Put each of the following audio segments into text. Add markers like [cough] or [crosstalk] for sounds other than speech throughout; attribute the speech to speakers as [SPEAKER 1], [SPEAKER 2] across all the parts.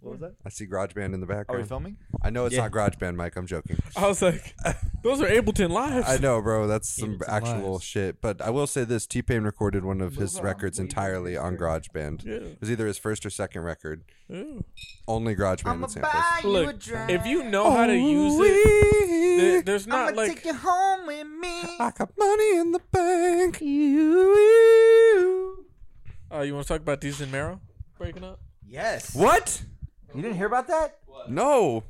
[SPEAKER 1] What was that?
[SPEAKER 2] I see GarageBand in
[SPEAKER 3] Oh,
[SPEAKER 2] the background.
[SPEAKER 1] filming?
[SPEAKER 2] I know it's
[SPEAKER 4] Yeah.
[SPEAKER 2] not GarageBand, Mike. I'm joking.
[SPEAKER 3] I was like, those are Ableton Lives. [laughs]
[SPEAKER 2] I know, bro. That's some
[SPEAKER 4] Ableton
[SPEAKER 2] actual
[SPEAKER 4] Live.
[SPEAKER 2] shit. But I will say this: T Pain recorded one of
[SPEAKER 1] Those
[SPEAKER 2] his
[SPEAKER 1] are
[SPEAKER 2] records
[SPEAKER 1] way
[SPEAKER 2] entirely on GarageBand.
[SPEAKER 3] Yeah.
[SPEAKER 2] It was either his first or second record.
[SPEAKER 3] Yeah.
[SPEAKER 2] Only GarageBand and samples.
[SPEAKER 3] you a Look, drink. If you know how to
[SPEAKER 2] Oh,
[SPEAKER 3] use it, there- there's not like
[SPEAKER 5] you home with me.
[SPEAKER 2] I got money in the bank.
[SPEAKER 3] uh, you want to talk about these and Marrow breaking up.
[SPEAKER 5] [laughs] Yes.
[SPEAKER 2] What?
[SPEAKER 5] You didn't hear about that?
[SPEAKER 2] No.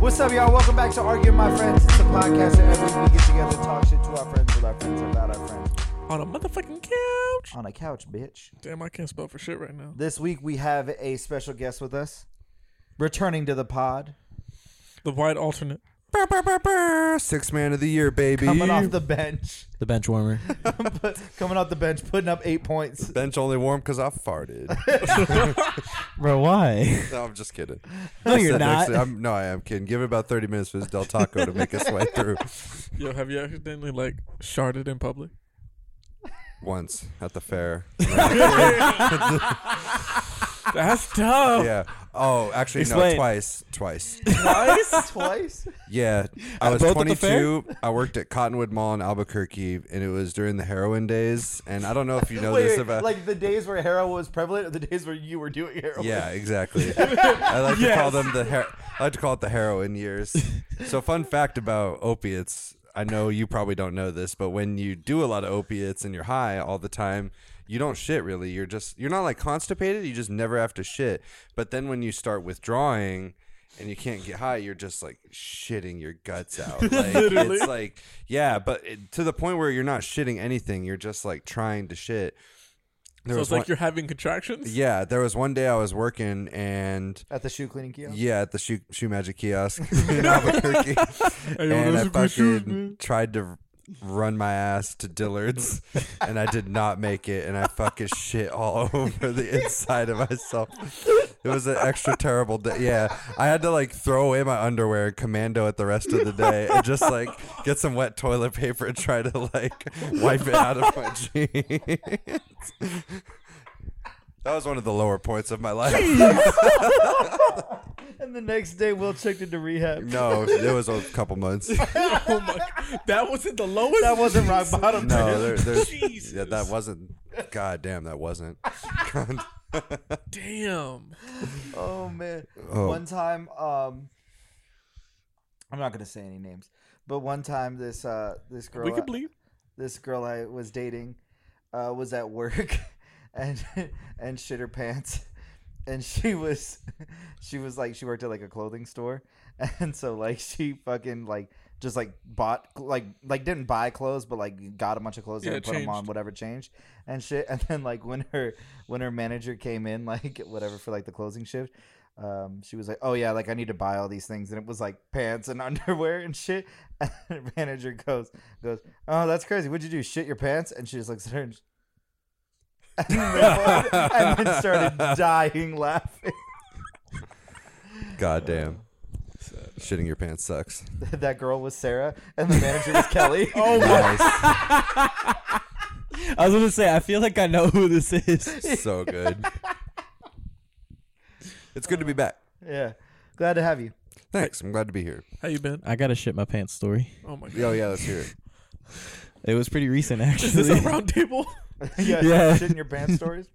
[SPEAKER 5] What's up, y'all? Welcome back to Arguing My Friends. It's a podcast that every week we get together and talk shit to our friends, with our friends, and about our friends.
[SPEAKER 3] on a motherfucking couch.
[SPEAKER 5] On a couch, bitch.
[SPEAKER 3] Damn, I can't spell for shit right now.
[SPEAKER 5] This week we have a special guest with us. Returning to the pod.
[SPEAKER 3] The white alternate.
[SPEAKER 2] Brr, brr, brr, brr. Six man of the year, baby.
[SPEAKER 5] Coming off the bench. [laughs]
[SPEAKER 4] The bench warmer.
[SPEAKER 5] Coming off the bench, putting up eight points.
[SPEAKER 2] bench only warm because I farted.
[SPEAKER 4] [laughs] Bro, why?
[SPEAKER 2] no, I'm just kidding.
[SPEAKER 4] [laughs] No, you're
[SPEAKER 2] Said next-
[SPEAKER 4] not.
[SPEAKER 2] I'm, no, I am kidding. Give it about 30 minutes for this Del Taco to make
[SPEAKER 4] [laughs]
[SPEAKER 2] its way through.
[SPEAKER 3] Yo, have you accidentally like sharded in public?
[SPEAKER 2] Once at the
[SPEAKER 4] [laughs]
[SPEAKER 2] fair.
[SPEAKER 3] That's tough.
[SPEAKER 2] Yeah. Oh, actually, no,
[SPEAKER 4] Explain.
[SPEAKER 2] twice.
[SPEAKER 4] [laughs]
[SPEAKER 2] Twice.
[SPEAKER 5] [laughs] Twice? [laughs] Twice?
[SPEAKER 2] Yeah. I was
[SPEAKER 4] both at the fair?
[SPEAKER 2] 22. I worked at Cottonwood Mall in Albuquerque, and it was during the heroin days. And I don't know if you know
[SPEAKER 5] Wait,
[SPEAKER 2] this
[SPEAKER 5] wait,
[SPEAKER 2] about.
[SPEAKER 5] like the days where heroin was prevalent or the days where you were doing heroin?
[SPEAKER 2] Yeah,
[SPEAKER 3] [laughs]
[SPEAKER 2] exactly. I like to call them the her- I like to call it the heroin years. So, fun fact about opiates. I know you probably don't know this, but when you do a lot of opiates and you're high all the time, you don't shit really. You're just you're not like constipated. You just never have to shit. But then when you start withdrawing and you can't get high, you're just like shitting your guts
[SPEAKER 3] [laughs]
[SPEAKER 2] out. Like,
[SPEAKER 3] Literally.
[SPEAKER 2] It's like yeah, but it, to the point where you're not shitting anything. You're just like trying to shit. There
[SPEAKER 3] So
[SPEAKER 2] was
[SPEAKER 3] it's like
[SPEAKER 2] one-
[SPEAKER 3] you're having contractions.
[SPEAKER 2] yeah, there was one day I was working and
[SPEAKER 5] At the shoe cleaning kiosk?
[SPEAKER 2] yeah, at the shoe, shoe magic kiosk in Albuquerque,
[SPEAKER 3] yo,
[SPEAKER 2] and
[SPEAKER 3] those
[SPEAKER 2] I
[SPEAKER 3] are good shoes,
[SPEAKER 2] fucking
[SPEAKER 3] man. [laughs]
[SPEAKER 2] tried to run my ass to Dillard's, and I did not make it, and I fucking shit all [laughs] over the inside of myself. It was an extra terrible day. Yeah, I had to like throw away my underwear and commando it the rest of the day, and just like get some wet toilet paper and try to like wipe it out of
[SPEAKER 3] [laughs]
[SPEAKER 2] my jeans. That was one of the lower points of my life.
[SPEAKER 3] [laughs]
[SPEAKER 5] And the next day, Will checked into rehab.
[SPEAKER 2] No, it was a couple months.
[SPEAKER 3] Oh my god, that wasn't the lowest.
[SPEAKER 5] That wasn't rock bottom.
[SPEAKER 2] No, there, there's,
[SPEAKER 3] Jesus.
[SPEAKER 2] yeah, that wasn't. God damn, that wasn't. [laughs] God.
[SPEAKER 3] Damn.
[SPEAKER 5] Oh man.
[SPEAKER 2] Oh.
[SPEAKER 5] One time, um I'm not gonna say any names, but one time this uh this girl
[SPEAKER 3] We could bleep.
[SPEAKER 5] this girl I was dating uh was at work [laughs] and and shit her pants. And she was she was like she worked at like a clothing store and so like she fucking like just like bought like like didn't buy clothes but like got a bunch of clothes
[SPEAKER 3] Yeah,
[SPEAKER 5] and put them on
[SPEAKER 3] changed.
[SPEAKER 5] whatever changed and shit and then like when her when her manager came in like whatever for like the closing shift um she was like oh yeah like i need to buy all these things and it was like pants and [laughs] underwear and shit and her manager goes goes oh that's crazy what'd you do shit your pants and she just looks at her and, just- and, then, and then started dying laughing [laughs]
[SPEAKER 2] God damn. Shitting your pants sucks.
[SPEAKER 5] that girl was sarah and the manager was kelly oh
[SPEAKER 2] Nice.
[SPEAKER 4] I was gonna say, I feel like I know who this is.
[SPEAKER 2] so good. It's good to be back.
[SPEAKER 5] yeah glad to have you [laughs]
[SPEAKER 2] Thanks. I'm glad to be here.
[SPEAKER 3] How you been?
[SPEAKER 4] I gotta shit my pants story.
[SPEAKER 3] Oh my god. [laughs]
[SPEAKER 2] Yo, yeah, let's hear it.
[SPEAKER 4] It was pretty [laughs] recent,
[SPEAKER 3] Is this a
[SPEAKER 4] actually.
[SPEAKER 3] round table?
[SPEAKER 5] yeah,
[SPEAKER 4] Yeah.
[SPEAKER 5] shit in your pants stories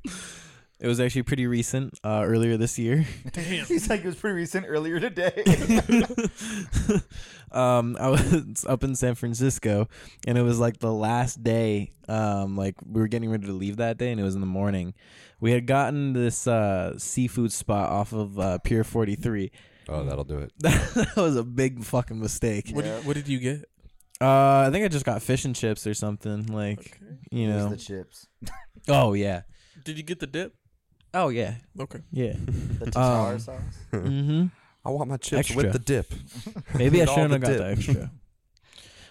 [SPEAKER 4] It was actually pretty recent, uh, earlier this year. [laughs]
[SPEAKER 3] Damn.
[SPEAKER 5] [laughs] He's like, it was pretty recent earlier today.
[SPEAKER 4] um, I was up in San Francisco, and it was like the last day. Um, like we were getting ready to leave that day, and it was in the morning. We had gotten this uh, seafood spot off of uh, Pier Forty Three.
[SPEAKER 2] Oh, that'll do it.
[SPEAKER 4] [laughs] that was a big fucking mistake.
[SPEAKER 3] [laughs] What, did, what did you get?
[SPEAKER 4] Uh, I think I just got fish and chips or something. Like
[SPEAKER 3] Okay.
[SPEAKER 4] you
[SPEAKER 5] Here's
[SPEAKER 4] know.
[SPEAKER 5] the chips,
[SPEAKER 4] Oh yeah.
[SPEAKER 3] Did you get the dip?
[SPEAKER 4] Oh yeah.
[SPEAKER 3] Okay.
[SPEAKER 4] Yeah.
[SPEAKER 5] the tartar
[SPEAKER 4] Um,
[SPEAKER 5] sauce.
[SPEAKER 4] mm-hmm.
[SPEAKER 2] I want my chips
[SPEAKER 4] Extra.
[SPEAKER 2] with the dip.
[SPEAKER 4] [laughs] Maybe I
[SPEAKER 2] All
[SPEAKER 4] shouldn't
[SPEAKER 2] the
[SPEAKER 4] have got
[SPEAKER 2] dip.
[SPEAKER 4] the extra.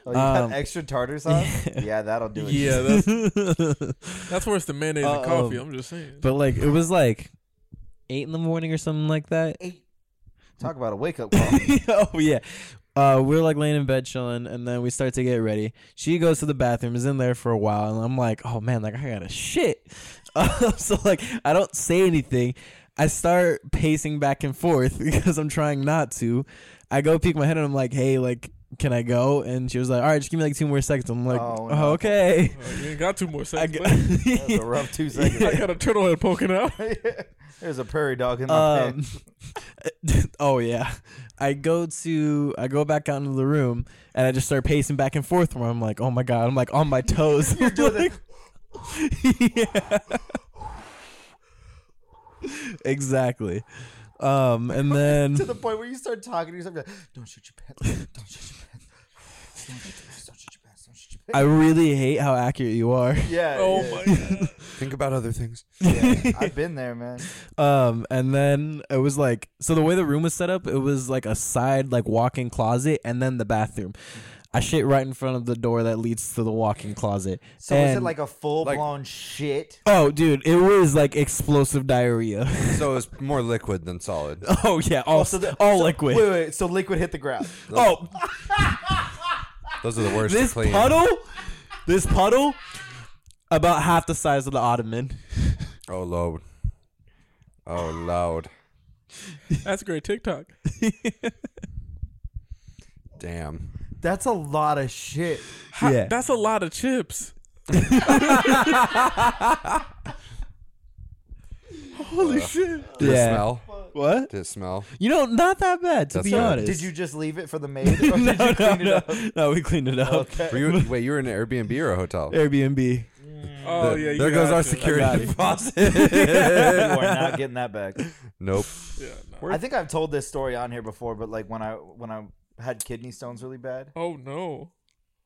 [SPEAKER 5] Oh, you
[SPEAKER 4] um,
[SPEAKER 5] got extra tartar sauce? Yeah, that'll do it.
[SPEAKER 3] Yeah, that's
[SPEAKER 5] [laughs]
[SPEAKER 4] [laughs]
[SPEAKER 3] that's worse than mayonnaise
[SPEAKER 4] Uh,
[SPEAKER 3] and coffee.
[SPEAKER 4] um,
[SPEAKER 3] I'm just saying.
[SPEAKER 4] but like it was like eight in the morning or something like that.
[SPEAKER 5] Eight. Talk about a wake up call.
[SPEAKER 4] [laughs] oh yeah. Uh, we're like laying in bed chilling, and then we start to get ready. She goes to the bathroom, is in there for a while, and I'm like, oh man, like I gotta shit. [laughs] Um, so like I don't say anything. I start pacing back and forth [laughs] because I'm trying not to. I go peek my head and I'm like, hey, like, can I go? And she was like, all right, just give me like two more seconds. I'm like,
[SPEAKER 5] Oh,
[SPEAKER 4] oh,
[SPEAKER 5] no. [laughs]
[SPEAKER 4] okay.
[SPEAKER 3] Oh, you ain't got two more
[SPEAKER 4] I
[SPEAKER 3] seconds.
[SPEAKER 4] g- [laughs]
[SPEAKER 3] left.
[SPEAKER 5] That was a rough two
[SPEAKER 3] I
[SPEAKER 5] [laughs] seconds.
[SPEAKER 3] got a turtle head poking out.
[SPEAKER 5] [laughs] There's a prairie dog in my pants. [laughs]
[SPEAKER 4] um, [laughs] oh yeah i go to i go back out into the room and i just start pacing back and forth where i'm like oh my god i'm like on my toes
[SPEAKER 5] [laughs] You're doing
[SPEAKER 4] Like- [laughs] yeah. exactly um and then
[SPEAKER 5] to the point where you start talking to yourself. You're like, don't shoot your pants. Don't shoot your pants. [sighs] Don't shoot your pants. Don't shoot your pants. Don't shoot your
[SPEAKER 4] i
[SPEAKER 5] pants.
[SPEAKER 4] really hate how accurate you are
[SPEAKER 5] yeah.
[SPEAKER 3] Oh
[SPEAKER 5] yeah,
[SPEAKER 3] my god.
[SPEAKER 2] Think about other things.
[SPEAKER 5] yeah. I've been there, man.
[SPEAKER 4] um and then it was like so the way the room was set up it was like a side like walk-in closet and then the bathroom i shit right in front of the door that leads to the walk-in closet
[SPEAKER 5] [laughs] So is it
[SPEAKER 4] And-
[SPEAKER 5] like a full blown shit?
[SPEAKER 4] Oh, dude, it was like explosive diarrhea. [laughs]
[SPEAKER 2] So it's more liquid than solid.
[SPEAKER 4] oh yeah, all all liquid.
[SPEAKER 5] Wait, wait. So liquid hit the ground.
[SPEAKER 4] oh,
[SPEAKER 2] Those are the worst. to
[SPEAKER 4] this
[SPEAKER 2] clean.
[SPEAKER 4] puddle, this puddle, about half the size of the ottoman.
[SPEAKER 2] Oh lord. Oh lord.
[SPEAKER 3] That's a great TikTok.
[SPEAKER 2] Damn.
[SPEAKER 5] That's a lot of shit.
[SPEAKER 3] How-
[SPEAKER 4] Yeah.
[SPEAKER 3] That's a lot of chips. Holy shit.
[SPEAKER 2] Did it
[SPEAKER 4] Yeah.
[SPEAKER 2] smell?
[SPEAKER 4] What?
[SPEAKER 2] Did it smell?
[SPEAKER 4] You know, not that bad to
[SPEAKER 2] That's
[SPEAKER 4] be
[SPEAKER 2] good.
[SPEAKER 4] honest. [laughs]
[SPEAKER 5] Did you [laughs] just leave it for the maid? Or did
[SPEAKER 4] no,
[SPEAKER 5] you clean
[SPEAKER 4] no,
[SPEAKER 5] it
[SPEAKER 4] no,
[SPEAKER 5] up?
[SPEAKER 4] no. We cleaned it up.
[SPEAKER 2] Were you wait, you were in an Airbnb or a hotel?
[SPEAKER 4] Airbnb.
[SPEAKER 3] Oh
[SPEAKER 5] Mm.
[SPEAKER 2] The-
[SPEAKER 3] yeah. you
[SPEAKER 2] there goes
[SPEAKER 3] got
[SPEAKER 2] our
[SPEAKER 4] got [laughs]
[SPEAKER 3] to.
[SPEAKER 2] security
[SPEAKER 4] it.
[SPEAKER 5] [laughs]
[SPEAKER 2] deposit.
[SPEAKER 5] [laughs] you are [laughs] not getting that back.
[SPEAKER 2] nope.
[SPEAKER 3] Yeah, no.
[SPEAKER 5] I think I've told this story on here before, but like when I when I had kidney stones really bad.
[SPEAKER 3] Oh no.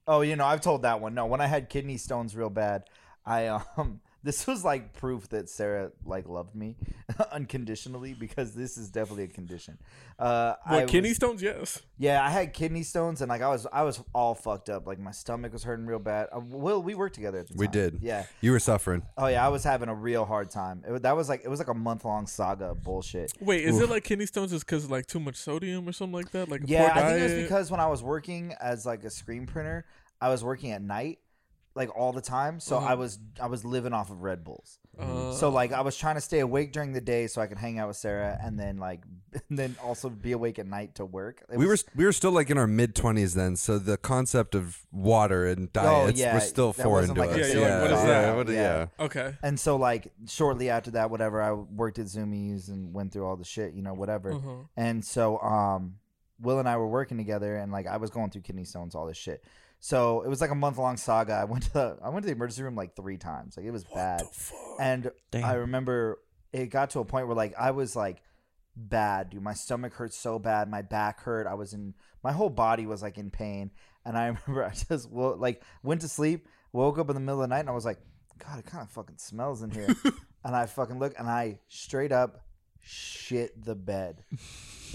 [SPEAKER 5] Oh, you know, I've told that one. No, when I had kidney stones real bad, I um [laughs] this was like proof that Sarah like loved me [laughs] unconditionally because this is definitely a condition. Uh I
[SPEAKER 3] What kidney
[SPEAKER 5] was-
[SPEAKER 3] stones? Yes.
[SPEAKER 5] Yeah, I had kidney stones and like I was I was all fucked up. Like my stomach was hurting real bad. Uh, Will we worked together at the
[SPEAKER 2] We
[SPEAKER 5] time.
[SPEAKER 2] did.
[SPEAKER 5] Yeah.
[SPEAKER 2] You were suffering.
[SPEAKER 5] Oh yeah, I was having a real hard time. It, wa- that was like it was like a month long saga of bullshit.
[SPEAKER 3] Wait, is it like kidney stones is because like too much sodium or something like that? Like a
[SPEAKER 5] Yeah,
[SPEAKER 3] poor
[SPEAKER 5] I think it was
[SPEAKER 3] diet?
[SPEAKER 5] because when I was working as like a screen printer, I was working at night, like all the time. So
[SPEAKER 2] Mm-hmm.
[SPEAKER 5] I was I was living off of Red Bulls.
[SPEAKER 2] Uh-huh.
[SPEAKER 3] Uh,
[SPEAKER 5] so like I was trying to stay awake during the day so I could hang out with Sarah, and then like [laughs] and then also be awake at night to work. It
[SPEAKER 2] We were
[SPEAKER 5] was-
[SPEAKER 2] we were still like in our mid twenties then, so the concept of water and diets
[SPEAKER 5] Oh, yeah,
[SPEAKER 2] were still
[SPEAKER 5] that
[SPEAKER 2] foreign
[SPEAKER 5] wasn't
[SPEAKER 2] to
[SPEAKER 5] like
[SPEAKER 2] us.
[SPEAKER 3] a Yeah, you're like, what is that?
[SPEAKER 2] what-
[SPEAKER 5] Yeah.
[SPEAKER 2] yeah.
[SPEAKER 3] Okay.
[SPEAKER 5] and so like shortly after that, whatever, I worked at Zoomies and went through all the shit, you know, whatever.
[SPEAKER 3] Uh-huh.
[SPEAKER 5] And so um Will and I were working together and like I was going through kidney stones, all this shit. So it was like a month long saga. I went to the I went to the emergency room like three times. Like it was bad. And
[SPEAKER 4] Damn.
[SPEAKER 5] I remember it got to a point where like I was like bad, dude. My stomach hurt so bad, my back hurt. I was in my whole body was like in pain. And I [laughs] remember I just wo- like went to sleep, woke up in the middle of the night, and I was like, God, it kind of fucking smells in here. and I fucking look, and I straight up shit the bed,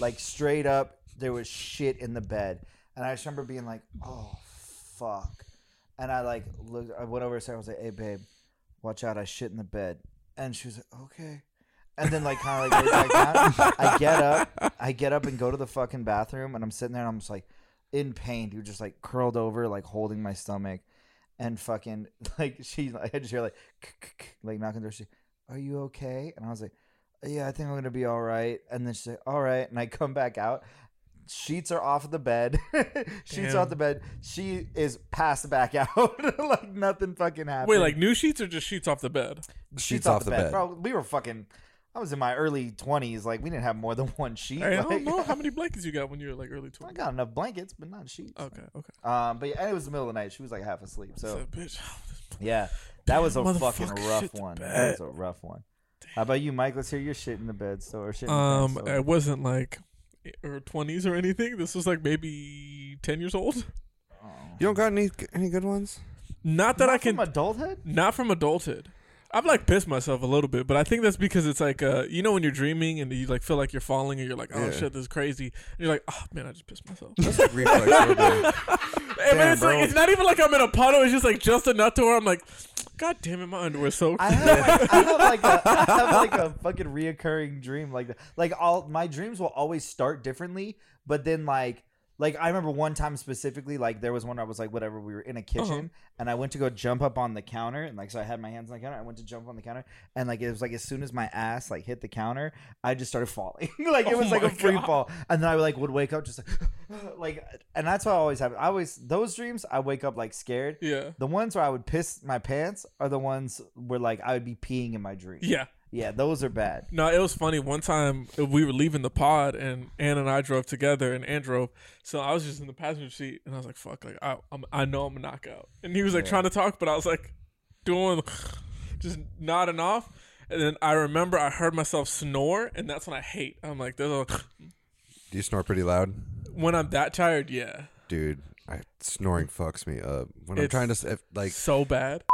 [SPEAKER 5] like straight up. There was shit in the bed, and I just remember being like, "Oh fuck," and I like looked. I went over to Sarah. I was like, "Hey babe, watch out! I shit in the bed," and she was like, "Okay." And then like kind of like laid back down. I get up, I get up and go to the fucking bathroom, and I'm sitting there and I'm just like in pain, dude, just like curled over, like holding my stomach, and fucking [laughs] like she, I just hear like like knocking the door. She, are you okay? And I was like, yeah, I think I'm gonna be all right. And then she's like, all right. And I come back out. Sheets are off of the bed. [laughs] Sheets are
[SPEAKER 3] Damn.
[SPEAKER 5] off the bed. She is passed back [laughs] out like nothing fucking happened.
[SPEAKER 3] Wait, like new sheets or just sheets off the bed?
[SPEAKER 5] [laughs]
[SPEAKER 2] Sheets off the bed.
[SPEAKER 5] Bro, we were fucking. I was in my early twenties. Like we didn't have more than [laughs] one sheet.
[SPEAKER 3] Hey, I
[SPEAKER 5] like-
[SPEAKER 3] don't know how many blankets you got when you were like early
[SPEAKER 5] [laughs] I
[SPEAKER 3] twenties.
[SPEAKER 5] got enough blankets, but not sheets.
[SPEAKER 3] Okay, okay.
[SPEAKER 5] Um, but yeah, and it was the middle of the night. She was like half asleep.
[SPEAKER 3] So,
[SPEAKER 5] So
[SPEAKER 3] bitch.
[SPEAKER 5] yeah, that was a
[SPEAKER 3] Damn,
[SPEAKER 5] fucking
[SPEAKER 3] motherfucker,
[SPEAKER 5] rough
[SPEAKER 3] shit the
[SPEAKER 5] one. That
[SPEAKER 3] bed.
[SPEAKER 5] was a rough one. How about you, Mike? Let's hear your shit in the bed story. or Shit in the pants
[SPEAKER 3] Um,
[SPEAKER 5] story.
[SPEAKER 3] it wasn't like or twenties or anything. This was like maybe ten years old.
[SPEAKER 2] You don't got any any good ones?
[SPEAKER 3] Not that
[SPEAKER 5] Not
[SPEAKER 3] I can.
[SPEAKER 5] from adulthood.
[SPEAKER 3] not from adulthood. I've like pissed myself a little bit, but I think that's because it's like uh, you know when you're dreaming and you like feel like you're falling and you're like, oh
[SPEAKER 2] Yeah.
[SPEAKER 3] shit, this is crazy, and you're like, oh man, I just pissed
[SPEAKER 5] [laughs]
[SPEAKER 3] myself.
[SPEAKER 2] That's like [laughs] reflex. real bad.
[SPEAKER 3] Hey, man, it's
[SPEAKER 2] bro.
[SPEAKER 3] like it's not even like I'm in a puddle. It's just like just enough to where I'm like, god damn it, my underwear's [laughs] soaked.
[SPEAKER 5] I have, like, I have like a, I have like a fucking reoccurring dream like that. Like all my dreams will always start differently, but then like Like I remember one time specifically, like there was one I was like, whatever, we were in a
[SPEAKER 3] Uh-huh.
[SPEAKER 5] kitchen and I went to go jump up on the counter and like so I had my hands on the counter, I went to jump on the counter and like it was like as soon as my ass like hit the counter, I just started falling. [laughs] like it
[SPEAKER 3] Oh
[SPEAKER 5] was like
[SPEAKER 3] my
[SPEAKER 5] a free
[SPEAKER 3] God.
[SPEAKER 5] fall. And then I like would wake up just like [sighs] like and that's what I always happen. I always those dreams I wake up like scared.
[SPEAKER 3] Yeah.
[SPEAKER 5] The ones where I would piss my pants are the ones where like I would be peeing in my dream.
[SPEAKER 3] Yeah.
[SPEAKER 5] Yeah, those are bad.
[SPEAKER 3] No, it was funny. One time uh, we were leaving the pod, and Ann and I drove together, and Ann drove. So I was just in the passenger seat, and I was like, "Fuck!" Like I, I'm, I know I'm a knockout. And he was like trying to talk, but I was like doing, just nodding off. And then I remember I heard myself snore, and that's when I hate. I'm like, "There's a."
[SPEAKER 2] Do you snore pretty loud?
[SPEAKER 3] When I'm that tired, yeah,
[SPEAKER 2] Dude, I, snoring fucks me up. When I'm
[SPEAKER 3] It's-
[SPEAKER 2] trying to, s- if, like,
[SPEAKER 3] so bad.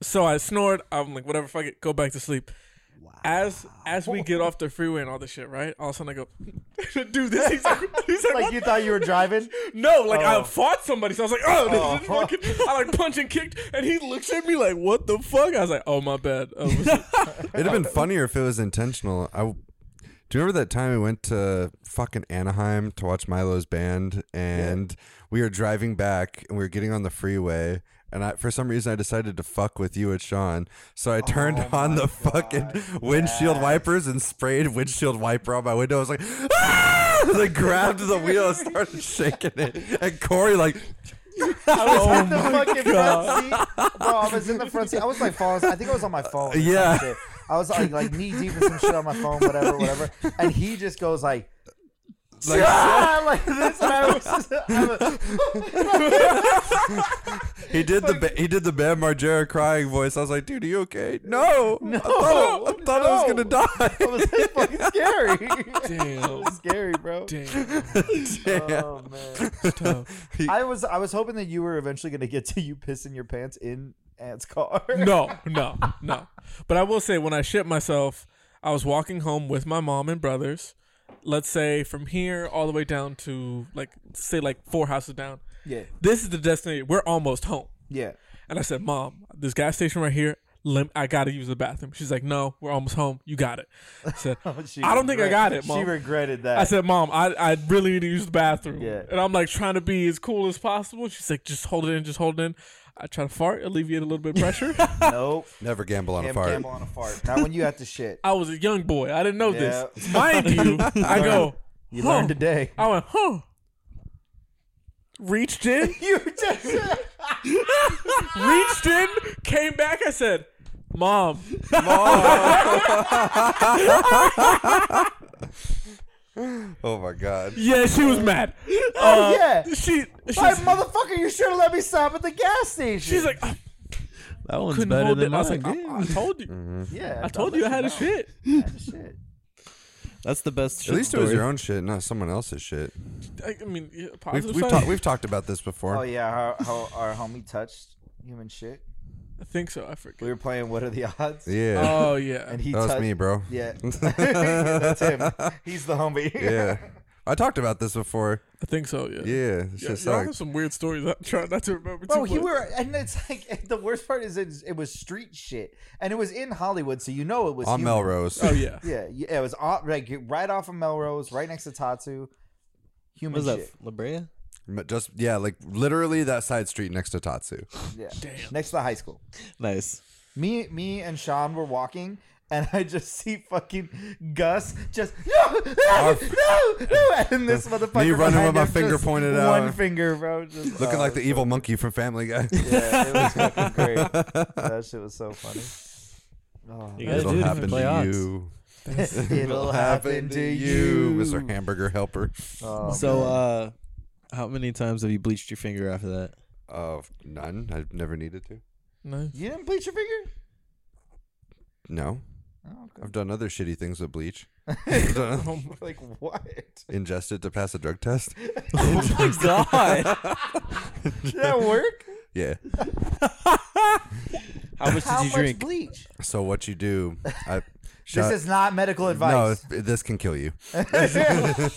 [SPEAKER 3] So I snored. I'm like, whatever, fuck it, go back to sleep. As as we get off the freeway and all this shit, right? All of a sudden I go, [laughs] do [laughs]
[SPEAKER 5] [laughs]
[SPEAKER 3] this. He's like, he's like,
[SPEAKER 5] Like you thought you
[SPEAKER 3] [laughs]
[SPEAKER 5] were driving?
[SPEAKER 3] No, like I
[SPEAKER 5] Oh.
[SPEAKER 3] fought somebody, so I was like, oh,
[SPEAKER 5] Oh.
[SPEAKER 3] this is fucking. I like punched and kicked, and he looks at me like, what the fuck? I was like, oh my bad.
[SPEAKER 5] [laughs]
[SPEAKER 3] Oh, was-
[SPEAKER 2] It'd have been funnier if it was intentional. I do you remember that time we went to fucking Anaheim to watch Milo's band, and we were driving back, and we were getting on the freeway, and I for some reason I decided to fuck with you and Sean, so I turned
[SPEAKER 5] Oh
[SPEAKER 2] on
[SPEAKER 5] my
[SPEAKER 2] the fucking windshield
[SPEAKER 5] yes.
[SPEAKER 2] wipers and sprayed windshield wiper on my window. I was like, [laughs] ah! And I grabbed the wheel and started shaking it, and Corey like,
[SPEAKER 5] I was
[SPEAKER 3] Oh
[SPEAKER 5] in the
[SPEAKER 3] my
[SPEAKER 5] fucking front seat. Bro, I was in the front seat. I was like falling. I think I was on my phone. or some
[SPEAKER 2] yeah.
[SPEAKER 5] shit. I was like, like knee deep in some shit on my phone, whatever, whatever. And he just goes like,
[SPEAKER 2] like
[SPEAKER 3] [laughs]
[SPEAKER 5] ah, [laughs] like this. And I was [laughs] just, I was-
[SPEAKER 2] He did the ba- he did the Bam Margera crying voice. I was like, dude, are you
[SPEAKER 3] [laughs]
[SPEAKER 2] okay? No, no I thought, I, thought I was
[SPEAKER 5] no.
[SPEAKER 2] gonna die.
[SPEAKER 5] it was fucking scary. It
[SPEAKER 3] damn,
[SPEAKER 5] was [laughs] scary, bro.
[SPEAKER 3] damn,
[SPEAKER 2] [laughs] Damn.
[SPEAKER 5] Oh man. [laughs]
[SPEAKER 3] it's tough.
[SPEAKER 5] I was I was hoping that you were eventually gonna get to you pissing your pants in Ant's car.
[SPEAKER 3] No, no, no. But I will say, when I shit myself, I was walking home with my mom and brothers. Let's say from here all the way down to like say like four houses down.
[SPEAKER 5] [laughs] Yeah.
[SPEAKER 3] This is the destination. We're almost home.
[SPEAKER 5] Yeah.
[SPEAKER 3] And I said, Mom, this gas station right here, lem- I got to use the bathroom. She's like, No, we're almost home. You got it. I said,
[SPEAKER 5] [laughs] Oh, She
[SPEAKER 3] I don't think I got
[SPEAKER 5] regret-
[SPEAKER 3] it, Mom.
[SPEAKER 5] She regretted that.
[SPEAKER 3] I said, Mom, I, I really need to use the bathroom.
[SPEAKER 5] Yeah.
[SPEAKER 3] And I'm like trying to be as cool as possible. She's like, Just hold it in, just hold it in. I try to fart, alleviate a little bit of pressure.
[SPEAKER 5] nope.
[SPEAKER 2] Never gamble on
[SPEAKER 5] Cam
[SPEAKER 2] a fart. [laughs]
[SPEAKER 5] Campbell on a fart. Not when you have
[SPEAKER 3] [laughs]
[SPEAKER 5] to shit.
[SPEAKER 3] I was a young boy. I didn't know this.
[SPEAKER 5] Yeah.
[SPEAKER 3] Mind you, I go,
[SPEAKER 5] You
[SPEAKER 3] huh.
[SPEAKER 5] learned today.
[SPEAKER 3] [laughs] I went, Huh. Reached in,
[SPEAKER 5] You [laughs] just
[SPEAKER 3] reached in, came back. I said, Mom,
[SPEAKER 2] Oh my god.
[SPEAKER 3] [laughs] yeah, she was mad. Uh,
[SPEAKER 5] yeah.
[SPEAKER 3] She, she's,
[SPEAKER 5] Hey, motherfucker, you should have let me stop at the gas station.
[SPEAKER 3] she's like, "Oh,
[SPEAKER 4] That one's
[SPEAKER 3] couldn't
[SPEAKER 4] better
[SPEAKER 3] hold
[SPEAKER 4] than
[SPEAKER 3] it.
[SPEAKER 4] mine.
[SPEAKER 3] I was like, I,
[SPEAKER 4] Yeah.
[SPEAKER 3] I told you.
[SPEAKER 5] yeah,
[SPEAKER 3] I told you I had a shit. [laughs]
[SPEAKER 5] shit.
[SPEAKER 4] That's the best.
[SPEAKER 2] At
[SPEAKER 4] shit
[SPEAKER 2] least it was
[SPEAKER 4] story.
[SPEAKER 2] your own shit, not someone else's shit.
[SPEAKER 3] I, I mean, yeah,
[SPEAKER 2] We've
[SPEAKER 3] positive
[SPEAKER 2] we've,
[SPEAKER 3] side.
[SPEAKER 2] ta- we've talked about this before.
[SPEAKER 5] Oh yeah, how, how our homie touched human shit.
[SPEAKER 3] I think so. I
[SPEAKER 5] We
[SPEAKER 3] forget.
[SPEAKER 5] were playing What Are the Odds?
[SPEAKER 2] Yeah, [laughs]
[SPEAKER 3] Oh yeah.
[SPEAKER 5] And he
[SPEAKER 2] that was
[SPEAKER 5] touched.
[SPEAKER 2] me, bro. [laughs]
[SPEAKER 5] Yeah, [laughs] that's him. He's the homie.
[SPEAKER 3] Oh.
[SPEAKER 2] Yeah, I talked about this before.
[SPEAKER 3] I think so. Yeah.
[SPEAKER 2] Yeah, it's
[SPEAKER 3] Yeah,
[SPEAKER 2] just
[SPEAKER 3] y'all
[SPEAKER 2] like-
[SPEAKER 3] have some weird stories. I'm trying not to remember.
[SPEAKER 5] Bro,
[SPEAKER 3] too
[SPEAKER 5] he
[SPEAKER 3] much.
[SPEAKER 5] were, and it's [laughs] like the worst part is it, it was street shit, and it was in Hollywood, so you know it was
[SPEAKER 2] on
[SPEAKER 5] human.
[SPEAKER 2] Melrose. [laughs]
[SPEAKER 3] Oh
[SPEAKER 4] [laughs]
[SPEAKER 3] yeah.
[SPEAKER 5] Yeah, yeah, it was on, like right off of Melrose, right next to Tatsu.
[SPEAKER 4] What
[SPEAKER 5] Human
[SPEAKER 4] was that?
[SPEAKER 5] shit.
[SPEAKER 4] La Brea?
[SPEAKER 2] But Just yeah, like literally that side street next to Tatsu.
[SPEAKER 5] Yeah,
[SPEAKER 3] Damn.
[SPEAKER 5] next to the high school.
[SPEAKER 4] Nice.
[SPEAKER 5] Me, me, and Sean were walking, and [laughs] I just see fucking Gus just no, no, [laughs] no, no, and this
[SPEAKER 2] [laughs]
[SPEAKER 5] motherfucker.
[SPEAKER 2] Me running
[SPEAKER 5] behind
[SPEAKER 2] with my
[SPEAKER 5] him,
[SPEAKER 2] finger
[SPEAKER 5] just
[SPEAKER 2] pointed
[SPEAKER 5] one
[SPEAKER 2] out.
[SPEAKER 5] finger, bro, just
[SPEAKER 2] Looking
[SPEAKER 5] oh,
[SPEAKER 2] like the evil monkey from Family Guy. [laughs]
[SPEAKER 5] Yeah, it was fucking great. that shit was so funny. Oh,
[SPEAKER 4] You gotta
[SPEAKER 2] It'll
[SPEAKER 4] do it if
[SPEAKER 2] happen
[SPEAKER 4] play
[SPEAKER 2] to
[SPEAKER 4] odds.
[SPEAKER 2] you.
[SPEAKER 5] [laughs] it'll happen to you,
[SPEAKER 2] Mr. Hamburger Helper.
[SPEAKER 5] Oh,
[SPEAKER 4] so,
[SPEAKER 5] man.
[SPEAKER 4] uh, how many times have you bleached your finger after that?
[SPEAKER 2] Uh, none. I've never needed to.
[SPEAKER 3] Nice.
[SPEAKER 5] you didn't bleach your finger? [laughs]
[SPEAKER 2] No,
[SPEAKER 5] Oh, okay.
[SPEAKER 2] I've done other shitty things with bleach. [laughs] I've done-
[SPEAKER 3] Oh my-
[SPEAKER 5] Like what?
[SPEAKER 2] Ingest it to pass a drug test. [laughs]
[SPEAKER 4] Oh my [laughs] god!
[SPEAKER 5] Did that [laughs] work?
[SPEAKER 2] Yeah.
[SPEAKER 4] How much
[SPEAKER 5] How
[SPEAKER 4] did you
[SPEAKER 5] much
[SPEAKER 4] drink?
[SPEAKER 5] bleach?
[SPEAKER 2] So what you do? I,
[SPEAKER 5] This
[SPEAKER 2] shot-
[SPEAKER 5] is not medical
[SPEAKER 2] no.
[SPEAKER 5] advice.
[SPEAKER 2] it- This can kill you.
[SPEAKER 5] [laughs]
[SPEAKER 2] [laughs]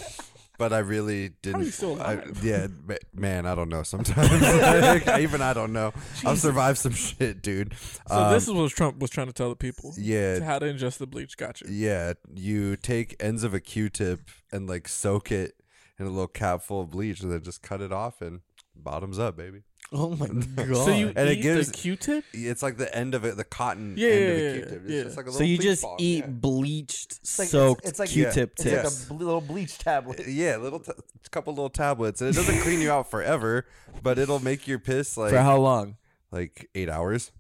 [SPEAKER 2] But I really didn't.
[SPEAKER 3] you still
[SPEAKER 2] I-
[SPEAKER 3] alive?
[SPEAKER 2] yeah, ma- man, I don't know. Sometimes [laughs] Like, even I don't know. I've survived some [laughs] shit, dude.
[SPEAKER 3] So this is what Trump was trying to tell the people.
[SPEAKER 2] Um, yeah.
[SPEAKER 3] How to ingest the bleach. Gotcha.
[SPEAKER 2] Yeah, you take ends of a Q-tip and like soak it in a little cap full of bleach and then just cut it off and bottoms up, baby.
[SPEAKER 4] Oh [laughs] my god!
[SPEAKER 3] So you
[SPEAKER 2] And it
[SPEAKER 3] eat
[SPEAKER 2] gives-
[SPEAKER 3] the Q-tip?
[SPEAKER 2] It's like the end of it, the cotton
[SPEAKER 3] Yeah,
[SPEAKER 2] end
[SPEAKER 3] yeah,
[SPEAKER 2] of
[SPEAKER 3] yeah,
[SPEAKER 2] a Q-tip. It's
[SPEAKER 3] yeah.
[SPEAKER 2] just like a
[SPEAKER 4] So
[SPEAKER 2] little
[SPEAKER 4] you
[SPEAKER 2] bleach
[SPEAKER 4] just
[SPEAKER 2] ball.
[SPEAKER 4] eat
[SPEAKER 2] Yeah.
[SPEAKER 4] bleached
[SPEAKER 5] like- it's-
[SPEAKER 4] soaked
[SPEAKER 5] it's like-
[SPEAKER 4] Q-tip
[SPEAKER 5] It's
[SPEAKER 4] tips.
[SPEAKER 2] Yes.
[SPEAKER 5] like a bl- little bleach tablet.
[SPEAKER 2] Yeah, little t- couple little tablets, and it
[SPEAKER 4] [laughs]
[SPEAKER 2] doesn't clean you out forever, but it'll make your piss like
[SPEAKER 4] For how long?
[SPEAKER 2] like eight hours.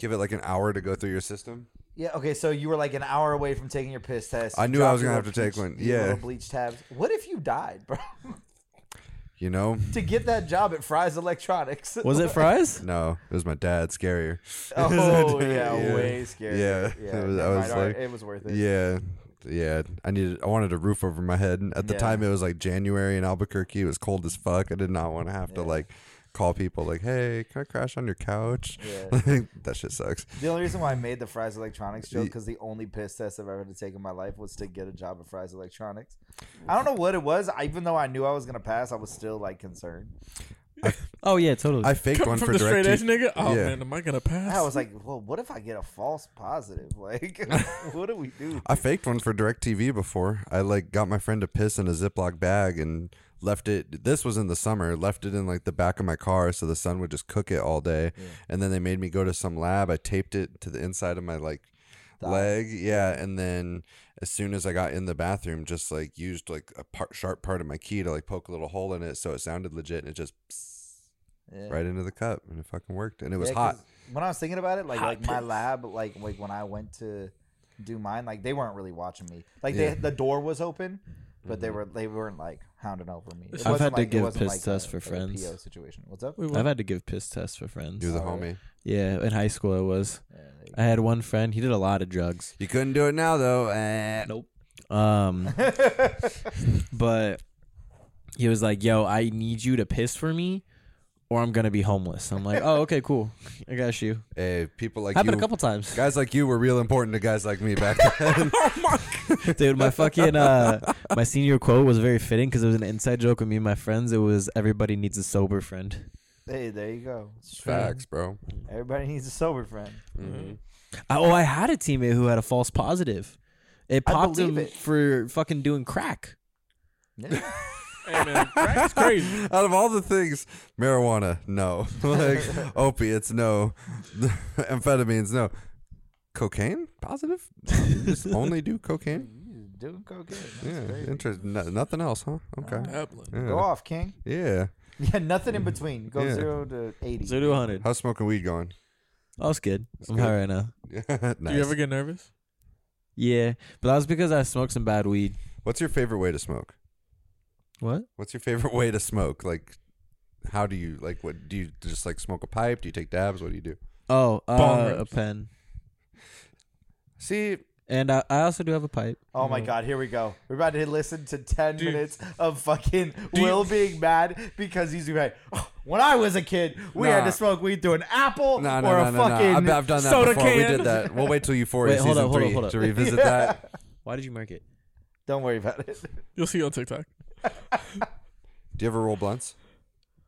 [SPEAKER 2] Give it like an hour to go through your system.
[SPEAKER 5] [laughs] Yeah. Okay. So you were like an hour away from taking your piss test.
[SPEAKER 2] I
[SPEAKER 5] You
[SPEAKER 2] knew I
[SPEAKER 5] dropped
[SPEAKER 2] was
[SPEAKER 5] your
[SPEAKER 2] gonna have
[SPEAKER 5] little
[SPEAKER 2] to take
[SPEAKER 5] bleach-
[SPEAKER 2] one.
[SPEAKER 5] your little
[SPEAKER 2] Yeah.
[SPEAKER 5] bleach tabs. What if you died, bro? [laughs]
[SPEAKER 2] You know?
[SPEAKER 5] to get that job at Fry's Electronics.
[SPEAKER 4] Was [laughs] it fries?
[SPEAKER 2] No, it was my dad. Scarier.
[SPEAKER 5] [laughs]
[SPEAKER 2] [laughs]
[SPEAKER 5] Oh yeah,
[SPEAKER 2] Yeah.
[SPEAKER 5] way scarier.
[SPEAKER 2] Yeah,
[SPEAKER 5] yeah.
[SPEAKER 2] [laughs] it was- I
[SPEAKER 5] never
[SPEAKER 2] was
[SPEAKER 5] mind. All right,
[SPEAKER 2] like-
[SPEAKER 5] it was worth it.
[SPEAKER 2] Yeah, yeah. I needed. I wanted a roof over my head. And At the
[SPEAKER 5] Yeah.
[SPEAKER 2] time, it was like January in Albuquerque. It was cold as fuck. I did not want to have to
[SPEAKER 5] Yeah.
[SPEAKER 2] like call people like, "Hey, can I crash on your couch?"
[SPEAKER 5] Yeah.
[SPEAKER 2] [laughs] Like, that shit sucks.
[SPEAKER 5] The only reason why I made the Fry's Electronics joke
[SPEAKER 2] Ye-
[SPEAKER 5] because the only piss test I've ever had to take in my life was to get a job at Fry's Electronics. I don't know what it was. I, even though I knew I was gonna pass, I was still like concerned.
[SPEAKER 4] Oh yeah, totally.
[SPEAKER 2] I faked
[SPEAKER 3] Coming
[SPEAKER 2] one
[SPEAKER 3] from
[SPEAKER 2] for
[SPEAKER 3] the straight
[SPEAKER 2] direct.
[SPEAKER 3] edge, nigga? Oh,
[SPEAKER 2] Yeah.
[SPEAKER 3] man, am I going to pass?
[SPEAKER 5] I was like, well, what if I get a false positive? [laughs] Like, what do we do?
[SPEAKER 2] I faked one for DirecTV before. I like got my friend to piss in a Ziploc bag and left it. This was in the summer. Left it in like the back of my car so the sun would just cook it all day. And then they made me go to some lab. I taped it to the inside of my like
[SPEAKER 5] Thigh.
[SPEAKER 2] leg. Yeah. And then as soon as I got in the bathroom, just like used like a part, sharp part of my key to like poke a little hole in it so it sounded legit and it just pss,
[SPEAKER 5] Yeah.
[SPEAKER 2] right into the cup and it fucking worked and it was
[SPEAKER 5] Yeah,
[SPEAKER 2] hot.
[SPEAKER 5] 'cause When I was thinking about it, like
[SPEAKER 3] Hot
[SPEAKER 5] like my
[SPEAKER 3] piss.
[SPEAKER 5] lab, like like when I went to do mine, like they weren't really watching me. Like
[SPEAKER 2] Yeah.
[SPEAKER 5] they, the door was open, but they were they weren't like hounding over me. It
[SPEAKER 3] I've
[SPEAKER 5] wasn't
[SPEAKER 4] had to
[SPEAKER 5] like, it
[SPEAKER 4] give
[SPEAKER 5] wasn't
[SPEAKER 4] piss
[SPEAKER 5] like
[SPEAKER 4] tests
[SPEAKER 5] a-
[SPEAKER 4] for
[SPEAKER 5] like a
[SPEAKER 4] friends.
[SPEAKER 5] PO situation. What's up?
[SPEAKER 3] Wait,
[SPEAKER 4] [laughs]
[SPEAKER 3] what?
[SPEAKER 4] I've had to give piss tests for friends.
[SPEAKER 2] You're the
[SPEAKER 5] Alright.
[SPEAKER 2] homie.
[SPEAKER 4] Yeah, in high school I was.
[SPEAKER 5] Yeah, there you
[SPEAKER 4] I had one friend. He did a lot of drugs.
[SPEAKER 2] You couldn't do it now though. Eh.
[SPEAKER 4] Nope. Um, [laughs] but he was like, "Yo, I need you to piss for me, or I'm gonna be homeless." I'm like, "Oh, okay, cool. I got you."
[SPEAKER 2] Hey, people like
[SPEAKER 4] Happened
[SPEAKER 2] you.
[SPEAKER 4] a couple times,
[SPEAKER 2] Guys like you were real important to guys like me back
[SPEAKER 3] [laughs]
[SPEAKER 2] then.
[SPEAKER 4] dude. My fucking uh, my senior quote was very fitting because it was an inside joke with me and my friends. It was, "Everybody needs a sober friend."
[SPEAKER 5] go. Hey, there you go.
[SPEAKER 2] Facts, bro.
[SPEAKER 5] Everybody needs a sober friend.
[SPEAKER 3] Mm-hmm.
[SPEAKER 4] I, oh, I had a teammate who had a false positive. It
[SPEAKER 5] I
[SPEAKER 4] popped
[SPEAKER 5] believe
[SPEAKER 4] him
[SPEAKER 5] it.
[SPEAKER 4] for fucking doing crack. [laughs]
[SPEAKER 5] Yeah.
[SPEAKER 3] Hey, man, crack is
[SPEAKER 2] [laughs]
[SPEAKER 3] crazy.
[SPEAKER 2] Out of all the things, marijuana, no. [laughs]
[SPEAKER 5] [laughs]
[SPEAKER 2] like opiates, no. [laughs] Amphetamines, no. Cocaine,
[SPEAKER 5] [laughs]
[SPEAKER 2] positive. You just only do cocaine.
[SPEAKER 5] You doing cocaine? That's
[SPEAKER 2] Yeah,
[SPEAKER 5] crazy.
[SPEAKER 2] interesting. No, nothing else, huh? Okay.
[SPEAKER 3] Dabbling.
[SPEAKER 5] Go
[SPEAKER 2] Yeah.
[SPEAKER 5] off, King. [laughs]
[SPEAKER 2] yeah.
[SPEAKER 5] Yeah, nothing in between. Go
[SPEAKER 2] Yeah.
[SPEAKER 5] zero to eighty.
[SPEAKER 4] Zero to 100.
[SPEAKER 2] How's smoking weed going? [laughs]
[SPEAKER 4] I was good. I'm
[SPEAKER 2] good.
[SPEAKER 4] high right now.
[SPEAKER 2] nice.
[SPEAKER 3] Do you ever get nervous?
[SPEAKER 4] Yeah, but that was because I smoked some bad weed.
[SPEAKER 2] What's your favorite way to smoke?
[SPEAKER 4] What?
[SPEAKER 2] What's your favorite way to smoke? Like, how do you like? What do you just like smoke a pipe? Do you take dabs? What do you do?
[SPEAKER 4] Oh,
[SPEAKER 3] Bong
[SPEAKER 4] uh,
[SPEAKER 3] rips.
[SPEAKER 4] a pen.
[SPEAKER 2] See,
[SPEAKER 4] And I, I also do have a pipe.
[SPEAKER 5] Oh my god, here we go. We're about to listen to 10
[SPEAKER 3] Dude.
[SPEAKER 5] minutes of fucking
[SPEAKER 3] Do you-
[SPEAKER 5] Will being mad because he's like, "Oh, when I was a kid, we had
[SPEAKER 2] Nah.
[SPEAKER 5] to smoke weed through an apple
[SPEAKER 2] No, no,
[SPEAKER 5] or
[SPEAKER 2] no,
[SPEAKER 5] a
[SPEAKER 2] no, no.
[SPEAKER 5] fucking.
[SPEAKER 2] I've, I've done that
[SPEAKER 3] soda
[SPEAKER 2] before. We
[SPEAKER 3] can.
[SPEAKER 2] did that. We'll wait till Euphoria
[SPEAKER 4] Wait, hold
[SPEAKER 2] season
[SPEAKER 4] up, hold
[SPEAKER 2] three
[SPEAKER 4] up, hold up.
[SPEAKER 2] to revisit that.
[SPEAKER 4] Why did you mark it?
[SPEAKER 5] Don't worry about it. [laughs]
[SPEAKER 3] You'll see on TikTok.
[SPEAKER 2] Do you ever roll blunts?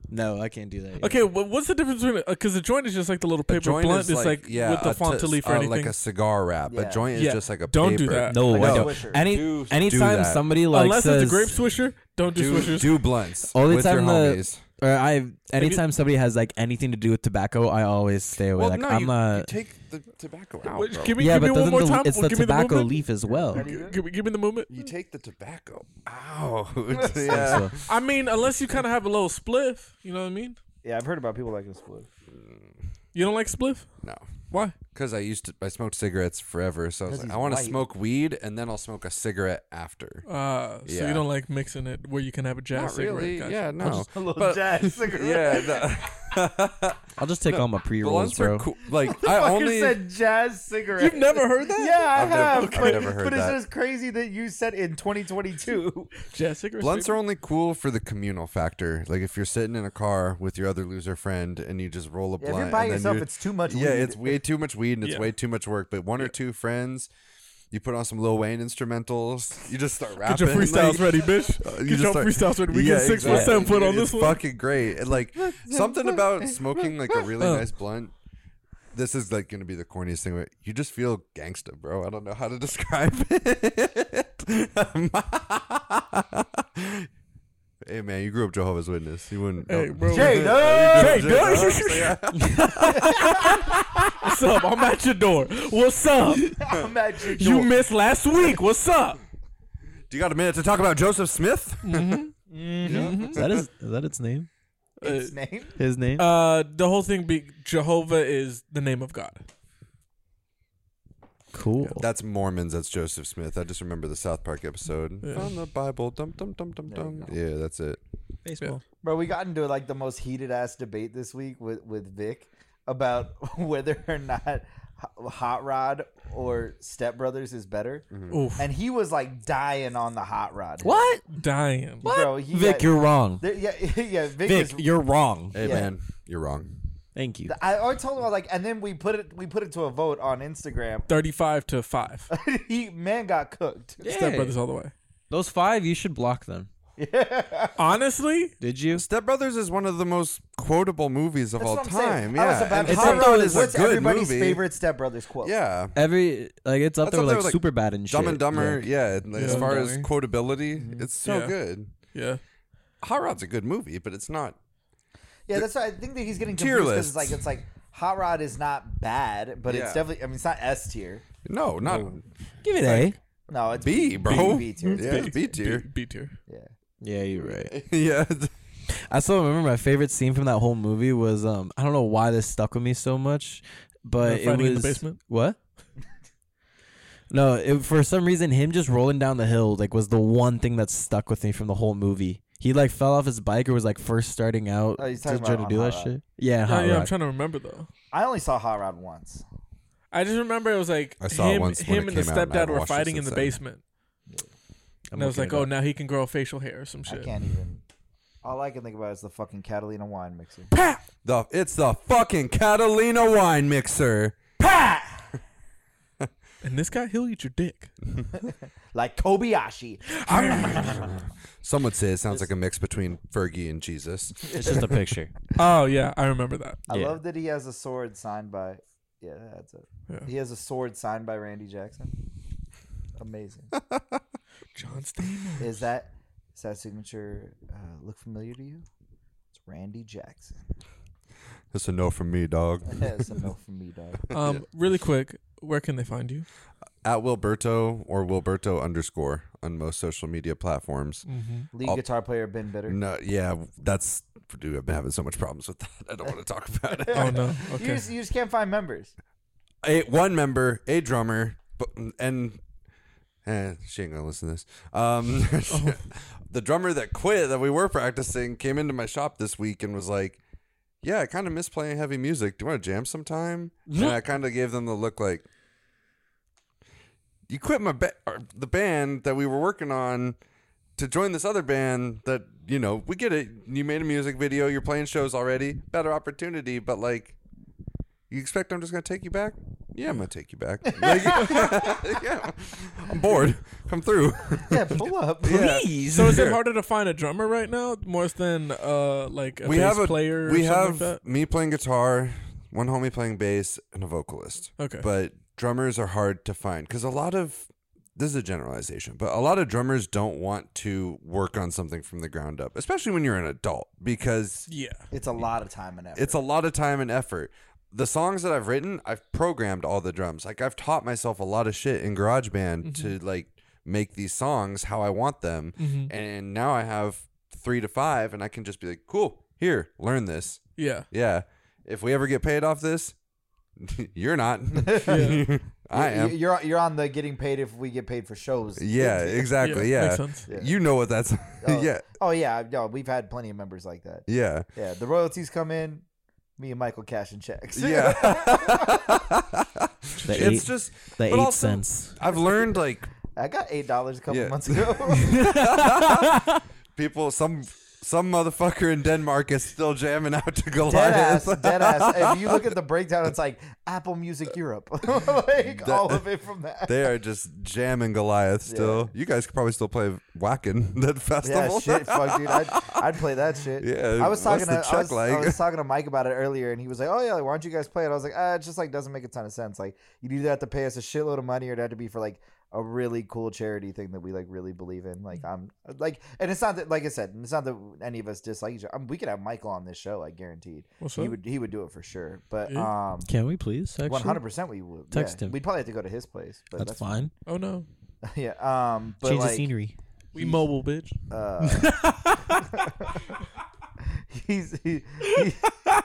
[SPEAKER 4] No, I can't do that. yet.
[SPEAKER 3] Okay, wh- what's the difference between because the joint is just like the little paper blunt. It's like, with the
[SPEAKER 2] a
[SPEAKER 3] font to
[SPEAKER 2] t-
[SPEAKER 3] leaf
[SPEAKER 2] uh,
[SPEAKER 3] or anything.
[SPEAKER 2] like a cigar wrap.
[SPEAKER 5] Yeah.
[SPEAKER 2] A joint is
[SPEAKER 3] Yeah.
[SPEAKER 2] just like a
[SPEAKER 3] Don't
[SPEAKER 2] paper.
[SPEAKER 3] do that.
[SPEAKER 4] No,
[SPEAKER 5] Like
[SPEAKER 4] I
[SPEAKER 5] a
[SPEAKER 4] don't.
[SPEAKER 5] swisher.
[SPEAKER 4] Any,
[SPEAKER 2] Do- do
[SPEAKER 4] anytime
[SPEAKER 2] that.
[SPEAKER 4] somebody like
[SPEAKER 3] Unless
[SPEAKER 4] says,
[SPEAKER 3] it's a grape swisher, don't do,
[SPEAKER 2] Do,
[SPEAKER 3] swishers.
[SPEAKER 2] do blunts
[SPEAKER 4] Only
[SPEAKER 2] with
[SPEAKER 4] time
[SPEAKER 2] your
[SPEAKER 4] the-
[SPEAKER 2] homies.
[SPEAKER 4] or I, anytime somebody has like anything to do with tobacco, I always stay away. like I'm
[SPEAKER 2] you,
[SPEAKER 4] not.
[SPEAKER 2] take the tobacco out,
[SPEAKER 3] Wait, give me,
[SPEAKER 4] yeah,
[SPEAKER 3] give me
[SPEAKER 4] but
[SPEAKER 3] one
[SPEAKER 4] doesn't
[SPEAKER 3] more
[SPEAKER 4] the,
[SPEAKER 3] time.
[SPEAKER 4] it's the
[SPEAKER 3] give me the
[SPEAKER 4] tobacco
[SPEAKER 3] movement.
[SPEAKER 4] leaf as well.
[SPEAKER 5] Ready?
[SPEAKER 3] Give, me- give me the movement.
[SPEAKER 2] You take the tobacco
[SPEAKER 3] [laughs]
[SPEAKER 2] out. yeah.
[SPEAKER 4] So,
[SPEAKER 3] I mean, unless you kind of have a little spliff, you know what I mean?
[SPEAKER 5] Yeah, I've heard about people liking split.
[SPEAKER 3] You don't like spliff?
[SPEAKER 2] No,
[SPEAKER 3] Why?
[SPEAKER 2] because I used to I smoked cigarettes forever, so I was
[SPEAKER 5] 'Cause
[SPEAKER 2] like,
[SPEAKER 5] he's
[SPEAKER 2] I want to
[SPEAKER 5] white.
[SPEAKER 2] smoke weed and then I'll smoke a cigarette after.
[SPEAKER 3] Uh, so
[SPEAKER 2] Yeah.
[SPEAKER 3] you don't like mixing it where you can have a jazz
[SPEAKER 2] Not really.
[SPEAKER 3] cigarette. Gotcha.
[SPEAKER 2] Yeah, no.
[SPEAKER 3] [laughs]
[SPEAKER 5] A little
[SPEAKER 2] But-
[SPEAKER 5] jazz
[SPEAKER 2] [laughs]
[SPEAKER 5] cigarette. [laughs]
[SPEAKER 2] Yeah. the-
[SPEAKER 4] I'll just take all my pre rolls,
[SPEAKER 2] Blunts
[SPEAKER 4] bro.
[SPEAKER 2] are cool.
[SPEAKER 3] [laughs]
[SPEAKER 2] Like I only
[SPEAKER 5] said jazz cigarette.
[SPEAKER 3] You've never heard that?
[SPEAKER 5] Yeah, I
[SPEAKER 2] I've never-
[SPEAKER 5] have.
[SPEAKER 2] I've
[SPEAKER 5] but
[SPEAKER 2] never heard
[SPEAKER 5] but
[SPEAKER 2] that.
[SPEAKER 5] it's just crazy that you said in 2022.
[SPEAKER 3] Jazz cigarettes.
[SPEAKER 2] blunts
[SPEAKER 3] baby.
[SPEAKER 2] are only cool for the communal factor. Like if you're sitting in a car with your other loser friend and you just roll a blunt.
[SPEAKER 5] Yeah, if you're
[SPEAKER 2] and
[SPEAKER 5] by
[SPEAKER 2] then
[SPEAKER 5] yourself,
[SPEAKER 2] you-
[SPEAKER 5] it's too much.
[SPEAKER 2] yeah,
[SPEAKER 5] weed.
[SPEAKER 2] it's way too much weed and it's
[SPEAKER 3] Yeah.
[SPEAKER 2] way too much work. But one or two friends, you put on some Lil Wayne instrumentals, you just start
[SPEAKER 3] Get
[SPEAKER 2] rapping.
[SPEAKER 3] your freestyles
[SPEAKER 2] like-
[SPEAKER 3] ready, bitch.
[SPEAKER 2] [laughs] Uh,
[SPEAKER 3] Get your
[SPEAKER 2] start-
[SPEAKER 3] freestyles ready. We
[SPEAKER 2] Yeah,
[SPEAKER 3] get six
[SPEAKER 2] exactly.
[SPEAKER 3] foot, seven foot on
[SPEAKER 2] It's
[SPEAKER 3] this one.
[SPEAKER 2] Fucking great. And like something about smoking like a really
[SPEAKER 3] Uh.
[SPEAKER 2] nice blunt. This is like gonna be the corniest thing, but you just feel gangsta, bro. I don't [laughs] know how to describe it. [laughs] Hey man, you grew up Jehovah's Witness. You wouldn't.
[SPEAKER 3] Hey,
[SPEAKER 2] oh, [laughs]
[SPEAKER 3] bro.
[SPEAKER 5] [laughs] Jay,
[SPEAKER 2] you grew up
[SPEAKER 3] Jay,
[SPEAKER 2] Jehovah's
[SPEAKER 3] no.
[SPEAKER 2] Witness?
[SPEAKER 3] [laughs]
[SPEAKER 2] Yeah.
[SPEAKER 3] What's up? I'm at your door. What's
[SPEAKER 2] [laughs]
[SPEAKER 3] up?
[SPEAKER 5] [laughs] I'm at your
[SPEAKER 3] You
[SPEAKER 5] door.
[SPEAKER 3] missed last week. What's up?
[SPEAKER 2] Do you got a minute to talk about Joseph Smith? Mm-hmm.
[SPEAKER 4] Is that, his, is that its name?
[SPEAKER 5] Its name?
[SPEAKER 4] His name?
[SPEAKER 3] Uh, the whole thing be Jehovah is the name of God.
[SPEAKER 4] cool.
[SPEAKER 2] That's Mormons. That's Joseph Smith. I just remember the South Park episode. Found the Bible. Dum dum dum dum dum. Yeah, that's it.
[SPEAKER 4] Baseball.
[SPEAKER 5] Bro, we got into like the most heated ass debate this week with with Vic about [laughs] whether or not Ho- Hot Rod or Step Brothers is better.
[SPEAKER 2] Mm-hmm.
[SPEAKER 3] Oof.
[SPEAKER 5] And he was like dying on the Hot Rod.
[SPEAKER 4] What?
[SPEAKER 3] Dying.
[SPEAKER 5] Bro, he
[SPEAKER 4] Vic,
[SPEAKER 5] got- [laughs]
[SPEAKER 4] you're wrong.
[SPEAKER 5] there- yeah, yeah, Vic,
[SPEAKER 4] Vic,
[SPEAKER 5] was,
[SPEAKER 4] you're wrong.
[SPEAKER 2] Hey
[SPEAKER 5] Yeah.
[SPEAKER 2] man, you're wrong.
[SPEAKER 4] Thank you.
[SPEAKER 5] I, I told him I was like, and then we put it we put it to a vote on Instagram. [laughs]
[SPEAKER 3] Thirty-five
[SPEAKER 2] [laughs]
[SPEAKER 3] to five.
[SPEAKER 5] he man got cooked.
[SPEAKER 3] Step brothers all the way.
[SPEAKER 4] Those five, you should block them.
[SPEAKER 3] Honestly,
[SPEAKER 4] Did you?
[SPEAKER 2] Step Brothers is one of the most quotable movies of
[SPEAKER 5] That's
[SPEAKER 2] all
[SPEAKER 5] what I'm
[SPEAKER 2] time.
[SPEAKER 5] saying.
[SPEAKER 2] Yeah,
[SPEAKER 5] I was about
[SPEAKER 2] and
[SPEAKER 5] to
[SPEAKER 4] it's
[SPEAKER 5] say,
[SPEAKER 2] Hot Rod is a
[SPEAKER 5] what's
[SPEAKER 2] good
[SPEAKER 5] everybody's
[SPEAKER 2] movie.
[SPEAKER 5] favorite Step Brothers quote?
[SPEAKER 2] Yeah,
[SPEAKER 4] Every like it's up
[SPEAKER 2] That's
[SPEAKER 4] there
[SPEAKER 2] up there
[SPEAKER 4] with like,
[SPEAKER 2] with, like,
[SPEAKER 4] super bad and shit.
[SPEAKER 2] Dumb and Dumber.
[SPEAKER 4] Yeah.
[SPEAKER 2] Yeah, and, like, as
[SPEAKER 3] Yeah.
[SPEAKER 2] far
[SPEAKER 3] Dumb
[SPEAKER 2] as
[SPEAKER 3] and
[SPEAKER 2] quotability, it's so
[SPEAKER 3] Yeah.
[SPEAKER 2] good.
[SPEAKER 3] yeah.
[SPEAKER 2] Hot Rod's a good movie, but it's not.
[SPEAKER 5] Yeah, that's why I think that he's getting
[SPEAKER 2] Tier
[SPEAKER 5] confused because it's
[SPEAKER 2] lists.
[SPEAKER 5] like it's like Hot Rod is not bad, but it's
[SPEAKER 2] Yeah.
[SPEAKER 5] definitely I mean it's not S tier.
[SPEAKER 2] No, not
[SPEAKER 4] Give it a.
[SPEAKER 5] No, it's
[SPEAKER 2] B, bro.
[SPEAKER 5] B, B tier. It's
[SPEAKER 2] Yeah, it's B tier.
[SPEAKER 3] B tier.
[SPEAKER 5] Yeah.
[SPEAKER 4] Yeah, you're right.
[SPEAKER 2] [laughs] yeah,
[SPEAKER 4] I still remember my favorite scene from that whole movie was um I don't know why this stuck with me so much, but
[SPEAKER 3] They're
[SPEAKER 4] it
[SPEAKER 3] fighting
[SPEAKER 4] was
[SPEAKER 3] in the basement?
[SPEAKER 4] what? no, it, for some reason, him just rolling down the hill like was the one thing that stuck with me from the whole movie. He like fell off his bike or was like first starting out
[SPEAKER 5] Oh, he's
[SPEAKER 4] to
[SPEAKER 5] talking
[SPEAKER 4] try
[SPEAKER 5] about
[SPEAKER 4] to
[SPEAKER 5] on
[SPEAKER 4] do that
[SPEAKER 5] Hot Rod.
[SPEAKER 4] shit. Yeah,
[SPEAKER 3] Yeah,
[SPEAKER 4] Hot
[SPEAKER 3] yeah, I'm
[SPEAKER 4] Rod.
[SPEAKER 3] trying to remember though.
[SPEAKER 5] I only saw Hot Rod once.
[SPEAKER 3] I just remember it was like
[SPEAKER 2] I saw it
[SPEAKER 3] him,
[SPEAKER 2] once when
[SPEAKER 3] him
[SPEAKER 2] it
[SPEAKER 3] and the
[SPEAKER 2] came out, and I
[SPEAKER 3] stepdad
[SPEAKER 2] haven't
[SPEAKER 3] were
[SPEAKER 2] watched it
[SPEAKER 3] fighting in the
[SPEAKER 2] since then.
[SPEAKER 3] basement.
[SPEAKER 4] I'm
[SPEAKER 3] and I was
[SPEAKER 4] looking
[SPEAKER 3] like,
[SPEAKER 4] it
[SPEAKER 3] oh,
[SPEAKER 4] up.
[SPEAKER 3] now he can grow facial hair or some shit.
[SPEAKER 5] I can't even. All I can think about is the fucking Catalina wine mixer.
[SPEAKER 2] the it's the fucking Catalina wine mixer. [laughs]
[SPEAKER 3] And this guy, he'll eat your
[SPEAKER 2] [laughs]
[SPEAKER 3] dick.
[SPEAKER 5] Like Kobayashi.
[SPEAKER 2] Some would say it sounds like a mix between Fergie and Jesus.
[SPEAKER 4] it's just a picture.
[SPEAKER 3] Oh yeah, I remember that.
[SPEAKER 5] I
[SPEAKER 4] Yeah.
[SPEAKER 5] love that he has a sword signed by. Yeah, that's it.
[SPEAKER 3] Yeah.
[SPEAKER 5] He has a sword signed by Randy Jackson. Amazing.
[SPEAKER 2] [laughs]
[SPEAKER 3] John Stamos.
[SPEAKER 5] is that is that signature uh, look familiar to you? It's Randy Jackson. [laughs]
[SPEAKER 2] That's a no from me, dog.
[SPEAKER 5] That's a no from me, dog.
[SPEAKER 3] Um, really quick, where can they find you?
[SPEAKER 2] At Wilberto or Wilberto underscore on most social media platforms.
[SPEAKER 5] Lead guitar player Ben Bitter.
[SPEAKER 2] No, yeah, that's dude. I've been having so much problems with that. I don't want to talk about it. [laughs]
[SPEAKER 3] Oh no.
[SPEAKER 5] You
[SPEAKER 3] Okay.
[SPEAKER 5] just you just can't find members.
[SPEAKER 2] a one member, a drummer, bu- and eh, she ain't gonna listen to this. Um, [laughs] the drummer that quit that we were practicing came into my shop this week and was like, "Yeah, I kind of miss playing heavy music. Do you want to jam sometime?" and I kind of gave them the look like, "You quit my ba- or the band that we were working on." To join this other band that, you know, we get it. You made a music video, you're playing shows already, better opportunity, but like, you expect I'm just gonna take you back? Yeah, I'm gonna take you
[SPEAKER 3] [laughs]
[SPEAKER 2] back. Like, [laughs] yeah, I'm bored. Come
[SPEAKER 3] [laughs]
[SPEAKER 2] through. [laughs]
[SPEAKER 5] Yeah, pull up.
[SPEAKER 2] Yeah.
[SPEAKER 3] So is it
[SPEAKER 2] Here.
[SPEAKER 3] harder to find a drummer right now, more than uh like a
[SPEAKER 2] We
[SPEAKER 3] bass
[SPEAKER 2] have a
[SPEAKER 3] player? Or
[SPEAKER 2] We
[SPEAKER 3] something
[SPEAKER 2] have
[SPEAKER 3] like
[SPEAKER 2] me playing guitar, one homie playing bass, and a vocalist.
[SPEAKER 3] that? okay.
[SPEAKER 2] But drummers are hard to find because a lot of this is a generalization, but a lot of drummers don't want to work on something from the ground up, especially when you're an adult, because
[SPEAKER 3] yeah.
[SPEAKER 5] It's a lot of time and effort.
[SPEAKER 2] It's a lot of time and effort. The songs that I've written, I've programmed all the drums. Like I've taught myself a lot of shit in GarageBand to like make these songs how I want them. And now I have three to five, and I can just be like, "Cool, here, learn this."
[SPEAKER 3] Yeah.
[SPEAKER 2] Yeah. If we ever get paid off this, [laughs] you're
[SPEAKER 4] [laughs]
[SPEAKER 2] not. [laughs] I
[SPEAKER 5] Y-
[SPEAKER 2] am.
[SPEAKER 5] You're you're on the getting paid if we get paid for shows.
[SPEAKER 2] Yeah, exactly. Yeah.
[SPEAKER 3] Makes sense.
[SPEAKER 2] You know what that's. [laughs]
[SPEAKER 5] Oh,
[SPEAKER 2] yeah.
[SPEAKER 5] Oh yeah. No, we've had plenty of members like that.
[SPEAKER 4] [laughs]
[SPEAKER 2] Yeah.
[SPEAKER 5] Yeah. The royalties come in. Me and Michael cash and checks.
[SPEAKER 2] Yeah.
[SPEAKER 4] The
[SPEAKER 2] it's
[SPEAKER 4] eight-
[SPEAKER 2] just
[SPEAKER 4] the
[SPEAKER 2] but
[SPEAKER 4] eight
[SPEAKER 2] also,
[SPEAKER 4] cents.
[SPEAKER 2] I've learned like
[SPEAKER 5] [laughs] I got eight dollars a couple
[SPEAKER 2] Yeah.
[SPEAKER 5] months
[SPEAKER 2] [laughs]
[SPEAKER 5] ago.
[SPEAKER 2] people some some motherfucker in Denmark is still jamming out to
[SPEAKER 5] dead ass.
[SPEAKER 2] Goliath.
[SPEAKER 5] Dead ass. If you look at the breakdown, it's like Apple Music Europe. [laughs] like all of it from
[SPEAKER 2] [laughs]
[SPEAKER 5] that.
[SPEAKER 2] They are just jamming Goliath still. You guys could probably still play Whackin' [laughs] that
[SPEAKER 5] Yeah,
[SPEAKER 2] festival. [laughs]
[SPEAKER 5] shit, fuck, dude. I'd, I'd play that shit.
[SPEAKER 2] Yeah,
[SPEAKER 5] I
[SPEAKER 2] what's
[SPEAKER 5] was talking
[SPEAKER 2] the
[SPEAKER 5] to I was,
[SPEAKER 2] check like?
[SPEAKER 5] I was talking to Mike about it earlier, and he was like, "Oh yeah, like, why don't you guys play it?" I was like, "Ah, it just like doesn't make a ton of sense. Like, you'd either have to pay us a shitload of money, or it'd have to be for like a a really cool charity thing that we like really believe in. Like I'm like, and it's not that like I said, it's not that any of us dislike each other. I mean, we could have Michael on this show, like guaranteed.
[SPEAKER 3] What's
[SPEAKER 5] He
[SPEAKER 3] up?
[SPEAKER 5] would he would do it for sure. But
[SPEAKER 3] Yeah.
[SPEAKER 5] um,
[SPEAKER 4] Can we please? Actually?
[SPEAKER 5] one hundred percent we would yeah.
[SPEAKER 4] Text him.
[SPEAKER 5] We'd probably have to go to his place, but
[SPEAKER 4] That's,
[SPEAKER 5] that's,
[SPEAKER 4] fine.
[SPEAKER 3] Oh no,
[SPEAKER 5] [laughs] yeah. Um, but
[SPEAKER 4] Change
[SPEAKER 5] like,
[SPEAKER 4] the scenery.
[SPEAKER 3] we mobile, bitch.
[SPEAKER 5] Uh, [laughs] he's he,
[SPEAKER 3] [laughs]
[SPEAKER 5] he,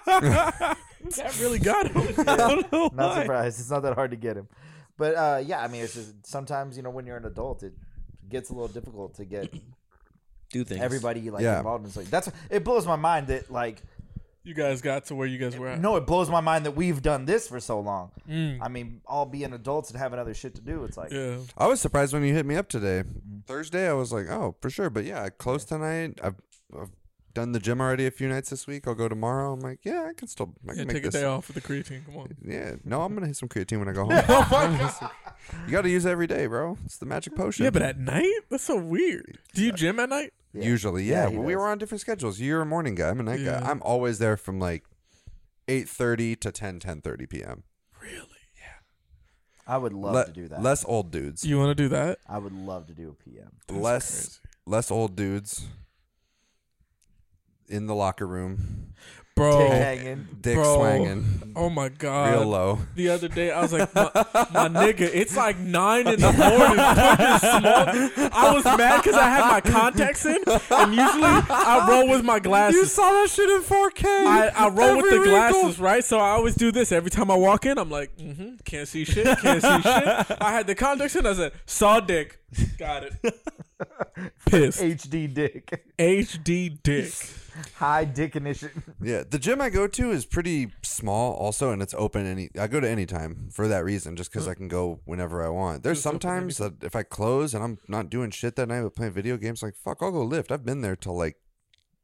[SPEAKER 3] That really
[SPEAKER 2] [laughs]
[SPEAKER 3] got him. I don't know
[SPEAKER 5] not
[SPEAKER 3] why.
[SPEAKER 5] surprised. It's not that hard to get him. But uh, yeah, I mean, it's just sometimes you know when you're an adult, it gets a little difficult
[SPEAKER 2] [clears throat]
[SPEAKER 5] to get
[SPEAKER 4] Do things.
[SPEAKER 5] everybody like
[SPEAKER 2] Yeah.
[SPEAKER 5] involved in something. That's it blows my mind that like
[SPEAKER 3] You guys got to where you guys were at.
[SPEAKER 5] no, it blows my mind that we've done this for so long.
[SPEAKER 3] Mm.
[SPEAKER 5] I mean, all being adults and having other shit to do, it's like
[SPEAKER 3] Yeah.
[SPEAKER 2] I was surprised when you hit me up today. Thursday, I was like, oh, for sure. But yeah, close tonight. I've, I've done the gym already a few nights this week. I'll go tomorrow. I'm like, yeah, I can still I can
[SPEAKER 3] Yeah,
[SPEAKER 2] make
[SPEAKER 3] take a
[SPEAKER 2] this.
[SPEAKER 3] day off with the creatine. Come on.
[SPEAKER 2] Yeah, no, I'm gonna hit some creatine when I
[SPEAKER 3] [laughs]
[SPEAKER 2] go home. [laughs] you got to use it every day, bro. It's the magic potion.
[SPEAKER 3] Yeah, but at night? That's so weird. Do you gym at night?
[SPEAKER 2] usually,
[SPEAKER 5] Yeah,
[SPEAKER 2] yeah.
[SPEAKER 5] he
[SPEAKER 2] well, we
[SPEAKER 5] does. Mm-hmm.
[SPEAKER 2] were on different schedules. You're a morning guy. I'm a night
[SPEAKER 3] Yeah.
[SPEAKER 2] guy. I'm always there from like 8:30 to 10 10:30 p.m.
[SPEAKER 3] Really?
[SPEAKER 5] I would love
[SPEAKER 2] Le-
[SPEAKER 5] to do that.
[SPEAKER 2] Less old dudes.
[SPEAKER 3] Do you want to do that?
[SPEAKER 5] I would love to do a PM.
[SPEAKER 2] less less old dudes in the locker room,
[SPEAKER 3] Bro.
[SPEAKER 5] Dick hanging.
[SPEAKER 2] dick
[SPEAKER 3] Bro.
[SPEAKER 2] swanging,
[SPEAKER 3] Oh my god.
[SPEAKER 2] real low.
[SPEAKER 3] The other day, I was like,
[SPEAKER 2] [laughs]
[SPEAKER 3] my, my nigga, it's like nine in the morning. fucking small." I was mad because I had my contacts in, and usually I roll with my glasses.
[SPEAKER 2] saw that shit in 4K.
[SPEAKER 3] I, I roll with the
[SPEAKER 2] oh.
[SPEAKER 3] glasses, right? So I always do this every time I walk in. I'm like, mm-hmm, can't see shit, can't see shit. I had the contacts in. I said, saw dick, got it. Pissed.
[SPEAKER 5] HD dick. [laughs]
[SPEAKER 3] HD dick.
[SPEAKER 5] High dick ignition.
[SPEAKER 2] Yeah, the gym I go to is pretty small, also, and it's open any. I go to any time for that reason, just because I can go whenever I want. There's sometimes that if I close and I'm not doing shit that night, but playing video games, like fuck, I'll go lift. I've been there till like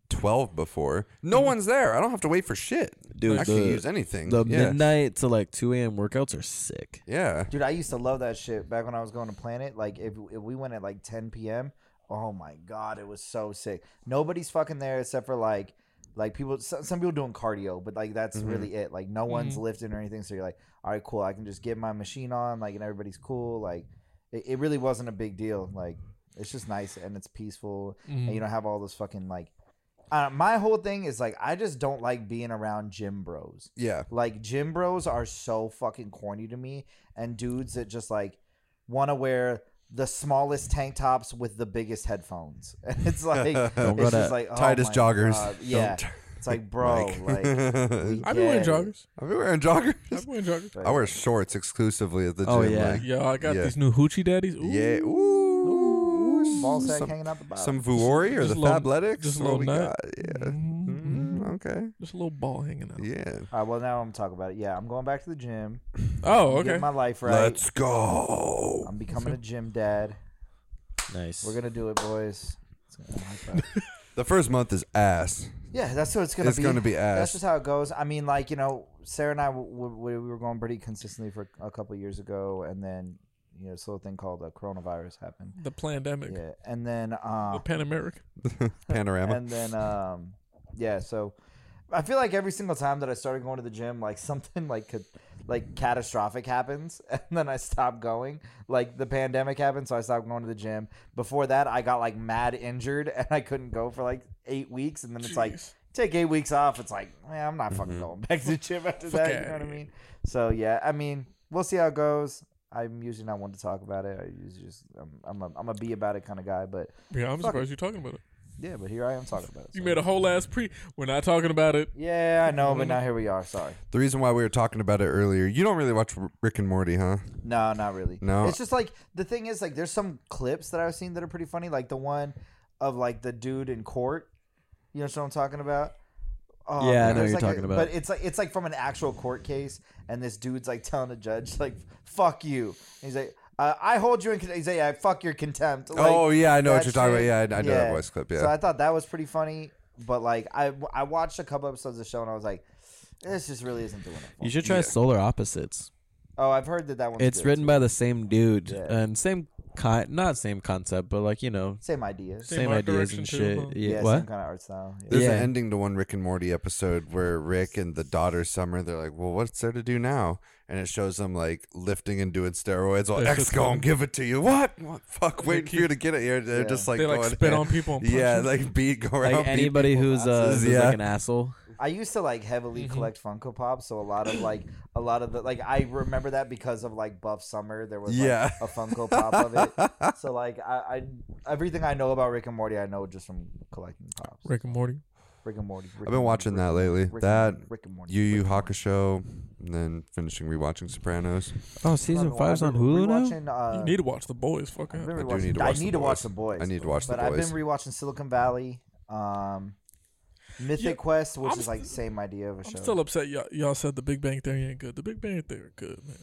[SPEAKER 2] twelve before. No
[SPEAKER 5] Mm-hmm.
[SPEAKER 2] one's there. I don't have to wait for shit.
[SPEAKER 4] Dude,
[SPEAKER 2] I can
[SPEAKER 4] the-
[SPEAKER 2] use anything.
[SPEAKER 4] The
[SPEAKER 2] yeah.
[SPEAKER 4] midnight to like 2 a.m. workouts are sick.
[SPEAKER 2] Yeah.
[SPEAKER 5] Dude, I used to love that shit back when I was going to Planet. Like, if, if we went at like 10 p.m., oh my god, it was so sick. Nobody's fucking there except for like, like people. Some, some people doing cardio, but like that's really it. Like, no one's lifting or anything. So you're like, all right, cool. I can just get my machine on. Like, and everybody's cool. Like, it, it really wasn't a big deal. Like, it's just nice and it's peaceful,
[SPEAKER 3] Mm-hmm.
[SPEAKER 5] and you don't have all this fucking like. Uh, my whole thing is like, I just don't like being around gym bros.
[SPEAKER 2] Yeah.
[SPEAKER 5] Like gym bros are so fucking corny to me, and dudes that just like want to wear the smallest tank tops with the biggest headphones. [laughs] It's
[SPEAKER 2] [laughs]
[SPEAKER 5] like
[SPEAKER 2] Don't
[SPEAKER 5] it's
[SPEAKER 4] go to
[SPEAKER 5] just like oh
[SPEAKER 2] tightest
[SPEAKER 5] my
[SPEAKER 2] joggers.
[SPEAKER 5] God. Yeah,
[SPEAKER 2] Don't-
[SPEAKER 5] it's like bro, like
[SPEAKER 2] [laughs]
[SPEAKER 5] we
[SPEAKER 3] I've been wearing
[SPEAKER 5] get it.
[SPEAKER 3] joggers.
[SPEAKER 2] I've been wearing joggers.
[SPEAKER 5] [laughs]
[SPEAKER 3] I've been wearing joggers.
[SPEAKER 2] I wear shorts exclusively at the gym.
[SPEAKER 4] Oh, yeah.
[SPEAKER 2] Like,
[SPEAKER 3] Yo, I got
[SPEAKER 2] Yeah.
[SPEAKER 3] these new hoochie daddies. Ooh.
[SPEAKER 2] yeah. Ooh.
[SPEAKER 5] Ball sack
[SPEAKER 2] some,
[SPEAKER 5] hanging out the bottom.
[SPEAKER 2] some Vuori or
[SPEAKER 3] Um, Just
[SPEAKER 2] the
[SPEAKER 3] a little-
[SPEAKER 2] Fabletics.
[SPEAKER 3] just a
[SPEAKER 2] What
[SPEAKER 3] little
[SPEAKER 2] we
[SPEAKER 3] nut.
[SPEAKER 2] got? Yeah.
[SPEAKER 3] Mhm.
[SPEAKER 2] Mm, okay.
[SPEAKER 3] Just a little ball hanging out.
[SPEAKER 2] Yeah.
[SPEAKER 5] all right, well now I'm talking about it. Yeah, I'm going back to the gym.
[SPEAKER 3] Oh,
[SPEAKER 5] Get
[SPEAKER 3] okay.
[SPEAKER 5] my life right.
[SPEAKER 2] Let's go.
[SPEAKER 3] Um,
[SPEAKER 5] I'm becoming a gym dad.
[SPEAKER 4] Nice.
[SPEAKER 5] We're gonna do it, boys. It's gonna be like that.
[SPEAKER 2] The first month is
[SPEAKER 3] [laughs]
[SPEAKER 2] ass.
[SPEAKER 5] Yeah, that's what it's gonna
[SPEAKER 2] It's
[SPEAKER 5] be.
[SPEAKER 2] gonna be
[SPEAKER 5] That's
[SPEAKER 2] ass.
[SPEAKER 5] just how it goes. I mean, like you know, Sarah and I w- w- we were going pretty consistently for a couple of years ago, and then you know this little thing called the coronavirus happened.
[SPEAKER 3] The pandemic.
[SPEAKER 5] Yeah, and then
[SPEAKER 3] The
[SPEAKER 5] uh,
[SPEAKER 3] Pan American.
[SPEAKER 2] Panorama.
[SPEAKER 5] and then um, yeah. So I feel like every single time that I started going to the gym, like [laughs] something like could like catastrophic happens, [laughs] and then I stop going. Like the pandemic happened, so I stopped going to the gym. Before that, I got like mad injured, [laughs] and I couldn't go for like eight weeks, and then it's like
[SPEAKER 3] Jeez. Mm-hmm.
[SPEAKER 5] take eight weeks off, it's like, man, I'm not fucking going back to the gym after that. You
[SPEAKER 3] outta
[SPEAKER 5] know what I
[SPEAKER 3] here.
[SPEAKER 5] mean? So yeah, I mean, we'll see how it goes. I'm usually not one to talk about it. I usually just I'm I'm a, I'm a be about it kind of guy, but
[SPEAKER 3] Yeah, I'm
[SPEAKER 5] Fuck
[SPEAKER 3] surprised you're talking about it.
[SPEAKER 5] yeah, but here I am talking about it.
[SPEAKER 3] You
[SPEAKER 5] so-
[SPEAKER 3] made a whole ass pre. We're not talking about it.
[SPEAKER 5] yeah, I know,
[SPEAKER 2] Mm-hmm.
[SPEAKER 5] but now here we are. Sorry.
[SPEAKER 2] The reason why we were talking about it earlier, you don't really watch R- Rick and Morty, huh?
[SPEAKER 5] No, not really.
[SPEAKER 2] No.
[SPEAKER 5] It's just like the thing is like there's some clips that I've seen that are pretty funny, like the one of like the dude in court. You know what I'm talking about? Oh,
[SPEAKER 4] Yeah, I
[SPEAKER 5] man,
[SPEAKER 4] know
[SPEAKER 5] there's,
[SPEAKER 4] what you're
[SPEAKER 5] like,
[SPEAKER 4] talking
[SPEAKER 5] a-
[SPEAKER 4] about.
[SPEAKER 5] But it's like it's like from an actual court case, and this dude's like telling the judge like "fuck you." And he's like, uh, "I hold you in." Con-, he's like, "I fuck your contempt." Like,
[SPEAKER 2] oh yeah, I know what
[SPEAKER 5] that
[SPEAKER 2] you're talking
[SPEAKER 5] shit.
[SPEAKER 2] about. Yeah, I, I know that voice clip. Yeah.
[SPEAKER 5] So I thought that was pretty funny, but like I I watched a couple episodes of the show and I was like, "This just really isn't doing it." For
[SPEAKER 4] You
[SPEAKER 5] me.
[SPEAKER 4] should try Solar Opposites.
[SPEAKER 5] Oh, I've heard that that one.
[SPEAKER 4] It's written by the same dude
[SPEAKER 5] Yeah.
[SPEAKER 4] and same kind, not same concept, but like you know,
[SPEAKER 5] Same idea.
[SPEAKER 3] Same
[SPEAKER 4] same,
[SPEAKER 3] art
[SPEAKER 4] ideas
[SPEAKER 3] direction
[SPEAKER 4] and
[SPEAKER 3] too,
[SPEAKER 4] shit.
[SPEAKER 3] huh?
[SPEAKER 4] Yeah,
[SPEAKER 5] yeah,
[SPEAKER 4] what?
[SPEAKER 5] same kind of art style. Yeah.
[SPEAKER 2] There's
[SPEAKER 4] Yeah.
[SPEAKER 2] an ending to one Rick and Morty episode where Rick and the daughter Summer they're like, "Well, what's there to do now?" And it shows them like lifting and doing steroids. Well,
[SPEAKER 3] [laughs] That's
[SPEAKER 2] X
[SPEAKER 3] what's
[SPEAKER 2] gonna
[SPEAKER 3] going-
[SPEAKER 2] give it to you. What? What? Fuck,
[SPEAKER 3] They
[SPEAKER 2] waiting for you to get it. You're, they're
[SPEAKER 5] Yeah.
[SPEAKER 2] just like
[SPEAKER 3] they like
[SPEAKER 2] going [laughs]
[SPEAKER 3] spit on people. And punch
[SPEAKER 2] Yeah,
[SPEAKER 3] them.
[SPEAKER 2] like beat go around.
[SPEAKER 4] Like
[SPEAKER 2] beat
[SPEAKER 4] anybody
[SPEAKER 2] people.
[SPEAKER 4] who's uh,
[SPEAKER 2] asses,
[SPEAKER 4] who's
[SPEAKER 2] yeah.
[SPEAKER 4] like an asshole.
[SPEAKER 5] I used to like heavily
[SPEAKER 3] Mhm.
[SPEAKER 5] collect Funko Pops, so a lot of like a lot of the like I remember that because of like Buff Summer, there was like,
[SPEAKER 2] Yeah.
[SPEAKER 5] a Funko Pop of it.
[SPEAKER 2] [laughs]
[SPEAKER 5] So like I, I everything I know about Rick and Morty, I know just from collecting pops. Rick,
[SPEAKER 3] Rick and Morty.
[SPEAKER 5] and Morty. Rick
[SPEAKER 2] I've
[SPEAKER 5] and
[SPEAKER 2] been
[SPEAKER 5] Morty,
[SPEAKER 2] watching
[SPEAKER 5] Rick
[SPEAKER 2] that
[SPEAKER 5] and
[SPEAKER 2] lately.
[SPEAKER 5] Morty, Rick
[SPEAKER 2] that
[SPEAKER 5] and Morty, Rick and Morty.
[SPEAKER 2] Yu Yu
[SPEAKER 5] Rick and Morty.
[SPEAKER 2] Hakusho, and then finishing rewatching Sopranos.
[SPEAKER 4] Oh,
[SPEAKER 5] I've
[SPEAKER 4] season
[SPEAKER 5] been-
[SPEAKER 4] five's
[SPEAKER 5] I've
[SPEAKER 4] on
[SPEAKER 5] been
[SPEAKER 4] Hulu now.
[SPEAKER 5] rewatching, Uh,
[SPEAKER 3] you need to watch the boys. Fuck
[SPEAKER 5] I've
[SPEAKER 3] it.
[SPEAKER 5] been
[SPEAKER 2] Mm, I do
[SPEAKER 5] rewatching-
[SPEAKER 2] need to
[SPEAKER 5] I
[SPEAKER 2] watch The
[SPEAKER 5] need to watch
[SPEAKER 2] Boys.
[SPEAKER 5] the boys.
[SPEAKER 2] I need to watch the
[SPEAKER 5] but I've
[SPEAKER 2] boys.
[SPEAKER 5] been rewatching Silicon Valley, um, Mythic
[SPEAKER 3] Yeah,
[SPEAKER 5] Quest, which
[SPEAKER 3] I'm
[SPEAKER 5] is like same idea of a
[SPEAKER 3] I'm
[SPEAKER 5] show.
[SPEAKER 3] still upset y'all, y'all said the Big Bang Theory ain't good. The Big Bang Theory good, man.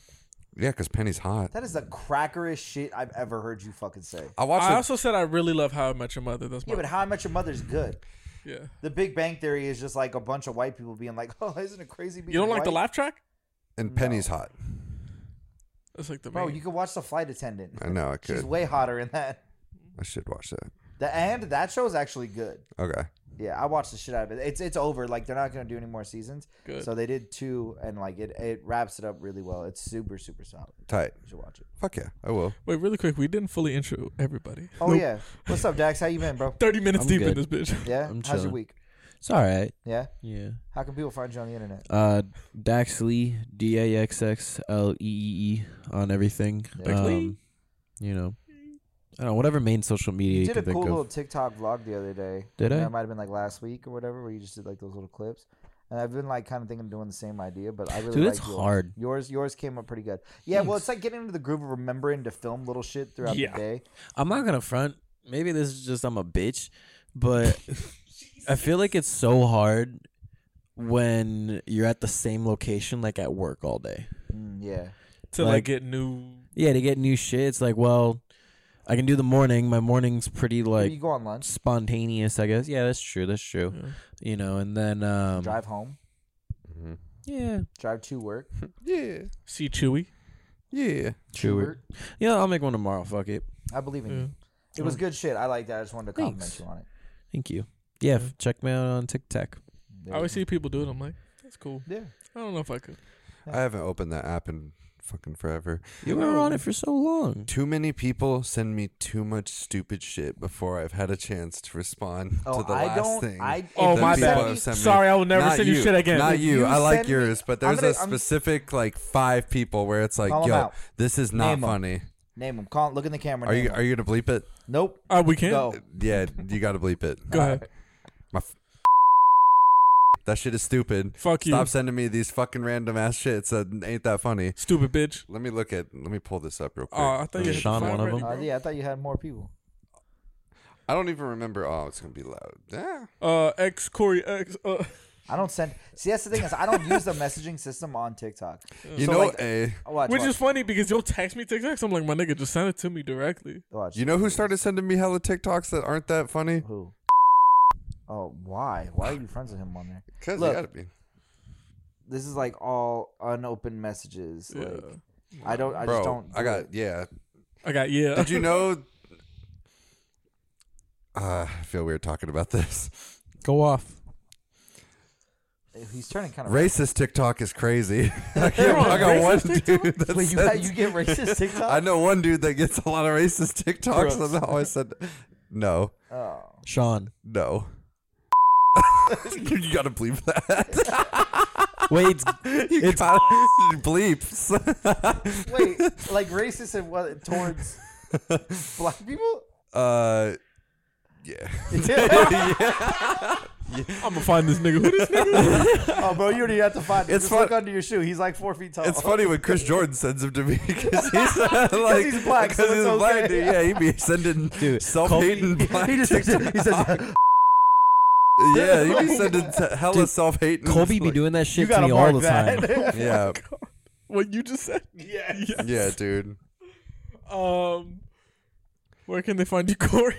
[SPEAKER 2] yeah, because Penny's hot.
[SPEAKER 5] that is the crackerish shit I've ever heard you fucking say.
[SPEAKER 2] I watched.
[SPEAKER 3] I
[SPEAKER 2] it-
[SPEAKER 3] also said I really love How I Met Your Mother. That's my
[SPEAKER 5] Yeah, but How I Met Your Mother's good.
[SPEAKER 3] yeah.
[SPEAKER 5] The Big Bang Theory is just like a bunch of white people being like, [laughs] "Oh, isn't it crazy?" Being
[SPEAKER 3] You don't like the
[SPEAKER 5] white?"
[SPEAKER 3] laugh track?
[SPEAKER 2] and Penny's hot.
[SPEAKER 3] That's like the
[SPEAKER 5] Bro,
[SPEAKER 3] main-
[SPEAKER 5] you could watch the flight attendant.
[SPEAKER 2] I know I
[SPEAKER 5] She's
[SPEAKER 2] could.
[SPEAKER 5] way hotter in that.
[SPEAKER 2] I should watch that.
[SPEAKER 5] The and that show's actually good.
[SPEAKER 2] Okay.
[SPEAKER 5] Yeah, I watched the shit out of it. It's it's over. Like they're not gonna do any more seasons.
[SPEAKER 3] Good.
[SPEAKER 5] So they did two, and like it it wraps it up really well. It's super super solid.
[SPEAKER 2] Tight.
[SPEAKER 5] You should watch it.
[SPEAKER 2] Fuck yeah, I will.
[SPEAKER 3] Wait, really quick. We didn't fully intro everybody.
[SPEAKER 5] Oh
[SPEAKER 3] Nope.
[SPEAKER 5] yeah, what's up, Dax? How you
[SPEAKER 4] [laughs]
[SPEAKER 5] been, bro?
[SPEAKER 3] 30 minutes
[SPEAKER 4] I'm
[SPEAKER 3] deep in
[SPEAKER 4] good.
[SPEAKER 3] this bitch.
[SPEAKER 5] [laughs] Yeah,
[SPEAKER 4] I'm
[SPEAKER 5] how's your
[SPEAKER 4] chilling.
[SPEAKER 5] week?
[SPEAKER 4] It's all right.
[SPEAKER 5] Yeah,
[SPEAKER 4] Yeah.
[SPEAKER 5] how can people find you on the internet?
[SPEAKER 4] Uh, Daxley, D A X X L E E E on everything.
[SPEAKER 3] Daxley.
[SPEAKER 4] Um, you know, I don't know, whatever main social media
[SPEAKER 5] You
[SPEAKER 4] you,
[SPEAKER 5] did a
[SPEAKER 4] can think
[SPEAKER 5] cool
[SPEAKER 4] of.
[SPEAKER 5] little TikTok vlog the other day.
[SPEAKER 4] Did I?
[SPEAKER 5] That might have been like last week or whatever, where you just did like those little clips. And I've been like kind of thinking of doing the same idea, but I really
[SPEAKER 4] Dude,
[SPEAKER 5] like
[SPEAKER 4] it's
[SPEAKER 5] yours.
[SPEAKER 4] hard.
[SPEAKER 5] Yours, yours came up pretty good. Yeah, well, it's like getting into the groove of remembering to film little shit throughout
[SPEAKER 3] Yeah.
[SPEAKER 5] the day.
[SPEAKER 4] I'm not gonna front. Maybe this is just I'm a bitch,
[SPEAKER 5] [laughs]
[SPEAKER 4] but I feel like it's so hard when you're at the same location, like at work all day.
[SPEAKER 5] Mm, yeah,
[SPEAKER 3] To like,
[SPEAKER 4] Like-
[SPEAKER 3] get new.
[SPEAKER 4] Yeah, to get new shit, it's like, well, I can do the morning. My morning's pretty
[SPEAKER 5] Maybe you
[SPEAKER 4] like
[SPEAKER 5] go on lunch,
[SPEAKER 4] spontaneous, I guess. Yeah, that's true. That's true.
[SPEAKER 3] Yeah.
[SPEAKER 4] You know, and then um,
[SPEAKER 5] drive home,
[SPEAKER 2] Mhm.
[SPEAKER 4] Yeah,
[SPEAKER 5] drive to work.
[SPEAKER 2] [laughs] Yeah.
[SPEAKER 3] See Chewy.
[SPEAKER 2] Yeah.
[SPEAKER 4] true. Yeah, I'll make one tomorrow. Fuck it.
[SPEAKER 5] I believe in
[SPEAKER 3] Yeah.
[SPEAKER 2] Mm.
[SPEAKER 5] you. It was good shit. I like that. I just wanted to compliment
[SPEAKER 4] Thanks.
[SPEAKER 5] you on it.
[SPEAKER 4] Thank you. Yeah, f- check me out on TikTok.
[SPEAKER 5] There
[SPEAKER 3] I always
[SPEAKER 5] you
[SPEAKER 3] see people do it. I'm like, that's cool.
[SPEAKER 5] go. Yeah.
[SPEAKER 3] I don't know if I could.
[SPEAKER 2] I haven't opened that app in fucking forever.
[SPEAKER 4] You were on it for so long.
[SPEAKER 2] Too many people send me too much stupid shit before I've had a chance to respond
[SPEAKER 5] Oh,
[SPEAKER 2] to the
[SPEAKER 5] I
[SPEAKER 2] last
[SPEAKER 5] don't.
[SPEAKER 2] thing.
[SPEAKER 5] I
[SPEAKER 3] Oh,
[SPEAKER 5] if
[SPEAKER 2] that
[SPEAKER 3] my
[SPEAKER 5] you
[SPEAKER 2] people
[SPEAKER 3] bad.
[SPEAKER 5] send me-
[SPEAKER 2] have sent me.
[SPEAKER 3] Sorry, I will never
[SPEAKER 2] Not
[SPEAKER 3] send you,
[SPEAKER 2] you.
[SPEAKER 3] shit again.
[SPEAKER 2] Not
[SPEAKER 5] If
[SPEAKER 2] you.
[SPEAKER 5] you
[SPEAKER 2] I like
[SPEAKER 5] send me-
[SPEAKER 2] yours, but
[SPEAKER 5] I'm
[SPEAKER 2] there's a
[SPEAKER 5] gonna- I'm-
[SPEAKER 2] specific like five people where it's like,
[SPEAKER 5] Call 'em
[SPEAKER 2] yo,
[SPEAKER 5] out.
[SPEAKER 2] this is not
[SPEAKER 5] Name 'em.
[SPEAKER 2] funny.
[SPEAKER 5] Name him. Call. Look in the camera.
[SPEAKER 2] Are
[SPEAKER 5] name
[SPEAKER 2] you
[SPEAKER 5] 'em.
[SPEAKER 2] are you gonna bleep it?
[SPEAKER 5] Nope.
[SPEAKER 3] Uh, we can.
[SPEAKER 5] Go.
[SPEAKER 2] Yeah, you gotta bleep it.
[SPEAKER 3] Go ahead.
[SPEAKER 2] My f- that shit is stupid.
[SPEAKER 3] Fuck you.
[SPEAKER 2] Stop sending me these fucking random ass shits that ain't that funny.
[SPEAKER 3] Stupid bitch.
[SPEAKER 2] Let me look at. Let me pull this up real quick.
[SPEAKER 3] Oh, I thought you had
[SPEAKER 4] Sean
[SPEAKER 3] the
[SPEAKER 4] one of
[SPEAKER 3] vibrating,
[SPEAKER 4] them?
[SPEAKER 5] Uh,
[SPEAKER 3] bro.
[SPEAKER 5] yeah, I thought you had more people.
[SPEAKER 2] I don't even remember. Oh, it's gonna be loud.
[SPEAKER 5] Mm.
[SPEAKER 2] Yeah.
[SPEAKER 3] Uh, ex Corey X. Uh,
[SPEAKER 5] I don't send. See, that's the thing is, I don't use the messaging system on TikTok.
[SPEAKER 2] You
[SPEAKER 5] So,
[SPEAKER 2] know,
[SPEAKER 5] like-
[SPEAKER 2] eh,
[SPEAKER 5] Oh, Watch,
[SPEAKER 3] which
[SPEAKER 5] watch,
[SPEAKER 3] is funny because you'll text me TikToks. I'm like, my nigga, just send it to me directly.
[SPEAKER 5] watch.
[SPEAKER 2] you know who started sending me hella TikToks that aren't that funny?
[SPEAKER 5] who? Oh, why? Why are you friends with him on there?
[SPEAKER 2] Because you
[SPEAKER 5] Look.
[SPEAKER 2] gotta be,
[SPEAKER 5] This is like all unopened messages.
[SPEAKER 3] Yeah.
[SPEAKER 5] Like I don't. I
[SPEAKER 2] bro. I,
[SPEAKER 5] just don't. do
[SPEAKER 2] got
[SPEAKER 5] it.
[SPEAKER 2] yeah.
[SPEAKER 3] I got yeah. [laughs]
[SPEAKER 2] Did you know?
[SPEAKER 5] [laughs]
[SPEAKER 2] Uh, I feel weird talking about
[SPEAKER 5] [laughs]
[SPEAKER 2] this.
[SPEAKER 4] Go off.
[SPEAKER 5] He's turning kind of.
[SPEAKER 2] Racist TikTok is
[SPEAKER 5] [laughs]
[SPEAKER 2] crazy. [laughs] I, can't-
[SPEAKER 3] You're on
[SPEAKER 2] I got one
[SPEAKER 3] racist
[SPEAKER 2] dude that
[SPEAKER 5] Wait, you,
[SPEAKER 2] sends-
[SPEAKER 5] got, you get racist
[SPEAKER 4] [laughs]
[SPEAKER 5] TikTok?
[SPEAKER 2] I know one dude that gets a lot of racist TikToks.
[SPEAKER 5] Brooks.
[SPEAKER 2] That's how I said, no,
[SPEAKER 5] Oh. [laughs]
[SPEAKER 4] Sean.
[SPEAKER 2] no. [laughs] you gotta bleep that.
[SPEAKER 4] Wait, it's-
[SPEAKER 2] You
[SPEAKER 4] It's-
[SPEAKER 2] gotta
[SPEAKER 5] [laughs]
[SPEAKER 2] bleeps.
[SPEAKER 5] Wait, like racist and
[SPEAKER 4] [laughs]
[SPEAKER 5] what towards black people? [laughs]
[SPEAKER 2] Uh, yeah. [laughs]
[SPEAKER 3] I'm gonna find this nigga. Who this nigga?
[SPEAKER 5] Oh, bro, you already have to find. It's
[SPEAKER 2] It's
[SPEAKER 5] just
[SPEAKER 2] fun-
[SPEAKER 5] look under your shoe. He's like four feet tall. Oh,
[SPEAKER 2] It's funny when Chris Jordan sends him to me [laughs] because he's
[SPEAKER 5] [laughs]
[SPEAKER 2] uh, like
[SPEAKER 5] he's black, so
[SPEAKER 2] because
[SPEAKER 5] it's
[SPEAKER 2] he's a black
[SPEAKER 5] okay.
[SPEAKER 2] dude. Yeah, he be
[SPEAKER 5] [laughs]
[SPEAKER 2] sending
[SPEAKER 4] Dude,
[SPEAKER 2] self-hating black.
[SPEAKER 5] He just
[SPEAKER 2] dudes.
[SPEAKER 5] he says,
[SPEAKER 2] [laughs] yeah, he be sending t- hella self-hating.
[SPEAKER 4] Colby be
[SPEAKER 2] like-
[SPEAKER 4] doing that
[SPEAKER 5] "You
[SPEAKER 4] shit to
[SPEAKER 5] gotta
[SPEAKER 4] me all
[SPEAKER 5] mark
[SPEAKER 4] the time.
[SPEAKER 5] [laughs] that."
[SPEAKER 2] Yeah,
[SPEAKER 3] what you just said? Yeah.
[SPEAKER 2] yeah, dude.
[SPEAKER 3] Um, where can they find you, Corey?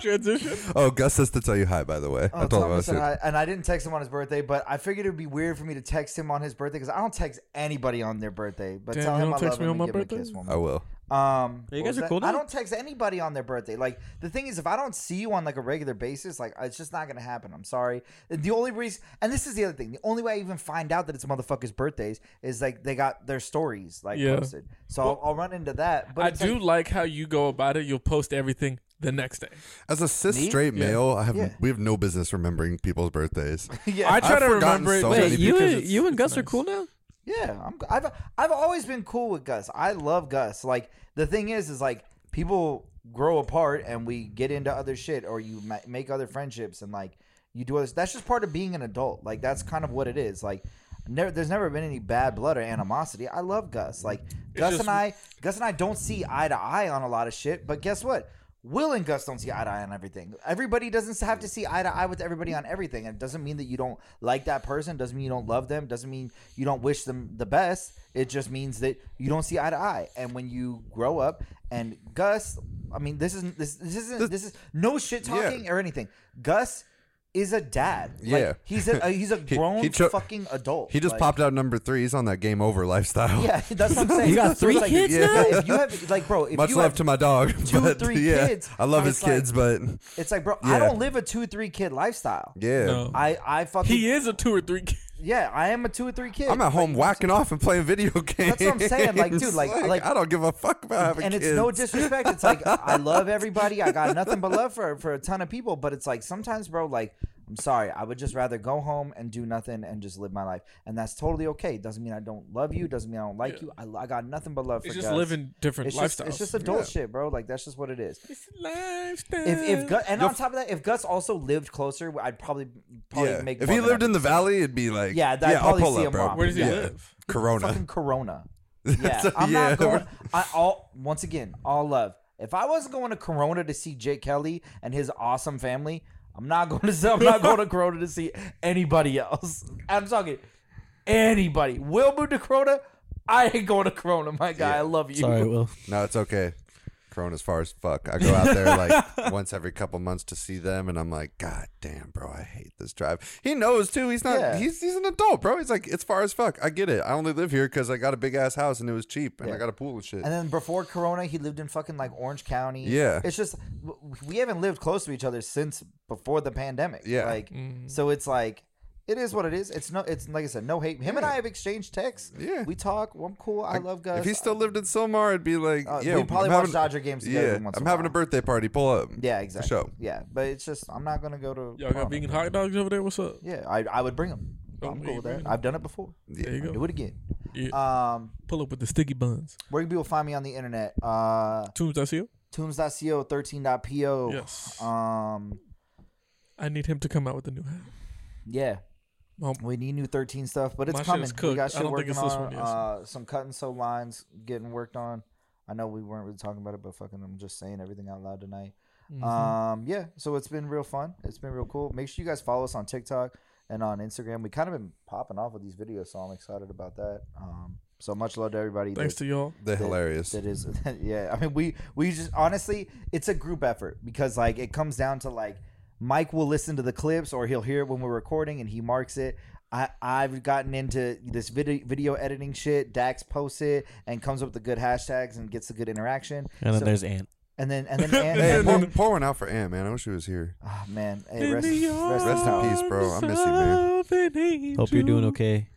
[SPEAKER 3] Transition.
[SPEAKER 2] Oh, Gus says to tell you hi. By the way,
[SPEAKER 5] Oh,
[SPEAKER 2] I told him I
[SPEAKER 5] Thomas
[SPEAKER 2] was
[SPEAKER 5] and
[SPEAKER 2] here.
[SPEAKER 5] I, and I didn't text him on his birthday, but I figured it would be weird for me to text him on his birthday because I don't text anybody on their birthday. But
[SPEAKER 3] Damn,
[SPEAKER 5] tell
[SPEAKER 3] you
[SPEAKER 5] him
[SPEAKER 3] don't
[SPEAKER 5] I
[SPEAKER 3] text
[SPEAKER 5] love
[SPEAKER 3] me on
[SPEAKER 5] him and
[SPEAKER 3] my
[SPEAKER 5] give him a
[SPEAKER 3] birthday?
[SPEAKER 5] kiss, woman.
[SPEAKER 2] I will.
[SPEAKER 5] Um,
[SPEAKER 4] Yeah, you
[SPEAKER 5] what
[SPEAKER 4] guys
[SPEAKER 5] was
[SPEAKER 4] are
[SPEAKER 5] that?
[SPEAKER 4] cool
[SPEAKER 5] I
[SPEAKER 4] now?
[SPEAKER 5] don't text anybody on their birthday. Like the thing is, if I don't see you on like a regular basis, like it's just not gonna happen. I'm sorry. The only reason, and this is the other thing, the only way I even find out that it's a motherfucker's birthdays is like they got their stories like
[SPEAKER 3] Yeah.
[SPEAKER 5] posted. So I'll, I'll run into that. But
[SPEAKER 3] I
[SPEAKER 5] it's
[SPEAKER 3] do
[SPEAKER 5] like-
[SPEAKER 3] like how you go about it. You'll post everything the next day.
[SPEAKER 2] As a cis
[SPEAKER 5] Me?
[SPEAKER 2] straight
[SPEAKER 3] Yeah.
[SPEAKER 2] male, I have
[SPEAKER 5] Yeah.
[SPEAKER 2] we have no business remembering people's
[SPEAKER 5] [laughs]
[SPEAKER 2] birthdays.
[SPEAKER 5] [laughs] yeah,
[SPEAKER 3] I try
[SPEAKER 2] I've
[SPEAKER 3] to
[SPEAKER 2] forgotten
[SPEAKER 3] remember it.
[SPEAKER 2] so many
[SPEAKER 4] Wait,
[SPEAKER 2] Only
[SPEAKER 4] you
[SPEAKER 3] because
[SPEAKER 4] and,
[SPEAKER 3] it's-
[SPEAKER 4] you and
[SPEAKER 3] it's
[SPEAKER 4] Gus are
[SPEAKER 3] nice.
[SPEAKER 4] cool now?
[SPEAKER 5] Yeah, I'm, I've I've always been cool with Gus. I love Gus. Like the thing is, is like people grow apart and we get into other shit, or you ma- make other friendships, and like you do this. That's just part of being an adult. Like that's kind of what it is. Like never, there's never been any bad blood or animosity. I love Gus. Like Gus
[SPEAKER 3] just-
[SPEAKER 5] and I, Gus and I don't see eye to eye on a lot of shit. But guess what? Will and Gus don't see eye to eye on everything. Everybody doesn't have to see eye to eye with everybody on everything. And it doesn't mean that you don't like that person, doesn't mean you don't love them, doesn't mean you don't wish them the best. It just means that you don't see eye to eye. And when you grow up and Gus, I mean this isn't this this isn't this is no shit
[SPEAKER 2] Yeah.
[SPEAKER 5] talking or anything. Gus is a dad. Like,
[SPEAKER 2] Yeah.
[SPEAKER 5] he's a, he's a
[SPEAKER 2] [laughs] He-
[SPEAKER 5] grown
[SPEAKER 2] he cho-
[SPEAKER 5] fucking adult.
[SPEAKER 2] He just
[SPEAKER 5] Like-
[SPEAKER 2] popped out number three. He's on that game over lifestyle. [laughs]
[SPEAKER 5] Yeah, [laughs] that's what I'm saying.
[SPEAKER 4] You got
[SPEAKER 5] So it's
[SPEAKER 4] three
[SPEAKER 5] like-
[SPEAKER 4] kids
[SPEAKER 5] yeah,
[SPEAKER 2] now?
[SPEAKER 5] If you have like bro, if
[SPEAKER 2] Much
[SPEAKER 5] you
[SPEAKER 2] love
[SPEAKER 5] have,
[SPEAKER 2] to my dog.
[SPEAKER 5] two,
[SPEAKER 2] [laughs] but,
[SPEAKER 5] three
[SPEAKER 2] yeah,
[SPEAKER 5] kids,
[SPEAKER 2] I love
[SPEAKER 5] I
[SPEAKER 2] his
[SPEAKER 5] was like-
[SPEAKER 2] kids, but
[SPEAKER 5] It's like, bro,
[SPEAKER 2] Yeah.
[SPEAKER 5] I don't live a two three kid lifestyle.
[SPEAKER 2] yeah.
[SPEAKER 3] No.
[SPEAKER 5] I I fucking
[SPEAKER 3] He is a two or three. kid. [laughs]
[SPEAKER 5] yeah. I am a two or three kid.
[SPEAKER 2] I'm at home whacking off and playing
[SPEAKER 5] [laughs]
[SPEAKER 2] video games.
[SPEAKER 5] what I'm saying, like, dude, like- like-
[SPEAKER 2] I don't give a fuck about having
[SPEAKER 5] and
[SPEAKER 2] kids.
[SPEAKER 5] it's no disrespect. It's
[SPEAKER 2] [laughs]
[SPEAKER 5] like I love everybody. I got nothing but love for for a ton of people. But it's like sometimes, bro, like I'm sorry. I would just rather go home and do nothing and just live my life, and that's totally okay. Doesn't mean I don't love you. Doesn't mean I don't like
[SPEAKER 3] Yeah.
[SPEAKER 5] you. I, I got nothing but love
[SPEAKER 3] It's
[SPEAKER 5] for
[SPEAKER 3] just
[SPEAKER 5] Gus.
[SPEAKER 3] living different
[SPEAKER 5] It's just,
[SPEAKER 3] lifestyles.
[SPEAKER 5] it's just adult shit, bro. Like that's just what it is.
[SPEAKER 3] It's lifestyle.
[SPEAKER 5] If if Gus, and on top of that, if Gus also lived closer, I'd probably probably
[SPEAKER 2] yeah.
[SPEAKER 5] make.
[SPEAKER 2] If
[SPEAKER 5] more
[SPEAKER 2] he
[SPEAKER 5] of an
[SPEAKER 2] lived in the
[SPEAKER 5] effort.
[SPEAKER 2] valley, it'd be like,
[SPEAKER 5] Yeah, that'd
[SPEAKER 2] yeah, I'll
[SPEAKER 5] probably
[SPEAKER 2] pull
[SPEAKER 5] see
[SPEAKER 2] up,
[SPEAKER 5] him
[SPEAKER 2] bro.
[SPEAKER 5] off.
[SPEAKER 3] where does he
[SPEAKER 2] yeah.
[SPEAKER 3] live?
[SPEAKER 2] Corona. [laughs]
[SPEAKER 5] fucking Corona.
[SPEAKER 2] That's
[SPEAKER 5] Yeah,
[SPEAKER 2] a-
[SPEAKER 5] I'm
[SPEAKER 2] yeah.
[SPEAKER 5] not going.
[SPEAKER 2] [laughs]
[SPEAKER 5] I all once again, all love. If I wasn't going to Corona to see Jake Kelly and his awesome family, I'm not going to. [laughs] I'm not going to Corona to see anybody else. I'm talking anybody. Will move to Corona. I ain't going to Corona, my guy. I love you.
[SPEAKER 4] Sorry, Will.
[SPEAKER 2] No, it's okay. Corona's far as fuck. I go out there
[SPEAKER 5] [laughs]
[SPEAKER 2] like once every couple months to see them, and I'm like, God damn, bro, I hate this drive. He knows too. He's not.
[SPEAKER 5] Yeah.
[SPEAKER 2] He's he's an adult, bro. He's like, it's far as fuck. I get it. I only live here because I got a big ass house and it was cheap, and I
[SPEAKER 5] Yeah.
[SPEAKER 2] got a pool and shit.
[SPEAKER 5] And then before Corona, he lived in fucking like Orange County.
[SPEAKER 2] Yeah.
[SPEAKER 5] it's just w- we haven't lived close to each other since before the pandemic.
[SPEAKER 2] Yeah.
[SPEAKER 5] like
[SPEAKER 3] Mm.
[SPEAKER 5] so it's like it is what it is. It's no, it's like I said, no hate. Him and I have exchanged texts.
[SPEAKER 2] Yeah.
[SPEAKER 5] we talk. Well, I'm cool. I, love Gus.
[SPEAKER 2] if he still lived in Silmar, it'd be like,
[SPEAKER 5] Uh,
[SPEAKER 2] yeah,
[SPEAKER 5] we probably
[SPEAKER 2] I'm
[SPEAKER 5] watch Dodger games together
[SPEAKER 2] Yeah,
[SPEAKER 5] every once in
[SPEAKER 2] I'm
[SPEAKER 5] a
[SPEAKER 2] having a
[SPEAKER 5] while.
[SPEAKER 2] birthday party. Pull up.
[SPEAKER 5] yeah, exactly.
[SPEAKER 2] show.
[SPEAKER 5] Yeah, but it's just I'm not gonna go to.
[SPEAKER 3] Y'all got
[SPEAKER 5] Corona.
[SPEAKER 3] vegan hot dogs over there? What's up?
[SPEAKER 5] Yeah, I, I would bring him.
[SPEAKER 3] Oh,
[SPEAKER 5] I'm
[SPEAKER 3] you
[SPEAKER 5] cool with that.
[SPEAKER 3] bring 'em.
[SPEAKER 5] I've done it before.
[SPEAKER 3] There you
[SPEAKER 5] I'll
[SPEAKER 3] go.
[SPEAKER 5] do it again.
[SPEAKER 3] Yeah.
[SPEAKER 5] Um,
[SPEAKER 3] Pull up with the sticky buns.
[SPEAKER 5] where can people find me on the internet? Uh,
[SPEAKER 3] Tunes I see you.
[SPEAKER 5] tombs.co, 13.po.
[SPEAKER 3] Yes.
[SPEAKER 5] Um,
[SPEAKER 3] I need him to come out with a new hat.
[SPEAKER 5] yeah.
[SPEAKER 3] Well,
[SPEAKER 5] We need new 13 stuff, but it's
[SPEAKER 3] my shit
[SPEAKER 5] coming.
[SPEAKER 3] is
[SPEAKER 5] we
[SPEAKER 3] cooked. I
[SPEAKER 5] got shit
[SPEAKER 3] don't think
[SPEAKER 5] working
[SPEAKER 3] it's this
[SPEAKER 5] on.
[SPEAKER 3] one yet.
[SPEAKER 5] uh, some cut and sew lines getting worked on. I know we weren't really talking about it, but fucking, I'm just saying everything out loud tonight.
[SPEAKER 3] Mm-hmm.
[SPEAKER 5] Um, yeah. So it's been real fun. It's been real cool. Make sure you guys follow us on TikTok and on Instagram. We kind of been popping off with these videos, so I'm excited about that. Um, so much love to everybody.
[SPEAKER 3] Thanks
[SPEAKER 5] that-
[SPEAKER 3] to y'all.
[SPEAKER 2] They're hilarious.
[SPEAKER 5] that is, [laughs] yeah. I mean, we we just honestly, it's a group effort because like it comes down to like Mike will listen to the clips or he'll hear it when we're recording and he marks it. I I've gotten into this video video editing shit. Dax posts it and comes up with the good hashtags and gets the good interaction.
[SPEAKER 4] And then
[SPEAKER 5] So-
[SPEAKER 4] there's Ant.
[SPEAKER 5] and then and then
[SPEAKER 2] Hey,
[SPEAKER 5] and,
[SPEAKER 2] pour, pour one out for Ant, man. I wish he was here.
[SPEAKER 5] oh, man, hey, rest, rest,
[SPEAKER 2] rest
[SPEAKER 5] in
[SPEAKER 2] in
[SPEAKER 5] peace.
[SPEAKER 2] peace, bro. I miss you, man.
[SPEAKER 4] Hope you're doing okay.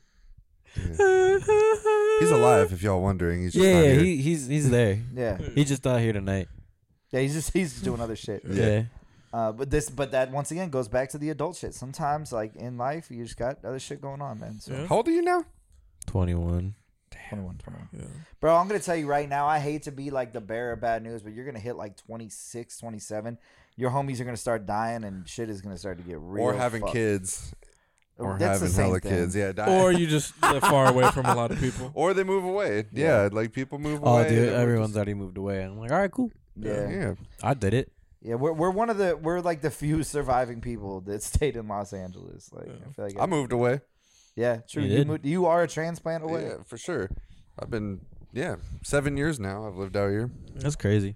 [SPEAKER 2] He's alive, if y'all wondering. He's just
[SPEAKER 4] Yeah,
[SPEAKER 2] not
[SPEAKER 4] yeah
[SPEAKER 2] here.
[SPEAKER 4] he, he's he's there.
[SPEAKER 5] Yeah,
[SPEAKER 4] He's just not here tonight.
[SPEAKER 5] yeah. He's just he's doing other shit.
[SPEAKER 2] Yeah.
[SPEAKER 4] Yeah.
[SPEAKER 5] Uh, but this, but that once again goes back to the adult shit. Sometimes, like in life, you just got other shit going on, man. So,
[SPEAKER 3] Yeah.
[SPEAKER 2] How old are you now?
[SPEAKER 4] 21.
[SPEAKER 5] 21, 21.
[SPEAKER 3] Yeah.
[SPEAKER 5] Bro, I'm going to tell you right now, I hate to be like the bearer of bad news, but you're going to hit like 26, 27. Your homies are going to start dying and shit is going to start to get real.
[SPEAKER 2] or having
[SPEAKER 5] fucked.
[SPEAKER 2] kids. Or
[SPEAKER 5] That's the
[SPEAKER 2] having
[SPEAKER 5] same
[SPEAKER 2] hella
[SPEAKER 5] thing.
[SPEAKER 2] kids. Yeah, die.
[SPEAKER 3] Or you just live far away from a lot of people.
[SPEAKER 2] Or they move away. Yeah, like people move
[SPEAKER 4] Oh,
[SPEAKER 2] away.
[SPEAKER 4] dude,
[SPEAKER 2] and we're
[SPEAKER 4] everyone's already moved away. I'm like, all right, cool.
[SPEAKER 5] Yeah. yeah.
[SPEAKER 2] Yeah.
[SPEAKER 4] I did it.
[SPEAKER 5] we're, we're one of the, we're like the few surviving people that [laughs] stayed in Los Angeles. Like, I feel like,
[SPEAKER 2] I moved away.
[SPEAKER 5] yeah, true.
[SPEAKER 4] You
[SPEAKER 5] You,
[SPEAKER 4] did.
[SPEAKER 5] moved, you are a transplant away.
[SPEAKER 2] Yeah, for sure. I've been yeah seven years now. I've lived out here.
[SPEAKER 4] That's crazy.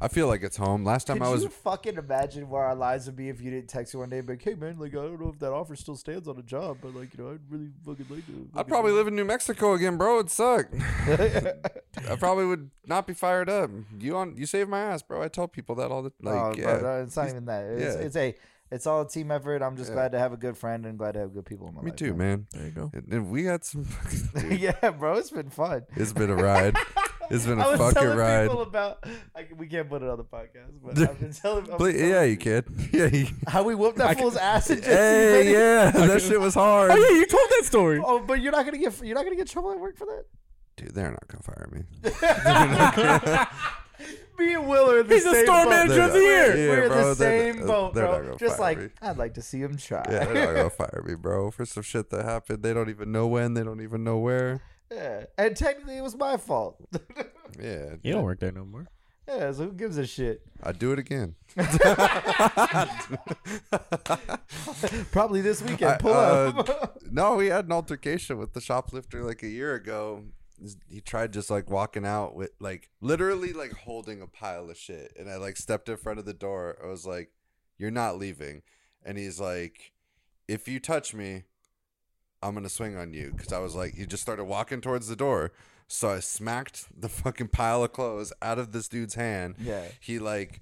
[SPEAKER 2] I feel like it's home. Last time
[SPEAKER 5] Could
[SPEAKER 2] I was
[SPEAKER 5] you fucking imagine where our lives would be if you didn't text me one day and be like, hey man, like I don't know if that offer still stands on a job, but like, you know, I'd really fucking like to
[SPEAKER 2] I'd probably live in New Mexico again, bro. It'd
[SPEAKER 5] [laughs]
[SPEAKER 2] suck. I probably would not be fired up. You on? You saved my ass, bro. I tell people that all the like.
[SPEAKER 5] oh,
[SPEAKER 2] yeah,
[SPEAKER 5] bro, no, it's not even that. It's,
[SPEAKER 2] yeah.
[SPEAKER 5] it's a it's all a team effort. I'm just
[SPEAKER 2] Yeah.
[SPEAKER 5] glad to have a good friend and glad to have good people in my
[SPEAKER 2] me
[SPEAKER 5] life.
[SPEAKER 2] too, man.
[SPEAKER 3] There you go.
[SPEAKER 2] And- and we had some.
[SPEAKER 5] [laughs]
[SPEAKER 2] dude,
[SPEAKER 5] yeah, bro, it's been fun.
[SPEAKER 2] it's been a ride. It's been
[SPEAKER 5] I
[SPEAKER 2] a
[SPEAKER 5] was
[SPEAKER 2] fucking
[SPEAKER 5] telling
[SPEAKER 2] ride.
[SPEAKER 5] people about like, we can't put it on the podcast,
[SPEAKER 2] [laughs]
[SPEAKER 5] but I've been telling, I've been
[SPEAKER 2] Ble-
[SPEAKER 5] telling
[SPEAKER 2] yeah, you kid. [laughs] Yeah. You,
[SPEAKER 5] how we whooped that
[SPEAKER 3] I can-
[SPEAKER 5] fool's ass
[SPEAKER 2] [laughs]
[SPEAKER 5] [laughs] and just
[SPEAKER 2] hey, yeah. That shit was hard.
[SPEAKER 3] Oh yeah, you told that story.
[SPEAKER 5] Oh, but you're not gonna get you're not gonna get trouble at work for that.
[SPEAKER 2] Dude, they're not gonna fire me.
[SPEAKER 5] Me and Will are in the
[SPEAKER 3] He's the
[SPEAKER 5] same
[SPEAKER 3] store
[SPEAKER 5] boat.
[SPEAKER 3] manager
[SPEAKER 2] They're
[SPEAKER 3] of
[SPEAKER 2] not-
[SPEAKER 3] the year.
[SPEAKER 2] Yeah,
[SPEAKER 5] We're in
[SPEAKER 2] bro,
[SPEAKER 5] the
[SPEAKER 2] they're
[SPEAKER 5] same
[SPEAKER 2] not-
[SPEAKER 5] boat,
[SPEAKER 2] they're not
[SPEAKER 5] bro.
[SPEAKER 2] gonna
[SPEAKER 5] Just
[SPEAKER 2] fire
[SPEAKER 5] like
[SPEAKER 2] me.
[SPEAKER 5] I'd like to see him try.
[SPEAKER 2] Yeah, they're not gonna fire me, bro, for some shit that happened. They don't even know when. They don't even know where.
[SPEAKER 5] [laughs] Yeah. And technically, it was my fault. [laughs]
[SPEAKER 2] Yeah.
[SPEAKER 4] You don't work there no more.
[SPEAKER 5] yeah. So who gives a shit?
[SPEAKER 2] I'd do it again.
[SPEAKER 5] Probably this
[SPEAKER 2] I-
[SPEAKER 5] weekend. Pull
[SPEAKER 2] uh,
[SPEAKER 5] up.
[SPEAKER 2] No, we had an altercation with the shoplifter like a year ago. He tried just like walking out with like literally like holding a pile of shit. And I like stepped in front of the door. I was like, You're not leaving. And he's like, If you touch me, I'm going to swing on you. Cause I was like, He just started walking towards the door. So I smacked the fucking pile of clothes out of this dude's hand
[SPEAKER 5] yeah.
[SPEAKER 2] he like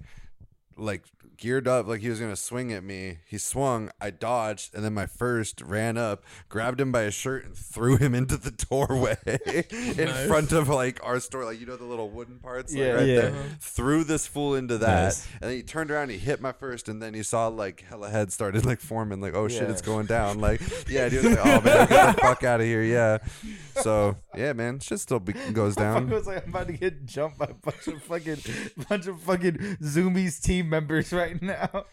[SPEAKER 2] like geared up like he was gonna swing at me he swung i dodged and then my first ran up grabbed him by his shirt and threw him [laughs] into the doorway [laughs] in
[SPEAKER 3] Nice.
[SPEAKER 2] front of like our store like you know the little wooden parts like,
[SPEAKER 5] Yeah.
[SPEAKER 2] right
[SPEAKER 4] Yeah.
[SPEAKER 2] there threw this fool into that
[SPEAKER 4] Nice.
[SPEAKER 2] and then he turned around he hit my first and then he saw like hella head started like forming like oh shit
[SPEAKER 5] Yeah.
[SPEAKER 2] it's going down
[SPEAKER 4] [laughs]
[SPEAKER 2] like yeah dude like, oh man get the fuck out of here yeah so yeah man shit still be-
[SPEAKER 4] [laughs]
[SPEAKER 2] goes
[SPEAKER 5] [laughs] I
[SPEAKER 2] down
[SPEAKER 5] was like, I'm about to get jumped by a bunch of fucking bunch of fucking Zoomies team members right now.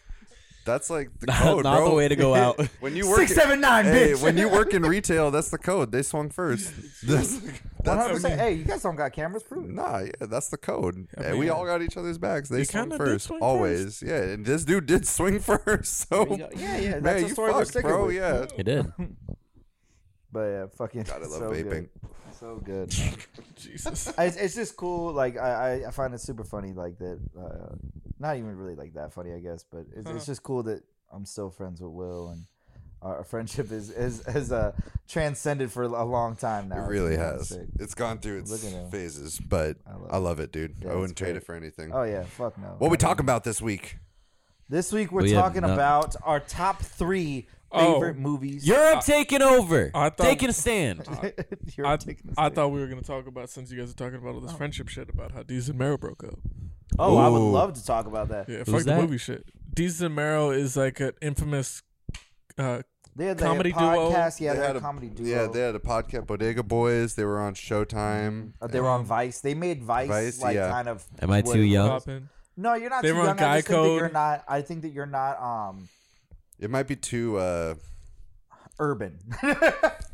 [SPEAKER 2] that's like the
[SPEAKER 4] [laughs] Not
[SPEAKER 2] code bro
[SPEAKER 4] the way to go out.
[SPEAKER 2] [laughs] when you work
[SPEAKER 5] Six seven nine,
[SPEAKER 2] Hey,
[SPEAKER 5] bitch.
[SPEAKER 2] when you
[SPEAKER 5] [laughs]
[SPEAKER 2] work in retail, that's the code. They swung first. That's, that's
[SPEAKER 5] 100%.
[SPEAKER 2] the,
[SPEAKER 5] Hey, you guys don't got cameras, proof.
[SPEAKER 2] nah, yeah, that's the code.
[SPEAKER 3] I
[SPEAKER 2] Hey, we
[SPEAKER 3] mean,
[SPEAKER 2] all got each other's backs. They
[SPEAKER 3] you
[SPEAKER 2] swung
[SPEAKER 3] kinda did
[SPEAKER 2] first,
[SPEAKER 3] swing
[SPEAKER 2] always. Yeah, and this dude did [laughs] swing first. So
[SPEAKER 5] Yeah, yeah, that's
[SPEAKER 2] man,
[SPEAKER 5] the
[SPEAKER 2] you
[SPEAKER 5] story we're
[SPEAKER 2] fucked,
[SPEAKER 5] sticking
[SPEAKER 2] bro.
[SPEAKER 5] with.
[SPEAKER 2] Yeah,
[SPEAKER 4] You did.
[SPEAKER 5] But yeah, fucking. [laughs]
[SPEAKER 2] God, I love
[SPEAKER 5] so
[SPEAKER 2] vaping.
[SPEAKER 5] Good. So good.
[SPEAKER 3] [laughs] Jesus.
[SPEAKER 5] I- it's, it's just cool. Like I, I, I find it super funny. Like that. Uh, not even really like that funny, I guess. But it's, it's just cool that I'm still friends with Will, and our, our friendship is is has uh, transcended for a long time now.
[SPEAKER 2] It really
[SPEAKER 5] It's
[SPEAKER 2] has.
[SPEAKER 5] sick.
[SPEAKER 2] It's gone through its
[SPEAKER 5] Look at him.
[SPEAKER 2] phases, but I
[SPEAKER 5] I
[SPEAKER 2] love,
[SPEAKER 5] love
[SPEAKER 2] it, dude.
[SPEAKER 5] Yeah,
[SPEAKER 2] I
[SPEAKER 5] it's
[SPEAKER 2] wouldn't trade
[SPEAKER 5] great.
[SPEAKER 2] it for anything.
[SPEAKER 5] Oh yeah, fuck no.
[SPEAKER 2] what we
[SPEAKER 5] I mean,
[SPEAKER 2] talking about this week?
[SPEAKER 5] This week we're
[SPEAKER 4] We have
[SPEAKER 5] talking
[SPEAKER 4] not-
[SPEAKER 5] about our top three
[SPEAKER 3] Oh.
[SPEAKER 5] favorite
[SPEAKER 4] [laughs]
[SPEAKER 5] movies.
[SPEAKER 4] Europe taking over.
[SPEAKER 3] I thought-
[SPEAKER 4] taking a stand.
[SPEAKER 5] [laughs] You're
[SPEAKER 3] I,
[SPEAKER 5] taking this
[SPEAKER 3] I
[SPEAKER 5] thing.
[SPEAKER 3] thought we were gonna talk about since you guys are talking about all this friendship shit about how Deez and Mero broke up.
[SPEAKER 5] Oh, I would
[SPEAKER 2] Ooh.
[SPEAKER 5] love to talk about that.
[SPEAKER 3] Yeah,
[SPEAKER 4] Who's
[SPEAKER 3] fuck
[SPEAKER 4] that?
[SPEAKER 3] the movie shit. Deez and Mero is like an infamous. Uh,
[SPEAKER 5] They had
[SPEAKER 3] Comedy
[SPEAKER 5] comedy
[SPEAKER 3] duo.
[SPEAKER 5] podcast. Yeah, they
[SPEAKER 2] had
[SPEAKER 5] had a
[SPEAKER 2] a-
[SPEAKER 5] comedy duo.
[SPEAKER 2] Yeah, they had a podcast, Bodega Boys. They were on Showtime.
[SPEAKER 5] Uh, they were on Vice. They made Vice,
[SPEAKER 2] um, Vice,
[SPEAKER 5] like
[SPEAKER 2] yeah.
[SPEAKER 5] kind of.
[SPEAKER 4] Am I
[SPEAKER 5] what
[SPEAKER 4] too
[SPEAKER 5] it
[SPEAKER 4] young?
[SPEAKER 5] was.
[SPEAKER 3] popping.
[SPEAKER 5] No, you're not.
[SPEAKER 3] They
[SPEAKER 5] too
[SPEAKER 3] were on
[SPEAKER 5] young. I just think that You're
[SPEAKER 3] Geico.
[SPEAKER 5] not. I think that you're not um
[SPEAKER 2] It might be too. Uh,
[SPEAKER 5] urban. [laughs]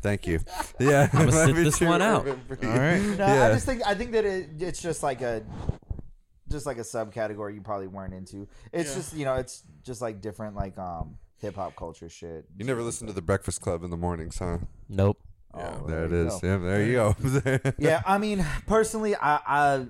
[SPEAKER 2] Thank you. Yeah, [laughs]
[SPEAKER 4] I'ma
[SPEAKER 2] it might
[SPEAKER 4] sit
[SPEAKER 2] be
[SPEAKER 4] this
[SPEAKER 2] too
[SPEAKER 4] one out.
[SPEAKER 2] urban for you.
[SPEAKER 4] All right.
[SPEAKER 5] no,
[SPEAKER 2] Yeah.
[SPEAKER 5] I just think I think that it, it's just like a just like a subcategory you probably weren't into. It's
[SPEAKER 3] Yeah.
[SPEAKER 5] just you know it's just like different like um hip hop culture shit.
[SPEAKER 2] You never listen to the Breakfast Club in the mornings, huh?
[SPEAKER 4] Nope.
[SPEAKER 5] Oh, well,
[SPEAKER 2] there it
[SPEAKER 5] you
[SPEAKER 2] is.
[SPEAKER 5] go.
[SPEAKER 2] Yeah, there you go. [laughs]
[SPEAKER 5] yeah, I mean, personally, I I,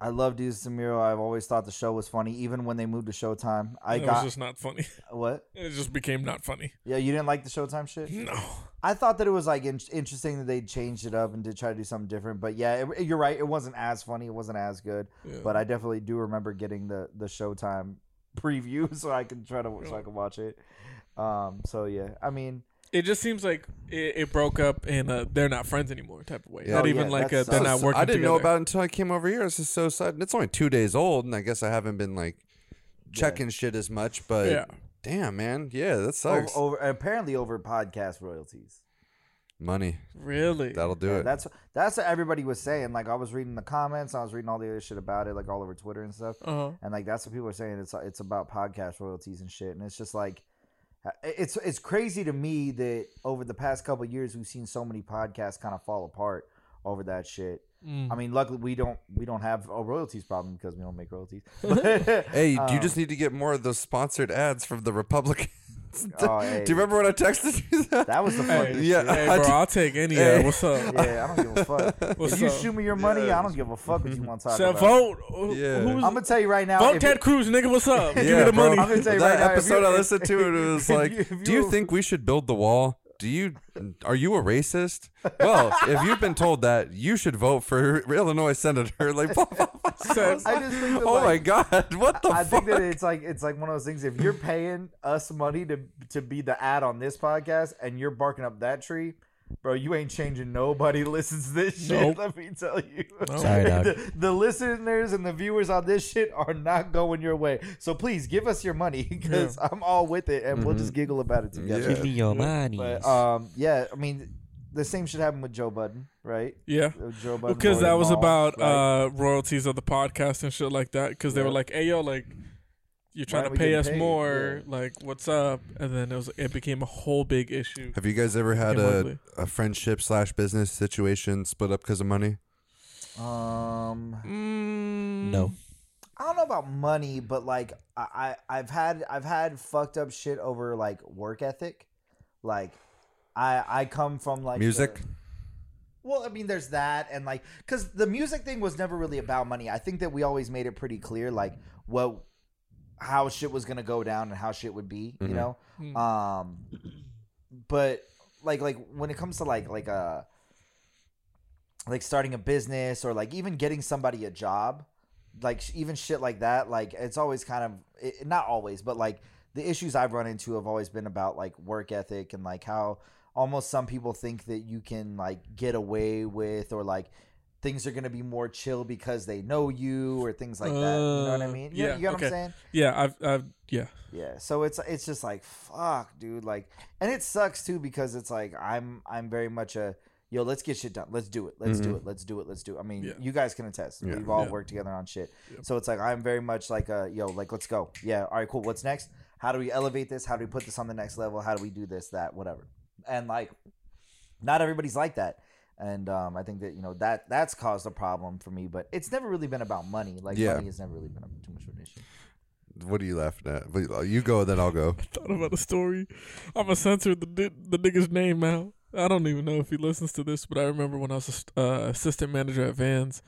[SPEAKER 5] I love Deez and Miro. I've always thought the show was funny, even when they moved to Showtime. I
[SPEAKER 3] It was
[SPEAKER 5] got
[SPEAKER 3] just not funny. [laughs]
[SPEAKER 5] what?
[SPEAKER 3] It just became not funny.
[SPEAKER 5] Yeah, you didn't like the Showtime shit.
[SPEAKER 3] No.
[SPEAKER 5] I thought that it was like in- interesting that they changed it up and did try to do something different. But yeah, it, you're right. It wasn't as funny. It wasn't as good.
[SPEAKER 3] Yeah.
[SPEAKER 5] But I definitely do remember getting the the Showtime [laughs] preview so I can try to so I can watch it. Um. So yeah, I mean,
[SPEAKER 3] it just seems like it, it broke up and uh, they're not friends anymore type of way.
[SPEAKER 2] Yeah.
[SPEAKER 3] Not
[SPEAKER 5] Oh,
[SPEAKER 3] even
[SPEAKER 5] yeah,
[SPEAKER 3] like
[SPEAKER 5] that
[SPEAKER 3] uh they're
[SPEAKER 5] sucks.
[SPEAKER 3] not
[SPEAKER 2] So
[SPEAKER 3] working.
[SPEAKER 2] I didn't know
[SPEAKER 3] together.
[SPEAKER 2] about it until I came over here. This is so sudden. It's only two days old, and I guess I haven't been like checking shit as much. But
[SPEAKER 3] Yeah.
[SPEAKER 2] damn, man, yeah, that
[SPEAKER 5] over,
[SPEAKER 2] sucks.
[SPEAKER 5] over apparently over podcast royalties.
[SPEAKER 2] Money,
[SPEAKER 3] Really?
[SPEAKER 2] that'll do
[SPEAKER 5] Yeah,
[SPEAKER 2] it.
[SPEAKER 5] that's that's what everybody was saying. Like I was reading the comments, I was reading all the other shit about it, like all over Twitter and stuff.
[SPEAKER 3] Uh-huh.
[SPEAKER 5] And like that's what people are saying. It's it's about podcast royalties and shit. And it's just like uh, it's it's crazy to me that over the past couple of years we've seen so many podcasts kind of fall apart over that shit.
[SPEAKER 3] Mm.
[SPEAKER 5] I mean, luckily we don't we don't have a royalties problem because
[SPEAKER 3] [laughs]
[SPEAKER 5] we don't make royalties. But, [laughs]
[SPEAKER 2] hey, do you
[SPEAKER 5] um,
[SPEAKER 2] just need to get more of those sponsored ads from the Republicans?
[SPEAKER 5] Oh, hey.
[SPEAKER 2] [laughs] Do you remember when I texted you that?
[SPEAKER 5] That was the
[SPEAKER 3] Hey,
[SPEAKER 5] funniest.
[SPEAKER 2] Yeah.
[SPEAKER 5] shit.
[SPEAKER 3] hey,
[SPEAKER 2] I
[SPEAKER 3] bro,
[SPEAKER 2] ju-
[SPEAKER 3] I'll take any.
[SPEAKER 2] Hey.
[SPEAKER 3] uh, What's up?
[SPEAKER 5] Yeah, I don't give a
[SPEAKER 3] [laughs]
[SPEAKER 5] fuck.
[SPEAKER 3] What's
[SPEAKER 5] if you
[SPEAKER 3] up?
[SPEAKER 5] shoot me your money,
[SPEAKER 2] Yeah.
[SPEAKER 5] I don't give a fuck what you want to talk
[SPEAKER 3] Said
[SPEAKER 5] about.
[SPEAKER 3] vote. Who-
[SPEAKER 2] Yeah.
[SPEAKER 3] who's-
[SPEAKER 5] I'm gonna tell you right now.
[SPEAKER 3] vote
[SPEAKER 5] if
[SPEAKER 3] Ted
[SPEAKER 5] it-
[SPEAKER 3] Cruz, nigga. What's up? [laughs] Give
[SPEAKER 2] Yeah,
[SPEAKER 3] me the
[SPEAKER 2] bro.
[SPEAKER 3] money.
[SPEAKER 5] I'm gonna tell you
[SPEAKER 2] that
[SPEAKER 5] right now. if
[SPEAKER 2] episode
[SPEAKER 5] [laughs] you-
[SPEAKER 2] I listened to, it was
[SPEAKER 5] if you-
[SPEAKER 2] like,
[SPEAKER 5] if you
[SPEAKER 2] "Do you
[SPEAKER 5] were-
[SPEAKER 2] think we should build the wall? Do you are you a racist? Well, if you've been told that, you should vote for [laughs] Illinois senator." [laughs] Like, blah, blah, blah.
[SPEAKER 5] [laughs]
[SPEAKER 3] Said-
[SPEAKER 5] I just think that,
[SPEAKER 2] [laughs] oh
[SPEAKER 5] like,
[SPEAKER 2] my god, what the
[SPEAKER 5] I
[SPEAKER 2] fuck?
[SPEAKER 5] think that it's like it's like one of those things. If you're paying us money to to be the ad on this podcast, and you're barking up that tree, bro, you ain't changing. Nobody [laughs] listens to this shit.
[SPEAKER 3] Nope.
[SPEAKER 5] Let me tell you. [laughs]
[SPEAKER 4] Sorry, dog.
[SPEAKER 5] the, the listeners and the viewers on this shit are not going your way. So please give us your money [laughs] because I'm all with it, and we'll just giggle about it together.
[SPEAKER 2] Yeah. Give me
[SPEAKER 4] your money.
[SPEAKER 5] But um, yeah, I mean, the same should happen with Joe Budden, right?
[SPEAKER 3] yeah.
[SPEAKER 5] Uh, Joe Budden
[SPEAKER 3] Because
[SPEAKER 5] voted
[SPEAKER 3] that was
[SPEAKER 5] him off,
[SPEAKER 3] about
[SPEAKER 5] right?
[SPEAKER 3] uh, royalties of the podcast and shit like that. Because they were
[SPEAKER 5] Yeah.
[SPEAKER 3] like, "Hey yo, like you're
[SPEAKER 5] Why
[SPEAKER 3] trying
[SPEAKER 5] aren't
[SPEAKER 3] to
[SPEAKER 5] we
[SPEAKER 3] pay
[SPEAKER 5] getting
[SPEAKER 3] us
[SPEAKER 5] paid?
[SPEAKER 3] more. Like, what's up?" And then it was it became a whole big issue.
[SPEAKER 2] Have you guys ever had
[SPEAKER 3] Fucking
[SPEAKER 2] a,
[SPEAKER 3] ugly.
[SPEAKER 2] a friendship slash business situation split up because of money?
[SPEAKER 5] Um,
[SPEAKER 4] No.
[SPEAKER 5] I don't know about money, but like I, I I've had I've had fucked up shit over like work ethic. Like I I come from like the-
[SPEAKER 2] Music?
[SPEAKER 5] well, I mean, there's that, and like, because the music thing was never really about money. I think that we always made it pretty clear, like, what, how shit was gonna go down and how shit would be, you know.
[SPEAKER 3] Mm.
[SPEAKER 5] Um, but like, like when it comes to like, like uh like starting a business or like even getting somebody a job, like sh- even shit like that, like it's always kind of it, not always, but like the issues I've run into have always been about like work ethic and like how almost some people think that you can like get away with or like things are going to be more chill because they know you or things like that. You know what I
[SPEAKER 3] Uh,
[SPEAKER 5] mean? You,
[SPEAKER 3] yeah,
[SPEAKER 5] you know
[SPEAKER 3] okay.
[SPEAKER 5] what I'm saying?
[SPEAKER 3] Yeah, I've, I've, yeah,
[SPEAKER 5] Yeah. So it's it's just like fuck, dude, like and it sucks too because it's like I'm I'm very much a yo, let's get shit done. Let's do it. Let's do it. Let's do it. Let's do it. I mean,
[SPEAKER 3] Yeah.
[SPEAKER 5] you guys can attest.
[SPEAKER 2] Yeah.
[SPEAKER 5] We've all
[SPEAKER 3] Yeah.
[SPEAKER 5] worked together on shit. So it's like I'm very much like a yo, like let's go. Yeah, all right, cool. What's next? How do we elevate this? How do we put this on the next level? How do we do this, that, whatever? And like not everybody's like that. And um, I think that you know that that's caused a problem for me, but it's never really been about money. Like
[SPEAKER 2] Yeah.
[SPEAKER 5] money has never really been too much of an issue.
[SPEAKER 2] What are you laughing at? But You go, then I'll go.
[SPEAKER 3] [laughs] thought about the story. I'm gonna censor the di- the nigga's name out. I don't even know if he listens to this, but I remember when I was a st- uh, assistant manager at Vans,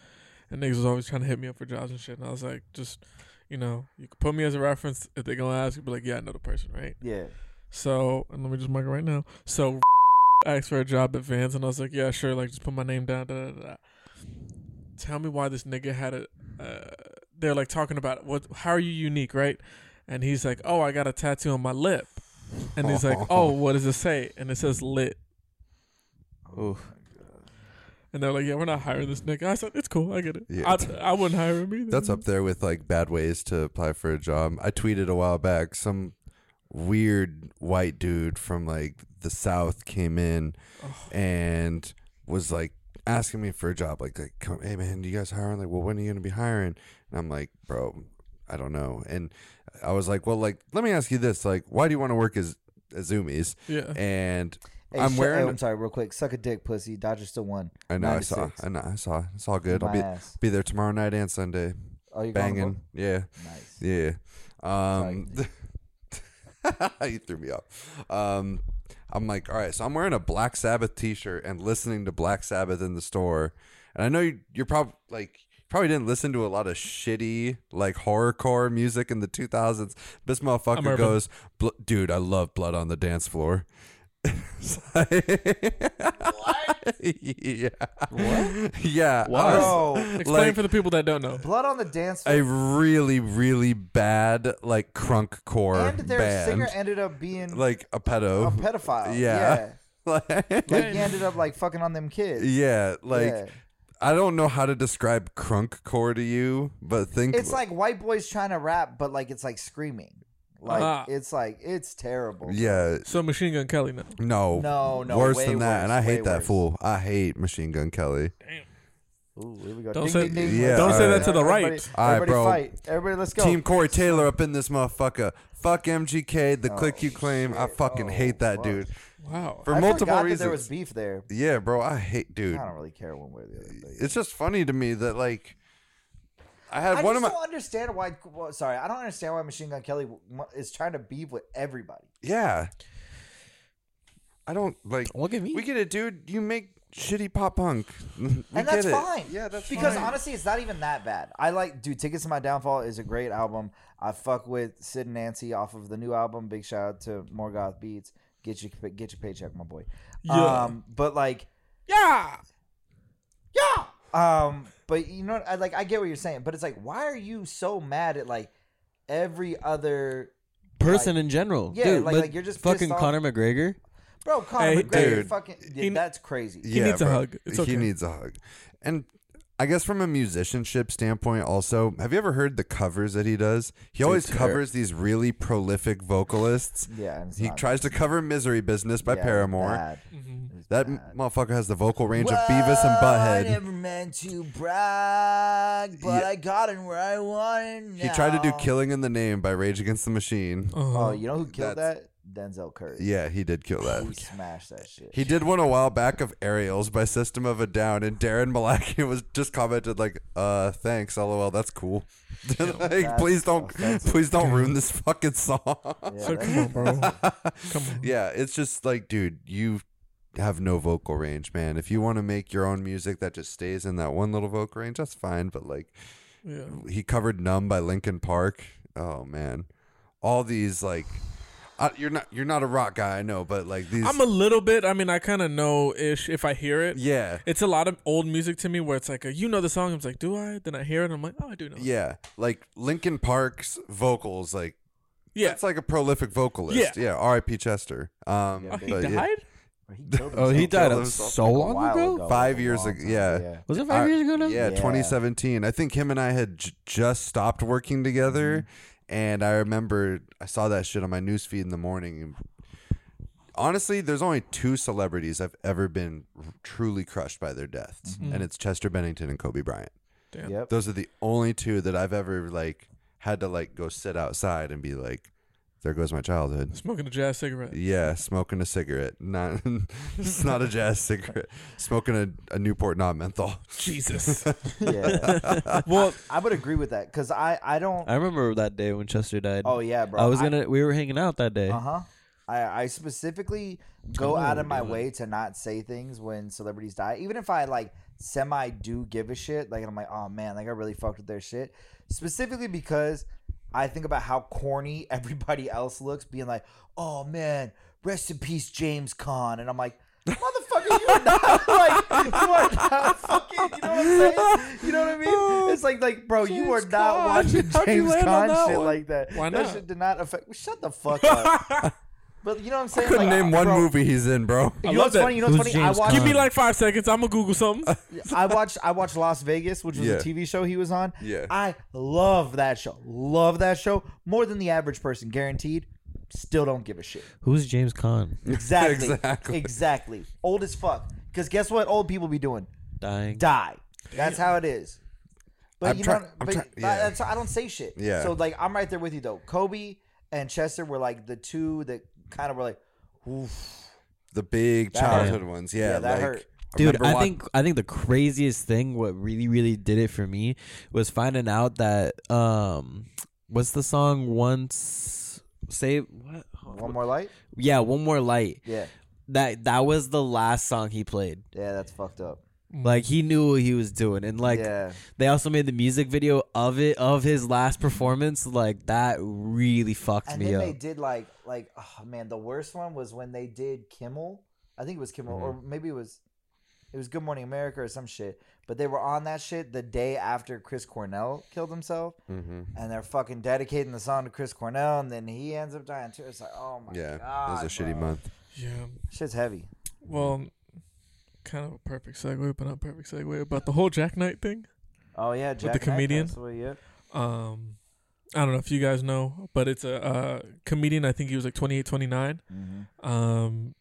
[SPEAKER 3] and niggas was always trying to hit me up for jobs and shit. And I was like, just, you know, you can put me as a reference if they gonna ask. You be like, yeah, I know the person, right?
[SPEAKER 5] Yeah.
[SPEAKER 3] So, and let me just mark it right now. So, [laughs] asked for a job at Vans, and I was like, yeah, sure. Like, just put my name down. Da, da, da, da. Tell me why this nigga had a. Uh, they're like talking about what? How are you unique, right? And he's like, oh, I got a tattoo on my lip. And he's like, oh, what does it say? And it says lit.
[SPEAKER 4] Oof.
[SPEAKER 3] And they're like, yeah, we're not hiring this nigga. I said, it's cool. I get it.
[SPEAKER 2] Yeah.
[SPEAKER 3] I, I wouldn't hire him either.
[SPEAKER 2] That's up there with like bad ways to apply for a job. I tweeted a while back some weird white dude from like the south came in and was like asking me for a job like, like come hey man do you guys hiring like well when are you going to be hiring and i'm like bro i don't know and i was like well like let me ask you this like why do you want to work as as zoomies
[SPEAKER 3] Yeah.
[SPEAKER 2] and
[SPEAKER 5] Hey,
[SPEAKER 2] i'm
[SPEAKER 5] shut-
[SPEAKER 2] wearing
[SPEAKER 5] hey, I'm sorry, real quick. Suck a dick, pussy. Dodgers still won.
[SPEAKER 2] i know
[SPEAKER 5] nine
[SPEAKER 2] i
[SPEAKER 5] to
[SPEAKER 2] saw
[SPEAKER 5] six.
[SPEAKER 2] i know i saw it's all good i'll
[SPEAKER 5] My
[SPEAKER 2] be
[SPEAKER 5] ass.
[SPEAKER 2] be there tomorrow night and sunday
[SPEAKER 5] Oh, you're going to
[SPEAKER 2] banging yeah
[SPEAKER 5] vote? Nice.
[SPEAKER 2] Yeah. Um, [laughs] you threw me off. Um, I'm like, all right, so I'm wearing a Black Sabbath T-shirt and listening to Black Sabbath in the store, and I know you, you're probably like probably didn't listen to a lot of shitty like horrorcore music in the 2000s. This
[SPEAKER 3] I'm
[SPEAKER 2] motherfucker
[SPEAKER 3] urban.
[SPEAKER 2] goes, "Bl- dude, I love blood on the dance floor. [laughs] what? [laughs] Yeah. What? Yeah. I was- [laughs]
[SPEAKER 5] Bro,
[SPEAKER 3] Explain
[SPEAKER 2] like-
[SPEAKER 3] for the people that don't know.
[SPEAKER 5] blood on the dance
[SPEAKER 2] a
[SPEAKER 5] floor.
[SPEAKER 2] really really bad like crunk core
[SPEAKER 5] and their
[SPEAKER 2] band
[SPEAKER 5] singer ended up being
[SPEAKER 2] like a
[SPEAKER 5] a
[SPEAKER 2] pedo
[SPEAKER 5] pedophile.
[SPEAKER 2] yeah. [laughs] Like-
[SPEAKER 5] Yeah. Like he ended up like fucking on them kids.
[SPEAKER 2] yeah like
[SPEAKER 5] Yeah.
[SPEAKER 2] i don't know how to describe crunk core to you but think
[SPEAKER 5] It's like white boys trying to rap, but like it's like screaming. Like
[SPEAKER 3] Ah.
[SPEAKER 5] it's like it's terrible.
[SPEAKER 2] yeah
[SPEAKER 3] So, Machine Gun Kelly now.
[SPEAKER 2] no
[SPEAKER 5] No, no,
[SPEAKER 2] worse
[SPEAKER 5] way
[SPEAKER 2] than that
[SPEAKER 5] worse,
[SPEAKER 2] and i hate
[SPEAKER 5] way
[SPEAKER 2] that
[SPEAKER 5] worse.
[SPEAKER 2] fool i hate machine gun kelly
[SPEAKER 5] Ooh, here we go.
[SPEAKER 3] Don't
[SPEAKER 5] Ding,
[SPEAKER 3] say-
[SPEAKER 5] ding, ding.
[SPEAKER 2] yeah,
[SPEAKER 5] Let's
[SPEAKER 2] Don't
[SPEAKER 5] go.
[SPEAKER 2] say that
[SPEAKER 3] to the
[SPEAKER 5] Everybody-
[SPEAKER 3] right.
[SPEAKER 2] All right,
[SPEAKER 5] Everybody
[SPEAKER 2] bro.
[SPEAKER 5] fight. Everybody, let's go.
[SPEAKER 2] team corey taylor up in this motherfucker fuck mgk
[SPEAKER 5] Oh,
[SPEAKER 2] the click you claim i fucking hate that dude
[SPEAKER 3] Wow.
[SPEAKER 2] for
[SPEAKER 5] I
[SPEAKER 2] multiple
[SPEAKER 5] forgot
[SPEAKER 2] reasons
[SPEAKER 5] That there was beef there.
[SPEAKER 2] yeah bro i hate dude
[SPEAKER 5] I don't really care one way or the other.
[SPEAKER 2] it's just funny to me that like I had
[SPEAKER 5] I
[SPEAKER 2] one
[SPEAKER 5] just
[SPEAKER 2] of my
[SPEAKER 5] don't understand why. well, sorry, I don't understand why Machine Gun Kelly wa- is trying to beef with everybody.
[SPEAKER 2] yeah. I don't like.
[SPEAKER 4] Look at me.
[SPEAKER 2] We get it, dude. You make shitty pop punk. [laughs] We
[SPEAKER 5] and
[SPEAKER 2] get
[SPEAKER 5] that's
[SPEAKER 2] it.
[SPEAKER 5] fine.
[SPEAKER 2] Yeah, that's
[SPEAKER 5] because
[SPEAKER 2] fine.
[SPEAKER 5] honestly, it's not even that bad. I like, dude, Tickets to My Downfall is a great album. I fuck with Sid and Nancy off of the new album. Big shout out to Morgoth Beats. Get your get your paycheck, my boy.
[SPEAKER 3] Yeah.
[SPEAKER 5] Um, but like,
[SPEAKER 3] yeah.
[SPEAKER 5] yeah. Um, but you know, what, I like, I get what you're saying, but it's like, why are you so mad at like every other
[SPEAKER 4] person in general.
[SPEAKER 5] Yeah,
[SPEAKER 4] dude,
[SPEAKER 5] like-
[SPEAKER 4] but
[SPEAKER 5] like, you're just
[SPEAKER 4] fucking
[SPEAKER 5] pissed off.
[SPEAKER 4] Conor McGregor.
[SPEAKER 5] bro? Conor
[SPEAKER 3] Hey,
[SPEAKER 5] McGregor,
[SPEAKER 2] dude.
[SPEAKER 5] fucking, yeah,
[SPEAKER 3] He-
[SPEAKER 5] that's crazy.
[SPEAKER 3] He needs a hug. It's
[SPEAKER 2] he
[SPEAKER 3] okay.
[SPEAKER 2] needs a hug. And I guess from a musicianship standpoint, also, have you ever heard the covers that he does? He always
[SPEAKER 4] ter-
[SPEAKER 2] covers these really prolific vocalists.
[SPEAKER 5] Yeah, and it's
[SPEAKER 2] He
[SPEAKER 5] not-
[SPEAKER 2] tries to cover "Misery Business" by
[SPEAKER 5] yeah,
[SPEAKER 2] Paramore.
[SPEAKER 5] bad. It's
[SPEAKER 2] That
[SPEAKER 5] bad.
[SPEAKER 2] motherfucker has the vocal range
[SPEAKER 5] Well,
[SPEAKER 2] of Beavis and
[SPEAKER 5] I
[SPEAKER 2] Butthead.
[SPEAKER 5] never meant to brag, but
[SPEAKER 2] Yeah.
[SPEAKER 5] I got in where I wanted. Now.
[SPEAKER 2] He tried to do "Killing in the Name" by Rage Against the Machine.
[SPEAKER 5] Oh,
[SPEAKER 3] Uh-huh.
[SPEAKER 5] you know who killed
[SPEAKER 2] That's-
[SPEAKER 5] that? Denzel Curry.
[SPEAKER 2] Yeah, he did kill that.
[SPEAKER 5] Who smashed that shit?
[SPEAKER 2] He did one a while back of Aerials by System of a Down, and Darren Malakian [laughs] was just commented like, "Uh, thanks, lol, that's cool. [laughs] like,
[SPEAKER 5] That's
[SPEAKER 2] please don't, [laughs]
[SPEAKER 5] offensive.
[SPEAKER 2] please don't ruin this fucking [laughs]
[SPEAKER 5] Yeah,
[SPEAKER 2] song."
[SPEAKER 3] So
[SPEAKER 5] that's-
[SPEAKER 3] come on, bro. Come on.
[SPEAKER 2] yeah, it's just like, dude, you have no vocal range, man. If you want to make your own music that just stays in that one little vocal range, that's fine. But like,
[SPEAKER 3] Yeah.
[SPEAKER 2] he covered "Numb" by Linkin Park. Oh man, all these like, I, you're not, you're not a rock guy, I know, but like these,
[SPEAKER 3] I'm a little bit. I mean, I kind of know ish if I hear it.
[SPEAKER 2] yeah.
[SPEAKER 3] It's a lot of old music to me where it's like, a, you know the song. I'm like, do I? Then I hear it. I'm like, oh, I do know. it.
[SPEAKER 2] Yeah, like Linkin Park's vocals, like
[SPEAKER 3] Yeah.
[SPEAKER 2] it's like a prolific vocalist.
[SPEAKER 3] Yeah.
[SPEAKER 2] Yeah, R.I.P. Chester. Um,
[SPEAKER 5] Yeah,
[SPEAKER 3] Oh, he
[SPEAKER 2] but
[SPEAKER 3] died?
[SPEAKER 2] yeah. [laughs]
[SPEAKER 5] He killed
[SPEAKER 4] Oh, he
[SPEAKER 2] died
[SPEAKER 4] died
[SPEAKER 5] himself
[SPEAKER 2] killed himself
[SPEAKER 4] so
[SPEAKER 5] like a
[SPEAKER 4] long
[SPEAKER 5] while
[SPEAKER 4] ago?
[SPEAKER 5] ago,
[SPEAKER 2] Five
[SPEAKER 5] like a
[SPEAKER 2] years
[SPEAKER 5] long
[SPEAKER 2] ago,
[SPEAKER 5] time,
[SPEAKER 2] yeah.
[SPEAKER 4] Was it five
[SPEAKER 2] I-
[SPEAKER 4] years ago now?
[SPEAKER 2] Yeah,
[SPEAKER 5] Yeah.
[SPEAKER 2] 2017. I think him and I had j- just stopped working together, and I remember I saw that shit on my newsfeed in the morning. and Honestly, there's only two celebrities I've ever been r- truly crushed by their deaths, and it's Chester Bennington and Kobe Bryant. [laughs]
[SPEAKER 3] Damn.
[SPEAKER 5] Yep.
[SPEAKER 2] Those are the only two that I've ever like had to like go sit outside and be like, "There goes my childhood."
[SPEAKER 3] Smoking a jazz cigarette.
[SPEAKER 2] Yeah, smoking a cigarette. Not [laughs] it's not a jazz cigarette. Smoking a, a Newport non menthol. [laughs]
[SPEAKER 3] Jesus.
[SPEAKER 5] yeah.
[SPEAKER 3] well,
[SPEAKER 5] I would agree with that because I,
[SPEAKER 2] [laughs]
[SPEAKER 5] I don't.
[SPEAKER 4] I remember that day when Chester died.
[SPEAKER 5] oh yeah, bro.
[SPEAKER 4] I was gonna. we were hanging out that day.
[SPEAKER 5] Uh huh. I, I specifically go
[SPEAKER 4] Oh,
[SPEAKER 5] out of my
[SPEAKER 4] really?
[SPEAKER 5] way to not say things when celebrities die, even if I like semi do give a shit. Like, and I'm like, oh man, like I really fucked with their shit. Specifically because I think about how corny [laughs] everybody else looks, being like, oh man, rest in peace, James Caan. And I'm like, motherfucker, you are not [laughs] like, you are not fucking, you know what I'm saying? You know what I mean? it's like, like, bro, you are
[SPEAKER 3] Oh, James Caan. [laughs]
[SPEAKER 5] not watching
[SPEAKER 3] How'd you
[SPEAKER 5] James
[SPEAKER 3] land on
[SPEAKER 5] Caan
[SPEAKER 3] that
[SPEAKER 5] shit
[SPEAKER 3] one?
[SPEAKER 5] like that.
[SPEAKER 3] Why
[SPEAKER 5] That
[SPEAKER 3] not?
[SPEAKER 5] shit did not affect,
[SPEAKER 3] [laughs]
[SPEAKER 5] shut the fuck up. But you know what I'm [laughs] saying?
[SPEAKER 2] Couldn't
[SPEAKER 5] Like,
[SPEAKER 2] name one
[SPEAKER 5] bro,
[SPEAKER 2] movie he's in, bro.
[SPEAKER 3] I
[SPEAKER 5] You know
[SPEAKER 3] love
[SPEAKER 5] what's
[SPEAKER 3] that.
[SPEAKER 5] funny? You know what's
[SPEAKER 4] Who's
[SPEAKER 5] funny? I
[SPEAKER 4] James
[SPEAKER 5] watched,
[SPEAKER 3] give
[SPEAKER 4] Caan?
[SPEAKER 3] me like five seconds. I'm gonna
[SPEAKER 2] [laughs]
[SPEAKER 3] Google something.
[SPEAKER 5] I watched I watched Las Vegas, which was
[SPEAKER 2] Yeah.
[SPEAKER 5] a TV show he was on.
[SPEAKER 2] Yeah.
[SPEAKER 5] I love that show. Love that show more than the average person, guaranteed. Still don't give a shit.
[SPEAKER 4] Who's James Caan?
[SPEAKER 5] Exactly.
[SPEAKER 2] [laughs] Exactly.
[SPEAKER 5] Exactly. Old as fuck. Because guess what? Old people be doing
[SPEAKER 4] Dying.
[SPEAKER 5] die. That's how it is. But
[SPEAKER 2] I'm
[SPEAKER 5] you
[SPEAKER 2] try-
[SPEAKER 5] know,
[SPEAKER 2] I'm
[SPEAKER 5] but
[SPEAKER 2] try-
[SPEAKER 5] I-
[SPEAKER 2] yeah.
[SPEAKER 5] that's- I don't say shit.
[SPEAKER 2] Yeah.
[SPEAKER 5] So like, I'm right there with you though. Kobe and Chester were like the two that kind of were like, oof,
[SPEAKER 2] The big
[SPEAKER 5] That
[SPEAKER 2] childhood ones. Yeah,
[SPEAKER 5] Yeah, that
[SPEAKER 2] like,
[SPEAKER 5] hurt.
[SPEAKER 4] Dude,
[SPEAKER 2] remember
[SPEAKER 4] I
[SPEAKER 2] wa-
[SPEAKER 4] think I think the craziest thing, what really really did it for me, was finding out that um, what's the song? Once say what?
[SPEAKER 5] one more light.
[SPEAKER 4] Yeah, one more light.
[SPEAKER 5] Yeah.
[SPEAKER 4] That that was the last song he played.
[SPEAKER 5] Yeah, that's fucked up.
[SPEAKER 4] Like he knew what he was doing, and like
[SPEAKER 5] yeah.
[SPEAKER 4] they also made the music video of it of his last performance. Like that really fucked
[SPEAKER 5] And
[SPEAKER 4] me
[SPEAKER 5] then
[SPEAKER 2] uh,
[SPEAKER 4] up.
[SPEAKER 5] they did like like oh man, the worst one was when they did Kimmel. I think it was Kimmel, or
[SPEAKER 2] Mm-hmm.
[SPEAKER 5] maybe it was it was Good Morning America or some shit. But they were on that shit the day after Chris Cornell killed himself,
[SPEAKER 2] Mm-hmm.
[SPEAKER 5] and they're fucking dedicating the song to Chris Cornell, and then he ends up dying too. It's like, oh my
[SPEAKER 2] Yeah,
[SPEAKER 5] god,
[SPEAKER 2] it was a shitty
[SPEAKER 5] bro.
[SPEAKER 2] month.
[SPEAKER 3] yeah.
[SPEAKER 5] Shit's heavy.
[SPEAKER 3] Well, kind of a perfect segue, but not a perfect segue about the whole Jack Knight thing.
[SPEAKER 5] Oh yeah, Jack Knight
[SPEAKER 3] comedian?
[SPEAKER 5] passed away, yep.
[SPEAKER 3] Um, I don't know if you guys know, but it's a uh, comedian. I think he was like 28, 29.
[SPEAKER 5] Mhm.
[SPEAKER 3] Um,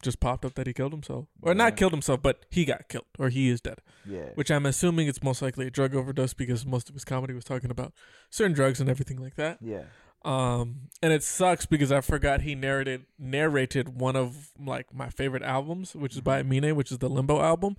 [SPEAKER 3] just popped up that he killed himself, or not
[SPEAKER 5] Yeah.
[SPEAKER 3] killed himself, but he got killed, or he is dead.
[SPEAKER 5] Yeah,
[SPEAKER 3] Which I'm assuming it's most likely a drug overdose because most of his comedy was talking about certain drugs and everything like that.
[SPEAKER 5] yeah.
[SPEAKER 3] Um, and it sucks because I forgot he narrated
[SPEAKER 5] Mm-hmm.
[SPEAKER 3] narrated one of like my favorite albums, which is by Amine, which is the Limbo album,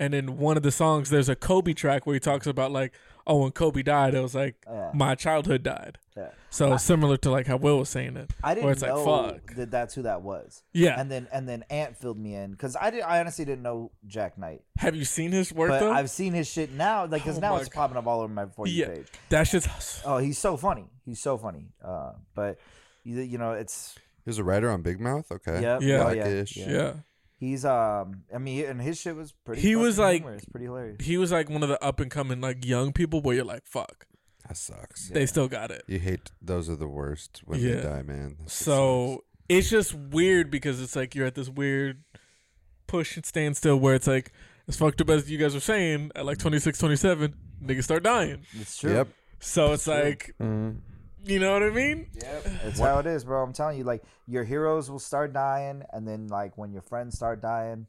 [SPEAKER 3] And in one of the songs, there's a Kobe track where he talks about like, oh, when Kobe died, it was like
[SPEAKER 5] Yeah.
[SPEAKER 3] my childhood died.
[SPEAKER 5] Yeah.
[SPEAKER 3] So similar to like how Will was saying it,
[SPEAKER 5] I
[SPEAKER 3] where
[SPEAKER 5] didn't
[SPEAKER 3] it's like,
[SPEAKER 5] know
[SPEAKER 3] fuck,
[SPEAKER 5] that that's who that was.
[SPEAKER 3] yeah.
[SPEAKER 5] And then and then Ant filled me in because I did I honestly didn't know Jack Knight,
[SPEAKER 3] Have you seen his work
[SPEAKER 5] but
[SPEAKER 3] though?
[SPEAKER 5] I've seen his shit now. Like because
[SPEAKER 3] Oh
[SPEAKER 5] now
[SPEAKER 3] my
[SPEAKER 5] it's popping up all over my for you
[SPEAKER 3] Yeah.
[SPEAKER 5] page.
[SPEAKER 3] That shit's
[SPEAKER 5] Oh, he's so funny. He's so funny. Uh, but you, you know it's
[SPEAKER 2] He was a writer on Big Mouth. Okay.
[SPEAKER 5] yeah
[SPEAKER 3] Yeah.
[SPEAKER 5] oh, yeah,
[SPEAKER 2] Blackish.
[SPEAKER 5] yeah.
[SPEAKER 3] yeah.
[SPEAKER 5] He's um I mean and his shit was pretty.
[SPEAKER 3] He was,
[SPEAKER 5] fucking
[SPEAKER 3] like-
[SPEAKER 5] humorous, pretty hilarious.
[SPEAKER 3] He was like one of the up and coming like young people where you're like, fuck,
[SPEAKER 2] That sucks.
[SPEAKER 3] they still got it.
[SPEAKER 2] You hate those are the worst when
[SPEAKER 3] Yeah.
[SPEAKER 2] they die, man. That shit
[SPEAKER 3] So it's just weird because it's like you're at this weird push and standstill where it's like as fucked up as you guys are saying at like 26, 27, niggas start dying.
[SPEAKER 5] It's
[SPEAKER 2] sucks.
[SPEAKER 5] true.
[SPEAKER 2] Yep.
[SPEAKER 3] So it's like,
[SPEAKER 5] Mm-hmm.
[SPEAKER 3] you know what I mean?
[SPEAKER 5] That's how it is, bro. I'm telling you, like your heroes will start dying, and then like when your friends start dying,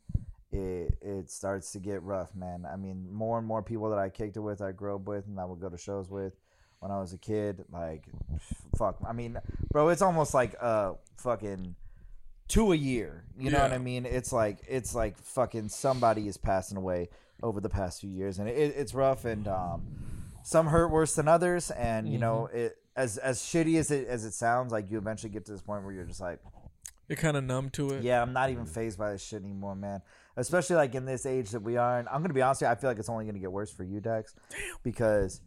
[SPEAKER 5] it it starts to get rough, man. I mean, more and more people that I kicked it with, I grew up with, and I would go to shows with when I was a kid. Like, fuck. I mean, bro, it's almost like uh fucking two a year. You know what
[SPEAKER 3] Yeah.
[SPEAKER 5] I mean? It's like it's like fucking somebody is passing away over the past few years, and it, it's rough. And um, some hurt worse than others, and you know it. As as shitty as it as it sounds, like you eventually get to this point where you're just like,
[SPEAKER 3] You're kind of numb to it.
[SPEAKER 5] yeah, I'm not even phased by this shit anymore, man. Especially like in this age that we are in. I'm gonna be honest with you, I feel like it's only gonna get worse for you, Dex. Because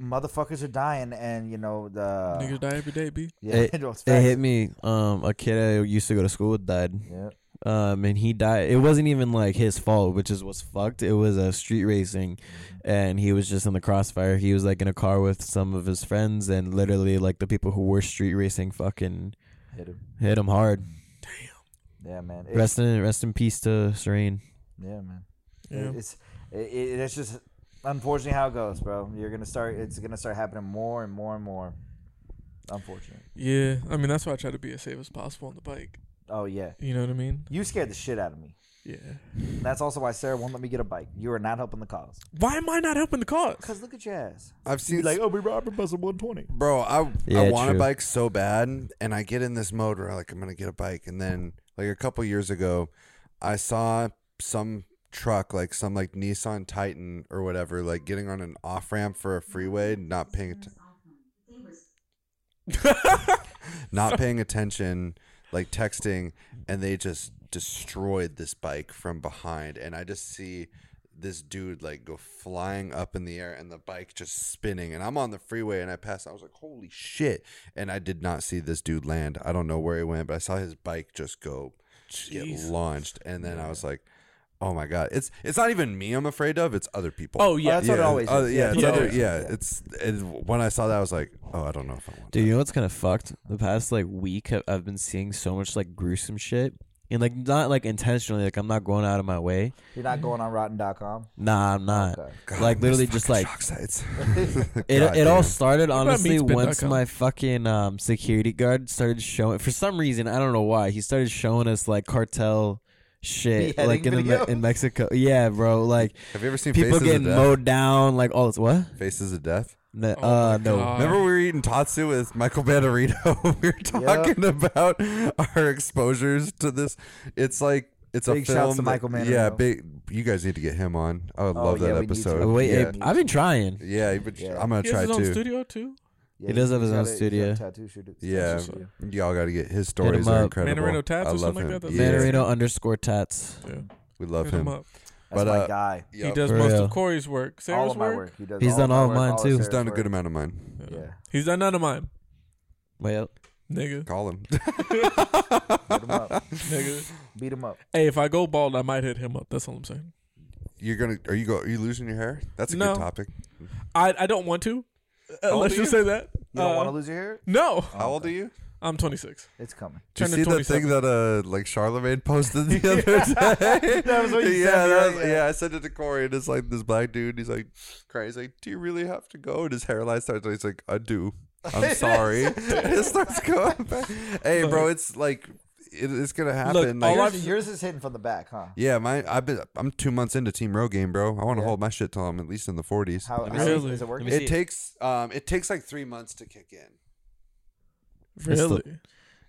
[SPEAKER 5] motherfuckers are dying and you know the
[SPEAKER 3] Niggas die every day, B.
[SPEAKER 5] yeah,
[SPEAKER 4] It-
[SPEAKER 5] [laughs] it was
[SPEAKER 4] It
[SPEAKER 5] facts.
[SPEAKER 4] hit me. Um, a kid I used to go to school with died.
[SPEAKER 5] yeah.
[SPEAKER 4] Um, and he died. It wasn't even like his fault, which is what's fucked. It was a street racing, and he was just in the crossfire. He was like in a car with some of his friends, and literally like the people who were street racing fucking
[SPEAKER 5] Hit him.
[SPEAKER 4] hit him hard.
[SPEAKER 5] Yeah, man. It-
[SPEAKER 4] Rest in rest in peace to Serene.
[SPEAKER 5] yeah, man.
[SPEAKER 3] Yeah.
[SPEAKER 5] It, it's it, it, it's just unfortunately how it goes, bro. You're gonna start it's gonna start happening more and more and more. Unfortunate.
[SPEAKER 3] Yeah. I mean, that's why I try to be as safe as possible on the bike.
[SPEAKER 5] Oh yeah.
[SPEAKER 3] You know what I mean?
[SPEAKER 5] You scared the shit out of me.
[SPEAKER 3] Yeah.
[SPEAKER 5] And that's also why Sarah won't let me get a bike. You are not helping the cause.
[SPEAKER 3] Why am I not helping the cause?
[SPEAKER 5] Cause look at your ass.
[SPEAKER 2] I've seen
[SPEAKER 5] oh, we robbed bus at 120.
[SPEAKER 2] Bro, I
[SPEAKER 4] Yeah,
[SPEAKER 2] I want
[SPEAKER 4] true.
[SPEAKER 2] a bike so bad, and I get in this mode where like I'm gonna get a bike, and then like a couple years ago, I saw some truck like some like Nissan Titan or whatever like getting on an off ramp for a freeway, not paying att- not paying attention, like texting, and they just destroyed this bike from behind, and I just see this dude like go flying up in the air and the bike just spinning and I'm on the freeway and I passed I was like holy shit and I did not see this dude land I don't know where he went but I saw his bike just go
[SPEAKER 3] Jesus.
[SPEAKER 2] get launched and then I was like oh my god it's it's not even me I'm afraid of it's other people
[SPEAKER 3] Oh, yeah.
[SPEAKER 5] that's what it always
[SPEAKER 2] other-
[SPEAKER 5] is.
[SPEAKER 2] yeah,
[SPEAKER 5] Yeah,
[SPEAKER 2] it's
[SPEAKER 3] yeah.
[SPEAKER 2] other-
[SPEAKER 5] yeah.
[SPEAKER 2] yeah,
[SPEAKER 5] Yeah.
[SPEAKER 2] it's it, when I saw that I was like oh I don't know if I want
[SPEAKER 4] Dude,
[SPEAKER 2] that.
[SPEAKER 4] you know what's kind of fucked? The past like week, I- I've been seeing so much like gruesome shit, and like not like intentionally. Like I'm not going out of my way.
[SPEAKER 5] You're not going on rotten.com.
[SPEAKER 4] Nah, I'm not.
[SPEAKER 5] Okay.
[SPEAKER 2] God,
[SPEAKER 4] like
[SPEAKER 2] I miss
[SPEAKER 4] literally just
[SPEAKER 2] fucking
[SPEAKER 4] like
[SPEAKER 2] shock sites.
[SPEAKER 4] It,
[SPEAKER 2] God
[SPEAKER 4] it
[SPEAKER 2] damn.
[SPEAKER 4] all started
[SPEAKER 3] about
[SPEAKER 4] honestly
[SPEAKER 3] meatspin.com?
[SPEAKER 4] once my fucking um, security guard started showing for some reason I don't know why he started showing us like cartel
[SPEAKER 2] [laughs]
[SPEAKER 4] shit
[SPEAKER 5] Beheading
[SPEAKER 4] like in the Me-
[SPEAKER 5] videos?
[SPEAKER 4] in Mexico yeah bro like
[SPEAKER 2] [laughs] have you ever seen
[SPEAKER 4] people
[SPEAKER 2] Faces
[SPEAKER 4] getting
[SPEAKER 2] of Death?
[SPEAKER 4] mowed down like all this what
[SPEAKER 2] Faces of Death
[SPEAKER 4] no,
[SPEAKER 3] Oh
[SPEAKER 4] uh
[SPEAKER 3] my
[SPEAKER 4] no
[SPEAKER 3] God.
[SPEAKER 2] Remember we were eating tatsu with Michael Bannerito. [laughs] we were talking about our exposures to this. It's like it's a
[SPEAKER 5] Big shouts
[SPEAKER 2] film.
[SPEAKER 5] to
[SPEAKER 2] that-
[SPEAKER 5] Michael
[SPEAKER 2] Yeah,
[SPEAKER 5] Manarino.
[SPEAKER 2] big. You guys need to get him on. I would
[SPEAKER 5] Oh,
[SPEAKER 2] love
[SPEAKER 5] yeah,
[SPEAKER 2] that
[SPEAKER 5] we need to.
[SPEAKER 2] episode.
[SPEAKER 4] Oh, wait
[SPEAKER 2] yeah,
[SPEAKER 4] hey, I've been trying
[SPEAKER 2] yeah, but
[SPEAKER 5] Yeah.
[SPEAKER 2] I'm gonna
[SPEAKER 3] He
[SPEAKER 2] try
[SPEAKER 3] has his own
[SPEAKER 2] too.
[SPEAKER 3] studio too.
[SPEAKER 5] Yeah,
[SPEAKER 4] He does have his
[SPEAKER 5] he's
[SPEAKER 4] own
[SPEAKER 5] got a- he's got
[SPEAKER 4] studio.
[SPEAKER 5] a tattoo shoot-
[SPEAKER 2] Yeah,
[SPEAKER 5] tattoo studio.
[SPEAKER 2] y'all got to get his stories
[SPEAKER 4] up.
[SPEAKER 2] are incredible.
[SPEAKER 3] Manarino Tats
[SPEAKER 2] I
[SPEAKER 3] or
[SPEAKER 2] love
[SPEAKER 3] something
[SPEAKER 2] him.
[SPEAKER 3] like that?
[SPEAKER 2] Yeah,
[SPEAKER 4] Manarino underscore tats
[SPEAKER 3] Yeah.
[SPEAKER 2] we love
[SPEAKER 3] Hit him
[SPEAKER 2] him.
[SPEAKER 3] up.
[SPEAKER 5] That's
[SPEAKER 2] But,
[SPEAKER 5] my
[SPEAKER 2] uh,
[SPEAKER 5] guy.
[SPEAKER 3] He
[SPEAKER 2] Yep.
[SPEAKER 3] does
[SPEAKER 4] For
[SPEAKER 3] most
[SPEAKER 4] real.
[SPEAKER 3] of Corey's work. Sarah's
[SPEAKER 5] All of my
[SPEAKER 3] work.
[SPEAKER 5] work. He does
[SPEAKER 4] He's
[SPEAKER 5] all
[SPEAKER 4] done
[SPEAKER 5] my
[SPEAKER 4] all of
[SPEAKER 5] work,
[SPEAKER 4] mine, too.
[SPEAKER 2] He's
[SPEAKER 5] Sarah's
[SPEAKER 2] done a good
[SPEAKER 5] work.
[SPEAKER 2] amount of mine.
[SPEAKER 3] [laughs]
[SPEAKER 5] Yeah.
[SPEAKER 3] He's done none of mine.
[SPEAKER 4] well
[SPEAKER 3] Nigga.
[SPEAKER 2] Call him. [laughs]
[SPEAKER 5] Beat him up.
[SPEAKER 3] Nigga.
[SPEAKER 5] Beat him up.
[SPEAKER 3] Hey, if I go bald, I might hit him up. That's all I'm saying.
[SPEAKER 2] You're gonna? Are you go? Are you losing your hair? That's a
[SPEAKER 3] No.
[SPEAKER 2] good topic.
[SPEAKER 3] I, I don't want to. Uh, let's
[SPEAKER 2] do
[SPEAKER 3] just
[SPEAKER 2] Oh, you?
[SPEAKER 3] say that.
[SPEAKER 5] You don't
[SPEAKER 3] Uh,
[SPEAKER 5] want to lose your hair?
[SPEAKER 3] No,
[SPEAKER 2] How old are you?
[SPEAKER 3] I'm 26.
[SPEAKER 5] It's coming.
[SPEAKER 2] Did
[SPEAKER 3] Turned
[SPEAKER 2] Oh. you
[SPEAKER 3] to
[SPEAKER 2] see that thing
[SPEAKER 3] 27.
[SPEAKER 2] that uh like Charlemagne posted
[SPEAKER 5] [laughs]
[SPEAKER 2] the other day?
[SPEAKER 5] That was what you
[SPEAKER 2] yeah,
[SPEAKER 5] sent me,
[SPEAKER 2] that
[SPEAKER 5] right?
[SPEAKER 2] was- yeah, I sent it to Corey, and it's like this black dude. He's like, crying. He's like, "Do you really have to go?" And his hairline starts. He's like, "I do.
[SPEAKER 5] [laughs]
[SPEAKER 2] I'm sorry." [laughs] and it starts going.
[SPEAKER 4] [laughs]
[SPEAKER 2] Back. Hey, bro, it's like it, it's gonna happen. like,
[SPEAKER 3] all
[SPEAKER 5] Yours,
[SPEAKER 3] I've-
[SPEAKER 5] yours is hitting from the back, huh?
[SPEAKER 2] yeah, my I've been I'm two months into Team Row game, bro. I want to
[SPEAKER 5] Yeah.
[SPEAKER 2] hold my shit till I'm at least in the 40s.
[SPEAKER 5] How,
[SPEAKER 3] me
[SPEAKER 5] how
[SPEAKER 3] see.
[SPEAKER 5] is, is it working?
[SPEAKER 4] Let me
[SPEAKER 2] it
[SPEAKER 4] see.
[SPEAKER 2] takes um it takes like three months to kick in.
[SPEAKER 4] It's
[SPEAKER 3] Really?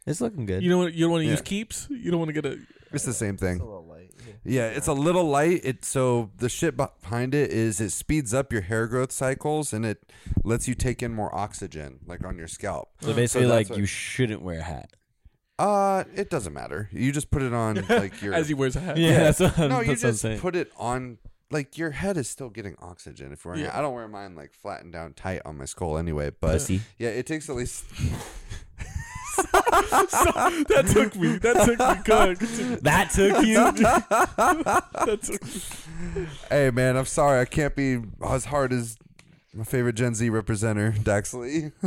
[SPEAKER 4] it's looking good
[SPEAKER 3] You don't want you don't want to use
[SPEAKER 2] Yeah.
[SPEAKER 3] keeps. You don't want to get a
[SPEAKER 2] It's the same
[SPEAKER 5] It's
[SPEAKER 2] thing.
[SPEAKER 5] a little light. yeah.
[SPEAKER 2] Yeah, it's a little light. It so the shit behind it is it speeds up your hair growth cycles and it lets you take in more oxygen like on your scalp.
[SPEAKER 3] So
[SPEAKER 4] So basically,
[SPEAKER 2] that's
[SPEAKER 4] like
[SPEAKER 2] what-
[SPEAKER 4] you shouldn't wear a hat.
[SPEAKER 2] Uh, it doesn't matter. You just put it on like your
[SPEAKER 3] as he wears a
[SPEAKER 4] [laughs]
[SPEAKER 3] hat. [laughs]
[SPEAKER 4] Yeah, that's
[SPEAKER 2] [laughs]
[SPEAKER 4] what,
[SPEAKER 2] no,
[SPEAKER 4] that's
[SPEAKER 2] you
[SPEAKER 4] what I'm
[SPEAKER 2] just
[SPEAKER 4] saying.
[SPEAKER 2] put it on. Like your head is still getting oxygen. If we're
[SPEAKER 3] Yeah.
[SPEAKER 2] I don't wear mine like flattened down tight on my skull anyway, but
[SPEAKER 4] Pussy.
[SPEAKER 2] yeah, it takes at least.
[SPEAKER 3] So- that took me. That
[SPEAKER 2] [laughs]
[SPEAKER 3] took me. Go ahead, continue.
[SPEAKER 4] That took you.
[SPEAKER 3] That took me.
[SPEAKER 2] Hey man, I'm sorry I can't be as hard as my favorite Gen Z representer, Daxley. [laughs]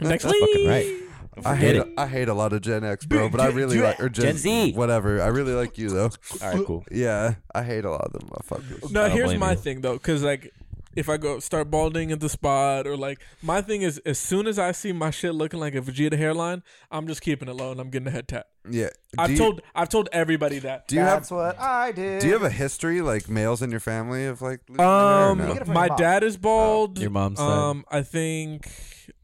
[SPEAKER 4] Next fucking right.
[SPEAKER 2] I
[SPEAKER 4] Forget
[SPEAKER 2] hate
[SPEAKER 4] it.
[SPEAKER 2] I hate a lot of Gen X, bro, but I really like or Gen,
[SPEAKER 4] Gen Z.
[SPEAKER 2] Whatever, I really like you though. [laughs]
[SPEAKER 4] All right, cool.
[SPEAKER 2] Yeah, I hate a lot of them motherfuckers.
[SPEAKER 3] No,
[SPEAKER 4] don't
[SPEAKER 3] here's
[SPEAKER 4] blame
[SPEAKER 3] my
[SPEAKER 4] you.
[SPEAKER 3] thing though, because like, if I go start balding at the spot, or like, my thing is, as soon as I see my shit looking like a Vegeta hairline, I'm just keeping it low and I'm getting a head tat.
[SPEAKER 2] Yeah,
[SPEAKER 3] I've
[SPEAKER 2] do you,
[SPEAKER 3] told I've told everybody that.
[SPEAKER 2] Do you
[SPEAKER 5] That's
[SPEAKER 2] have
[SPEAKER 5] what I did.
[SPEAKER 2] Do you have a history like males in your family of like? losing their hair or
[SPEAKER 3] Um,
[SPEAKER 2] no?
[SPEAKER 5] You get it from
[SPEAKER 3] my
[SPEAKER 5] your mom.
[SPEAKER 3] dad is bald.
[SPEAKER 4] Your mom's side.
[SPEAKER 3] Um, I think.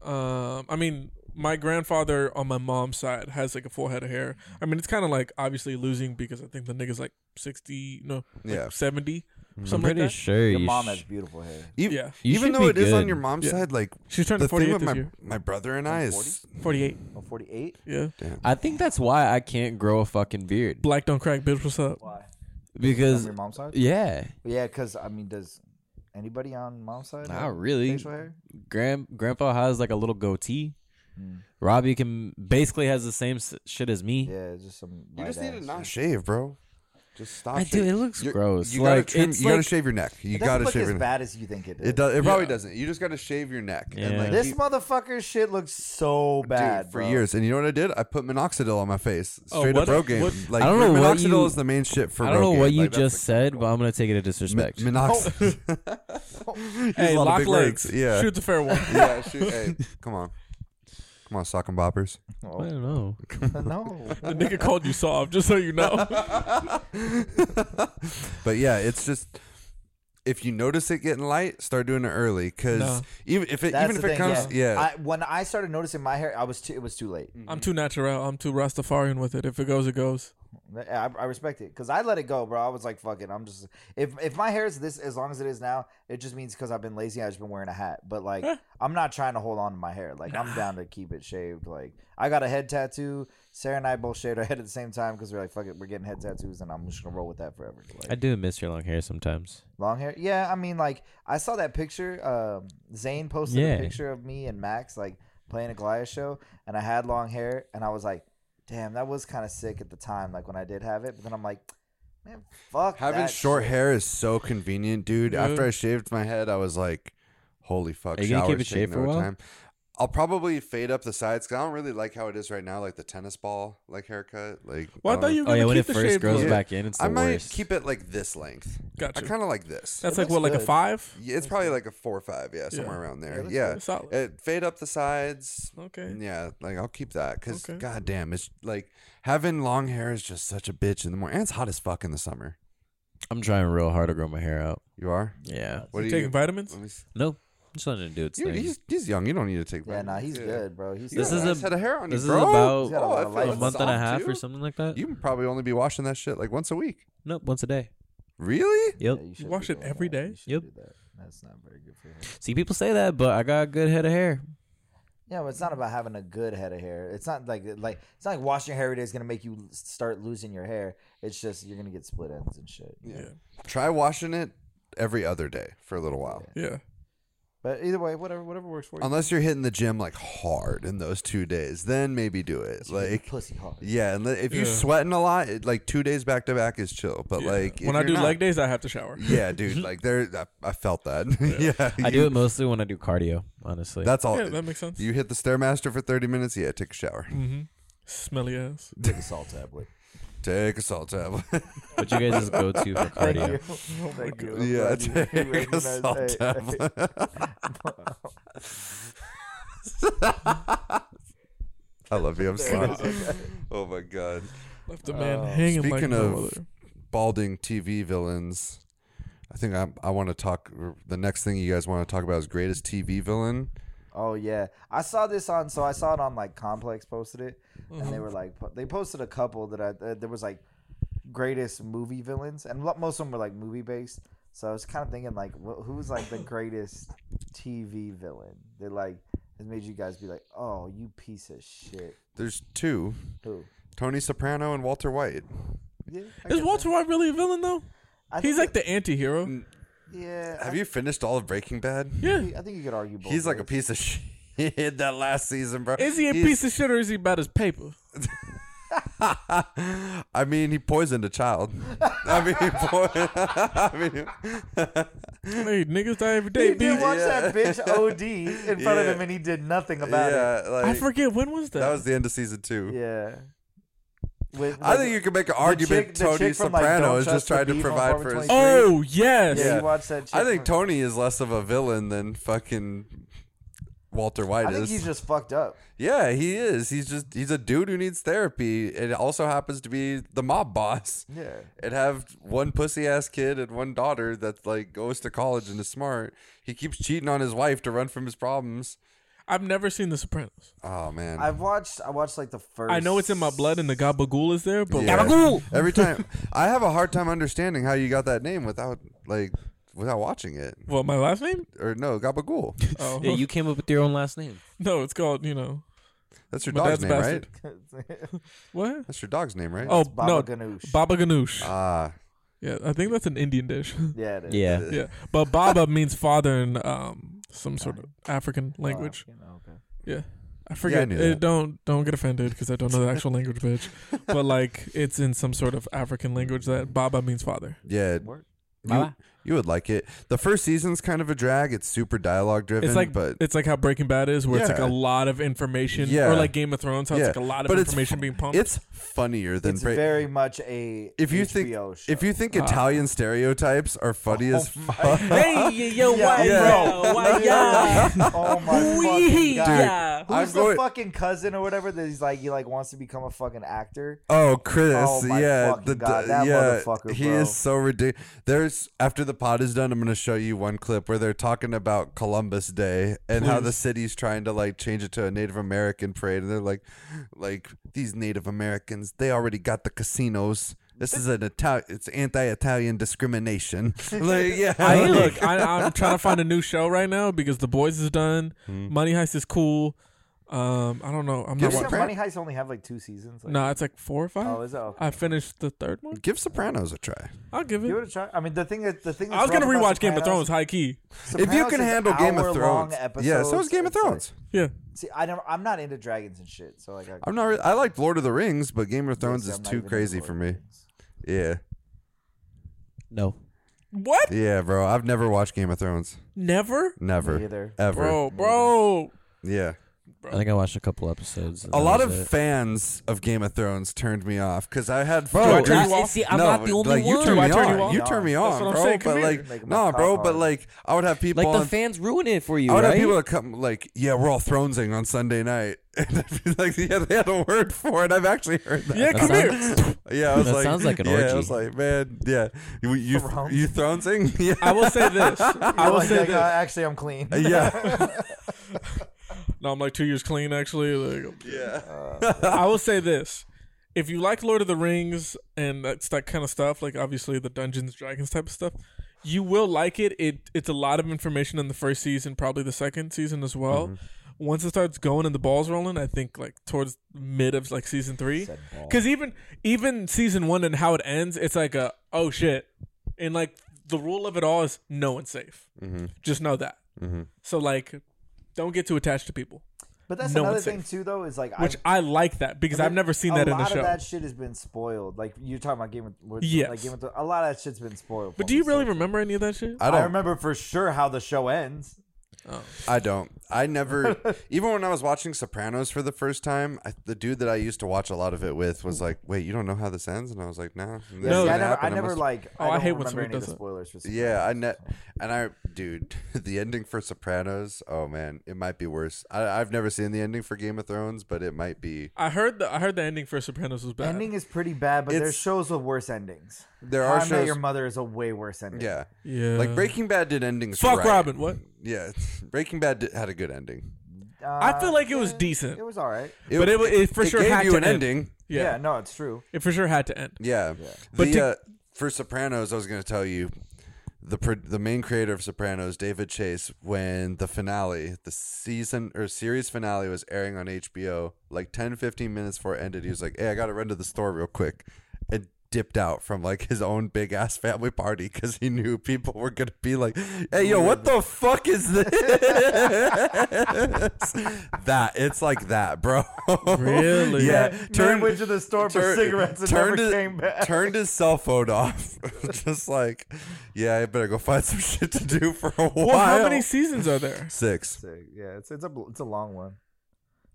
[SPEAKER 3] Um, I mean, my grandfather on my mom's side has like a full head of hair. I mean, it's kind of like obviously losing because I think the nigga's like sixty, no, like
[SPEAKER 2] Yeah.
[SPEAKER 3] seventy,
[SPEAKER 4] I'm
[SPEAKER 3] something like
[SPEAKER 4] pretty
[SPEAKER 3] that.
[SPEAKER 4] sure
[SPEAKER 5] Your
[SPEAKER 4] you
[SPEAKER 5] mom
[SPEAKER 4] sh-
[SPEAKER 5] has beautiful hair.
[SPEAKER 2] E-
[SPEAKER 3] yeah.
[SPEAKER 4] You
[SPEAKER 2] even
[SPEAKER 4] should
[SPEAKER 2] though it
[SPEAKER 4] be
[SPEAKER 2] is on
[SPEAKER 4] good.
[SPEAKER 2] your mom's
[SPEAKER 3] Yeah.
[SPEAKER 2] side, like
[SPEAKER 3] She's turning
[SPEAKER 2] the thing
[SPEAKER 3] forty-eight
[SPEAKER 2] with
[SPEAKER 3] this
[SPEAKER 2] my
[SPEAKER 3] year.
[SPEAKER 2] my brother and I is
[SPEAKER 3] Forty-eight.
[SPEAKER 5] Oh, 48?
[SPEAKER 3] Yeah.
[SPEAKER 4] I think that's why I can't grow a fucking beard
[SPEAKER 3] Black don't crack, bitch. What's up?
[SPEAKER 5] Why? From
[SPEAKER 4] because
[SPEAKER 5] your mom's side?
[SPEAKER 4] yeah,
[SPEAKER 5] Yeah, because, I mean, does anybody on mom's side
[SPEAKER 4] Not
[SPEAKER 5] have
[SPEAKER 4] really.
[SPEAKER 5] facial hair?
[SPEAKER 4] grand grandpa has like a little goatee.
[SPEAKER 2] Hmm.
[SPEAKER 5] Mm.
[SPEAKER 4] Robbie can basically has the same s- shit as me.
[SPEAKER 5] Yeah, it's just some.
[SPEAKER 2] you
[SPEAKER 5] light
[SPEAKER 2] just need to
[SPEAKER 5] ass
[SPEAKER 2] not
[SPEAKER 5] shit.
[SPEAKER 2] shave, bro. Just stop.
[SPEAKER 4] I do.
[SPEAKER 2] shaving.
[SPEAKER 4] It looks
[SPEAKER 2] You're-
[SPEAKER 4] gross.
[SPEAKER 2] You
[SPEAKER 4] like
[SPEAKER 2] gotta trim,
[SPEAKER 4] it's
[SPEAKER 2] you
[SPEAKER 4] like
[SPEAKER 2] gotta shave your neck. You
[SPEAKER 5] It doesn't
[SPEAKER 2] gotta
[SPEAKER 5] look
[SPEAKER 2] shave
[SPEAKER 5] as
[SPEAKER 2] your neck.
[SPEAKER 5] bad as you think it does.
[SPEAKER 2] It does. It probably
[SPEAKER 3] Yeah.
[SPEAKER 2] doesn't. You just gotta shave your neck. And
[SPEAKER 4] Yeah.
[SPEAKER 2] like
[SPEAKER 5] This
[SPEAKER 2] you-
[SPEAKER 5] motherfucker's shit looks so bad.
[SPEAKER 2] Dude, for
[SPEAKER 5] bro.
[SPEAKER 2] years. And you know what I did? I put minoxidil on my face.
[SPEAKER 3] Oh,
[SPEAKER 2] Straight up
[SPEAKER 3] what-
[SPEAKER 2] Rogaine.
[SPEAKER 3] what-
[SPEAKER 2] like
[SPEAKER 4] I don't know what
[SPEAKER 2] minoxidil
[SPEAKER 4] you-
[SPEAKER 2] is the main shit for
[SPEAKER 4] I don't know
[SPEAKER 2] Rogaine.
[SPEAKER 4] what you
[SPEAKER 2] Like, that's
[SPEAKER 4] just said, but I'm gonna take it as disrespect.
[SPEAKER 2] Mi- minoxidil. a
[SPEAKER 3] Hey,
[SPEAKER 2] lot of
[SPEAKER 3] lock
[SPEAKER 2] big
[SPEAKER 3] legs.
[SPEAKER 2] words. Yeah.
[SPEAKER 3] Shoot the fair one.
[SPEAKER 4] Oh.
[SPEAKER 2] [laughs] yeah, shoot. Hey, come on. Come on, sock and boppers.
[SPEAKER 4] I don't know.
[SPEAKER 2] [laughs]
[SPEAKER 5] [laughs] no.
[SPEAKER 3] the nigga called you soft, just so you know. [laughs]
[SPEAKER 2] But yeah, it's just if you notice it getting light, start doing it early. Cause
[SPEAKER 3] No.
[SPEAKER 2] even if it
[SPEAKER 5] That's
[SPEAKER 2] even if
[SPEAKER 5] the
[SPEAKER 2] it
[SPEAKER 5] thing,
[SPEAKER 2] comes, yeah,
[SPEAKER 5] I, when I started noticing my hair, I was too, it was too late.
[SPEAKER 3] I'm too natural. I'm too Rastafarian with it. If it goes, it goes.
[SPEAKER 5] I, I respect it because I let it go, bro. I was like, "Fuck it." I'm just if if my hair is this as long as it is now, it just means because I've been lazy. I've just been wearing a hat, but like I'm not trying to hold on to my hair. Like I'm down to keep it shaved. Like I got a head tattoo. Sarah and I both shaved our head at the same time because we're like, "Fuck it," we're getting head tattoos, and I'm just gonna roll with that forever. Like,
[SPEAKER 4] I do miss your long hair sometimes.
[SPEAKER 5] long hair, yeah. I mean, like I saw that picture. Um, Zane posted
[SPEAKER 4] Yeah.
[SPEAKER 5] a picture of me and Max like playing a Goliath show, and I had long hair, and I was like, "Damn, that was kind of sick at the time." Like when I did have it, but then I'm like. Man, fuck
[SPEAKER 2] having
[SPEAKER 5] that
[SPEAKER 2] short
[SPEAKER 5] shit."
[SPEAKER 2] hair is so convenient, dude.
[SPEAKER 3] Dude.
[SPEAKER 2] After I shaved my head, I was like, holy fuck,
[SPEAKER 4] Are you gonna
[SPEAKER 2] showers
[SPEAKER 4] keep it
[SPEAKER 2] take
[SPEAKER 4] shaved for
[SPEAKER 2] no
[SPEAKER 4] a while?
[SPEAKER 2] time. I'll probably fade up the sides because I don't really like how it is right now, like the tennis ball like haircut. Like
[SPEAKER 3] Well, I
[SPEAKER 2] don't
[SPEAKER 3] thought
[SPEAKER 2] know.
[SPEAKER 3] you were
[SPEAKER 4] Oh yeah,
[SPEAKER 3] gonna
[SPEAKER 4] when it
[SPEAKER 3] keep the
[SPEAKER 4] first
[SPEAKER 3] shave
[SPEAKER 4] grows
[SPEAKER 3] low.
[SPEAKER 2] Yeah.
[SPEAKER 4] back in, it's the
[SPEAKER 2] I might
[SPEAKER 4] worst.
[SPEAKER 2] keep it like this length. I
[SPEAKER 3] Gotcha.
[SPEAKER 2] kind of like this.
[SPEAKER 3] That's
[SPEAKER 5] It
[SPEAKER 3] like what, like
[SPEAKER 5] looks
[SPEAKER 3] a
[SPEAKER 5] good.
[SPEAKER 3] five?
[SPEAKER 2] Yeah, it's probably like a four or five, yeah, somewhere
[SPEAKER 3] Yeah.
[SPEAKER 2] around
[SPEAKER 5] It
[SPEAKER 2] there.
[SPEAKER 5] looks
[SPEAKER 2] Yeah,
[SPEAKER 3] It's solid.
[SPEAKER 2] it, fade up the sides.
[SPEAKER 3] Okay.
[SPEAKER 2] Yeah, like I'll keep that because
[SPEAKER 3] Okay.
[SPEAKER 2] goddamn, it's like having long hair is just such a bitch in the morning. And it's hot as fuck in the summer.
[SPEAKER 4] I'm trying real hard to grow my hair out.
[SPEAKER 2] You are.
[SPEAKER 4] Yeah.
[SPEAKER 2] What
[SPEAKER 3] you
[SPEAKER 2] do
[SPEAKER 3] taking vitamins?
[SPEAKER 2] Let me see.
[SPEAKER 4] No, just letting it do its
[SPEAKER 2] You-
[SPEAKER 4] thing.
[SPEAKER 2] he's, he's young. You don't need to take.
[SPEAKER 5] Yeah, nah,
[SPEAKER 2] vitamins.
[SPEAKER 5] he's
[SPEAKER 2] Yeah.
[SPEAKER 5] good, bro. He's
[SPEAKER 4] This
[SPEAKER 5] good.
[SPEAKER 2] You
[SPEAKER 4] is
[SPEAKER 2] got a
[SPEAKER 4] a-
[SPEAKER 2] head of hair on
[SPEAKER 4] this
[SPEAKER 2] you,
[SPEAKER 4] is
[SPEAKER 2] bro.
[SPEAKER 4] about
[SPEAKER 5] He's got a lot of
[SPEAKER 2] I feel
[SPEAKER 4] a
[SPEAKER 5] life.
[SPEAKER 4] month and a
[SPEAKER 2] soft,
[SPEAKER 4] half or
[SPEAKER 2] dude.
[SPEAKER 4] something like that.
[SPEAKER 2] You can probably only be washing that shit like once a week.
[SPEAKER 4] Nope, once a day.
[SPEAKER 2] Really?
[SPEAKER 4] Yep.
[SPEAKER 5] Yeah, should be
[SPEAKER 3] wash it
[SPEAKER 5] doing
[SPEAKER 3] every
[SPEAKER 5] that. You
[SPEAKER 3] day?
[SPEAKER 5] should
[SPEAKER 4] Yep.
[SPEAKER 5] do that. That's not very good for your hair.
[SPEAKER 4] See, people say that, but I got a good head of hair.
[SPEAKER 5] Yeah, but it's not about having a good head of hair. It's not like like it's not like washing your hair every day is gonna make you l- start losing your hair. It's just you're gonna get split ends and shit.
[SPEAKER 3] Yeah.
[SPEAKER 2] Try washing it every other day for a little while.
[SPEAKER 3] Yeah.
[SPEAKER 5] But either way, whatever whatever works for you.
[SPEAKER 2] Unless you're hitting the gym like hard in those two days, then maybe do it.
[SPEAKER 5] You're
[SPEAKER 2] Like
[SPEAKER 5] pussy hard.
[SPEAKER 2] Yeah, and li- if you're
[SPEAKER 3] Yeah.
[SPEAKER 2] sweating a lot, it, like two days back to back is chill. But
[SPEAKER 3] Yeah.
[SPEAKER 2] like if
[SPEAKER 3] when I
[SPEAKER 2] you're
[SPEAKER 3] do
[SPEAKER 2] not- [laughs]
[SPEAKER 3] leg days, I have to shower.
[SPEAKER 2] yeah, dude, like there, I, I felt that. [laughs] yeah,
[SPEAKER 4] I
[SPEAKER 2] you-
[SPEAKER 4] do it mostly when I do cardio, honestly.
[SPEAKER 2] That's all.
[SPEAKER 3] Yeah, that makes sense.
[SPEAKER 2] you hit the stairmaster for thirty minutes. Yeah, take a shower.
[SPEAKER 3] Mm-hmm. Smelly ass.
[SPEAKER 5] Take a salt tablet.
[SPEAKER 2] Take a salt tablet.
[SPEAKER 4] what you guys just go to for
[SPEAKER 5] Thank you.
[SPEAKER 4] cardio.
[SPEAKER 5] [laughs] Thank you. I'm
[SPEAKER 2] yeah,
[SPEAKER 5] glad you- you
[SPEAKER 2] take a
[SPEAKER 5] recognized-
[SPEAKER 2] salt
[SPEAKER 5] hey, hey.
[SPEAKER 2] tablet. [laughs] I love you. I'm sorry. [laughs] oh my god.
[SPEAKER 3] Left a man
[SPEAKER 5] Uh,
[SPEAKER 3] hanging
[SPEAKER 2] Oh,
[SPEAKER 3] like
[SPEAKER 2] speaking
[SPEAKER 3] no
[SPEAKER 2] of-
[SPEAKER 3] other.
[SPEAKER 2] balding TV villains. I think I I want to talk. The next thing you guys want to talk about is greatest TV villain.
[SPEAKER 5] [laughs] Oh yeah, I saw this on. So I saw it on like Complex posted it, and they were like, po- they posted a couple that I uh, there was like greatest movie villains, and lo- most of them were like movie based. So I was kind of thinking like, wh- who's like the greatest TV villain that like has made you guys be like, oh, you piece of shit.
[SPEAKER 2] There's two:
[SPEAKER 5] Who?
[SPEAKER 2] Tony Soprano and Walter White.
[SPEAKER 5] Yeah, I
[SPEAKER 3] Is
[SPEAKER 5] guess
[SPEAKER 3] Walter White really a villain though?
[SPEAKER 5] I
[SPEAKER 3] He's
[SPEAKER 5] think
[SPEAKER 3] like
[SPEAKER 5] that-
[SPEAKER 3] the anti-hero.
[SPEAKER 2] Mm,
[SPEAKER 5] yeah.
[SPEAKER 2] Have
[SPEAKER 5] I,
[SPEAKER 2] you finished all of Breaking Bad?
[SPEAKER 3] Yeah.
[SPEAKER 5] I think you could argue. Both
[SPEAKER 2] He's like a
[SPEAKER 5] ways.
[SPEAKER 2] piece of shit [laughs] that last season, bro.
[SPEAKER 3] Is he a
[SPEAKER 2] He's-
[SPEAKER 3] piece of shit or is he bad
[SPEAKER 2] [laughs]
[SPEAKER 3] as paper?
[SPEAKER 2] I mean, he poisoned a child. [laughs] I mean, he [laughs] poisoned. I mean,
[SPEAKER 3] Hey, niggas die every day,
[SPEAKER 5] He did
[SPEAKER 3] bitch.
[SPEAKER 5] watch that bitch OD in front of
[SPEAKER 2] Yeah.
[SPEAKER 5] him, and he did nothing about it.
[SPEAKER 2] yeah, like
[SPEAKER 3] I forget when was that?
[SPEAKER 2] that was the end of season two.
[SPEAKER 5] Yeah. With,
[SPEAKER 2] I
[SPEAKER 5] with-
[SPEAKER 2] think you can make an
[SPEAKER 5] the
[SPEAKER 2] argument
[SPEAKER 5] chick- the
[SPEAKER 2] Tony
[SPEAKER 5] chick from, like,
[SPEAKER 2] Soprano
[SPEAKER 5] Don't
[SPEAKER 2] is just
[SPEAKER 5] Trust the
[SPEAKER 2] trying to
[SPEAKER 5] Beef on
[SPEAKER 2] provide
[SPEAKER 5] Apartment
[SPEAKER 2] for his.
[SPEAKER 5] 23.
[SPEAKER 3] oh yes.
[SPEAKER 5] yeah,
[SPEAKER 2] yeah.
[SPEAKER 5] you watch that. Chick
[SPEAKER 2] I think
[SPEAKER 5] from-
[SPEAKER 2] Tony is less of a villain than fucking Walter White
[SPEAKER 5] I think
[SPEAKER 2] is.
[SPEAKER 5] he's just fucked up.
[SPEAKER 2] yeah, he is. He's just he's a dude who needs therapy. It also happens to be the mob boss.
[SPEAKER 5] Yeah.
[SPEAKER 2] and have one pussy ass kid and one daughter that like goes to college and is smart. He keeps cheating on his wife to run from his problems.
[SPEAKER 3] I've never seen The Sopranos.
[SPEAKER 2] Oh man.
[SPEAKER 5] I've watched. I watched like the first.
[SPEAKER 3] I know it's in my blood and the gabagool is there, but
[SPEAKER 2] Yeah. Every time I have a hard time understanding how you got that name without like without watching it.
[SPEAKER 3] what my
[SPEAKER 2] [laughs]
[SPEAKER 3] last name?
[SPEAKER 2] Or no, Gabagool.
[SPEAKER 3] Oh
[SPEAKER 4] Yeah, you came up with your own last name.
[SPEAKER 3] [laughs] no, it's called you know
[SPEAKER 2] That's your
[SPEAKER 3] My
[SPEAKER 2] dog's
[SPEAKER 3] dad's
[SPEAKER 2] name,
[SPEAKER 3] bastard.
[SPEAKER 2] right?
[SPEAKER 5] [laughs]
[SPEAKER 3] what?
[SPEAKER 2] That's your dog's name, right?
[SPEAKER 3] Oh
[SPEAKER 5] Baba
[SPEAKER 3] no,
[SPEAKER 5] Ganoush.
[SPEAKER 3] Baba Ganoush.
[SPEAKER 2] Ah, Uh,
[SPEAKER 3] yeah, I think that's an Indian dish. [laughs]
[SPEAKER 5] yeah. It is.
[SPEAKER 4] Yeah.
[SPEAKER 3] yeah, but Baba means father in um some sort of African language.
[SPEAKER 5] Oh, okay.
[SPEAKER 3] Yeah, I forget.
[SPEAKER 2] knew
[SPEAKER 3] Uh,
[SPEAKER 2] that.
[SPEAKER 3] don't don't get offended because I don't know the actual language,
[SPEAKER 2] [laughs]
[SPEAKER 3] bitch. But like, it's in some sort of African language that Baba means father.
[SPEAKER 2] yeah.
[SPEAKER 5] Word.
[SPEAKER 2] You, you would like it. The first season's kind of a drag. It's super dialogue driven,
[SPEAKER 3] It's like
[SPEAKER 2] but
[SPEAKER 3] it's like how Breaking Bad is, where it's like
[SPEAKER 2] Yeah.
[SPEAKER 3] a lot of information,
[SPEAKER 2] Yeah.
[SPEAKER 3] or like Game of Thrones, how
[SPEAKER 2] Yeah.
[SPEAKER 3] it's like a lot of
[SPEAKER 2] But it's
[SPEAKER 3] information
[SPEAKER 2] fu-
[SPEAKER 3] being pumped.
[SPEAKER 2] it's funnier than
[SPEAKER 5] It's
[SPEAKER 2] Bra-
[SPEAKER 5] very much a
[SPEAKER 2] If you think-
[SPEAKER 5] HBO show. Oh
[SPEAKER 2] If you think
[SPEAKER 3] Ah.
[SPEAKER 2] Italian stereotypes are funny as fuck,
[SPEAKER 4] [laughs] hey, yo,
[SPEAKER 5] Yeah.
[SPEAKER 4] why,
[SPEAKER 5] Yeah. [laughs]
[SPEAKER 2] [laughs]
[SPEAKER 4] yo, why, yeah.
[SPEAKER 5] oh my fucking
[SPEAKER 4] Wee,
[SPEAKER 5] god.
[SPEAKER 4] yeah.
[SPEAKER 5] Who's
[SPEAKER 2] I'm
[SPEAKER 5] the
[SPEAKER 2] going-
[SPEAKER 5] fucking cousin or whatever that he's like he like wants to become a fucking actor?
[SPEAKER 2] oh Chris,
[SPEAKER 5] Oh my
[SPEAKER 2] yeah,
[SPEAKER 5] fucking
[SPEAKER 2] the,
[SPEAKER 5] God, that
[SPEAKER 2] yeah,
[SPEAKER 5] motherfucker,
[SPEAKER 2] he
[SPEAKER 5] bro.
[SPEAKER 2] is so ridiculous. There's after the pod is done, I'm gonna show you one clip where they're talking about Columbus Day and how the city's trying to like change it to a Native American parade, and they're like, like these Native Americans, they already got the casinos. This is an Italian, it's anti-Italian
[SPEAKER 5] [laughs]
[SPEAKER 2] discrimination. like, yeah,
[SPEAKER 3] I
[SPEAKER 2] like-
[SPEAKER 3] look, I, I'm trying to find a new show right now because The Boys is done, Money Heist is cool. Um, I don't know. I'm not
[SPEAKER 2] Hmm. Give
[SPEAKER 5] Doesn't
[SPEAKER 2] it
[SPEAKER 3] watching.
[SPEAKER 2] a-
[SPEAKER 5] Money Heist only have like two seasons? Like,
[SPEAKER 3] No, it's like four or five.
[SPEAKER 5] Oh, is it? Okay.
[SPEAKER 3] I finished the third one.
[SPEAKER 2] give Sopranos a try.
[SPEAKER 3] I'll give
[SPEAKER 5] Give
[SPEAKER 3] it.
[SPEAKER 5] it a try. I mean, the thing that the thing
[SPEAKER 3] I was
[SPEAKER 5] going
[SPEAKER 3] gonna
[SPEAKER 5] to
[SPEAKER 3] rewatch Game of Thrones. High key.
[SPEAKER 2] if you can handle Game of Thrones, yeah, so is Game of Thrones.
[SPEAKER 3] Yeah.
[SPEAKER 5] See, I never, I'm not into dragons and shit, so like I,
[SPEAKER 2] I'm not. Re- I liked Lord of the Rings, but Game of Thrones
[SPEAKER 5] I'm
[SPEAKER 2] is
[SPEAKER 5] not
[SPEAKER 2] too
[SPEAKER 5] even into
[SPEAKER 2] crazy
[SPEAKER 5] Lord
[SPEAKER 2] for
[SPEAKER 5] of
[SPEAKER 2] me.
[SPEAKER 5] Things.
[SPEAKER 2] Yeah,
[SPEAKER 4] No.
[SPEAKER 3] What?
[SPEAKER 2] yeah, bro. I've never watched Game of Thrones.
[SPEAKER 3] Never.
[SPEAKER 2] Never,
[SPEAKER 5] Me either.
[SPEAKER 2] ever.
[SPEAKER 3] Bro, bro.
[SPEAKER 2] Yeah.
[SPEAKER 4] I think I watched a couple episodes. and
[SPEAKER 2] A
[SPEAKER 4] that
[SPEAKER 2] lot
[SPEAKER 4] was
[SPEAKER 2] of
[SPEAKER 4] it.
[SPEAKER 2] fans of Game of Thrones turned me off because I had.
[SPEAKER 3] Do I
[SPEAKER 4] Bro,
[SPEAKER 3] turn
[SPEAKER 4] that's-
[SPEAKER 3] you off?
[SPEAKER 4] see, I'm
[SPEAKER 2] no,
[SPEAKER 4] not the only
[SPEAKER 2] like,
[SPEAKER 4] one.
[SPEAKER 2] You turn
[SPEAKER 3] Do I
[SPEAKER 2] me
[SPEAKER 3] turn
[SPEAKER 2] on.
[SPEAKER 3] you off?
[SPEAKER 2] You turn me
[SPEAKER 5] That's
[SPEAKER 2] on,
[SPEAKER 3] what I'm
[SPEAKER 2] bro.
[SPEAKER 3] saying. Come
[SPEAKER 2] But
[SPEAKER 3] here.
[SPEAKER 2] like,
[SPEAKER 5] Make my
[SPEAKER 2] nah,
[SPEAKER 5] cock
[SPEAKER 2] bro.
[SPEAKER 5] hard.
[SPEAKER 2] But like, I would have people.
[SPEAKER 4] Like the
[SPEAKER 2] on-
[SPEAKER 4] fans ruin it for you,
[SPEAKER 2] I would
[SPEAKER 4] right?
[SPEAKER 2] have people that come like, yeah, we're all thronesing on Sunday night. [laughs] And I'd be like, yeah, they had a word for it. I've actually heard that.
[SPEAKER 3] Yeah,
[SPEAKER 4] That
[SPEAKER 3] come
[SPEAKER 4] sounds-
[SPEAKER 3] here.
[SPEAKER 2] Yeah, I was
[SPEAKER 4] That
[SPEAKER 2] like,
[SPEAKER 4] sounds like an
[SPEAKER 2] yeah, I
[SPEAKER 4] orgy.
[SPEAKER 2] was like, man, yeah, you you,
[SPEAKER 5] Thrones.
[SPEAKER 2] you thronesing? [laughs] Yeah,
[SPEAKER 3] I will say [laughs] this. I will
[SPEAKER 5] Like,
[SPEAKER 3] say
[SPEAKER 5] [laughs] like, uh,
[SPEAKER 3] this.
[SPEAKER 5] actually, I'm clean.
[SPEAKER 2] yeah,
[SPEAKER 4] [laughs]
[SPEAKER 3] No, I'm like two years clean actually. Like,
[SPEAKER 2] yeah.
[SPEAKER 3] I will say this. If you like Lord of the Rings and that's that kind of stuff, like obviously the Dungeons Dragons type of stuff, you will like it. It it's a lot of information in the first season, probably the second season as well. Once it starts going and the balls rolling, I think like towards mid of like season three, because even even season one and how it ends, it's like a oh shit, and like the rule of it all is no one's safe. Just know that. So like, don't get too attached to people.
[SPEAKER 5] But that's
[SPEAKER 3] No
[SPEAKER 5] another
[SPEAKER 3] one's
[SPEAKER 5] thing
[SPEAKER 3] safe.
[SPEAKER 5] too, though, is like
[SPEAKER 3] Which
[SPEAKER 5] I've,
[SPEAKER 3] I like that because I've never seen
[SPEAKER 5] a
[SPEAKER 3] that in a
[SPEAKER 5] lot
[SPEAKER 3] show.
[SPEAKER 5] of that shit has been spoiled. Like you're talking about Game of Thrones. Like
[SPEAKER 3] Yes.
[SPEAKER 5] Game of Thrones. A lot of that shit's been spoiled.
[SPEAKER 3] But
[SPEAKER 5] for
[SPEAKER 3] do
[SPEAKER 5] me,
[SPEAKER 3] you
[SPEAKER 5] so
[SPEAKER 3] really
[SPEAKER 5] it's-
[SPEAKER 3] remember any of that shit?
[SPEAKER 2] I
[SPEAKER 5] I
[SPEAKER 2] don't.
[SPEAKER 5] remember for sure how the show ends.
[SPEAKER 2] I don't. I
[SPEAKER 3] [laughs]
[SPEAKER 2] never. even when I was watching Sopranos for the first time, I, the dude that I used to watch a lot of it with was like, "Wait, you don't know how this ends?" And I was like, "No, this
[SPEAKER 5] Yeah,
[SPEAKER 3] No.
[SPEAKER 5] see, I
[SPEAKER 2] didn't
[SPEAKER 5] never,
[SPEAKER 2] happen.
[SPEAKER 5] I
[SPEAKER 2] It
[SPEAKER 5] never
[SPEAKER 2] must-
[SPEAKER 5] like.
[SPEAKER 3] Oh,
[SPEAKER 5] I
[SPEAKER 3] I
[SPEAKER 5] don't
[SPEAKER 3] hate when
[SPEAKER 5] remember
[SPEAKER 3] somebody
[SPEAKER 5] any of
[SPEAKER 3] does
[SPEAKER 5] the
[SPEAKER 3] that.
[SPEAKER 5] spoilers. For
[SPEAKER 2] Yeah, I
[SPEAKER 5] Sopranos,
[SPEAKER 2] net
[SPEAKER 5] so.
[SPEAKER 2] and I, dude, [laughs] the ending for Sopranos. Oh man, it might be worse. I, I've never seen the ending for Game of Thrones, but it might be.
[SPEAKER 3] I heard the I heard the ending for Sopranos was bad.
[SPEAKER 5] Ending is pretty bad, but
[SPEAKER 2] It's-
[SPEAKER 5] there's shows with worse endings.
[SPEAKER 2] There
[SPEAKER 5] How
[SPEAKER 2] are
[SPEAKER 5] I Met
[SPEAKER 2] shows.
[SPEAKER 5] Your Mother is a way worse ending.
[SPEAKER 2] yeah,
[SPEAKER 3] yeah,
[SPEAKER 2] like Breaking Bad did endings.
[SPEAKER 3] Fuck
[SPEAKER 2] right.
[SPEAKER 3] Robin. What?
[SPEAKER 2] Yeah, [laughs] Breaking Bad did, had a good ending.
[SPEAKER 5] Uh,
[SPEAKER 3] I feel like it was
[SPEAKER 5] yeah,
[SPEAKER 3] decent,
[SPEAKER 5] Uh, It was all right.
[SPEAKER 3] but it, wa- it for
[SPEAKER 2] it
[SPEAKER 3] sure
[SPEAKER 2] gave
[SPEAKER 3] had
[SPEAKER 2] you
[SPEAKER 3] to
[SPEAKER 2] an
[SPEAKER 3] end.
[SPEAKER 2] ending.
[SPEAKER 3] Yeah.
[SPEAKER 5] yeah, no, it's true.
[SPEAKER 3] It for sure had to end.
[SPEAKER 2] Yeah.
[SPEAKER 3] But
[SPEAKER 2] the,
[SPEAKER 3] to-
[SPEAKER 2] uh, for Sopranos, I was going to tell you the pro- the main creator of Sopranos, David Chase, when the finale, the season or series finale was airing on HBO, like 10 15 minutes before it ended, he was like, "Hey, I got to run to the store real quick." And dipped out from like his own big ass family party cuz he knew people were going to be like, "Hey, yo, what the fuck is this?" that it's like that, bro.
[SPEAKER 3] Really?
[SPEAKER 2] yeah.
[SPEAKER 5] Turn went to the store for
[SPEAKER 2] Turn-
[SPEAKER 5] cigarettes and never
[SPEAKER 2] turned his-
[SPEAKER 5] came back.
[SPEAKER 2] Turned his cell phone off. [laughs] Just like, yeah, I better go find some [laughs] shit to do for a while.
[SPEAKER 3] Well, how many seasons
[SPEAKER 2] [laughs]
[SPEAKER 3] are there?
[SPEAKER 2] Six.
[SPEAKER 5] So, yeah, it's it's a bl- it's a long one.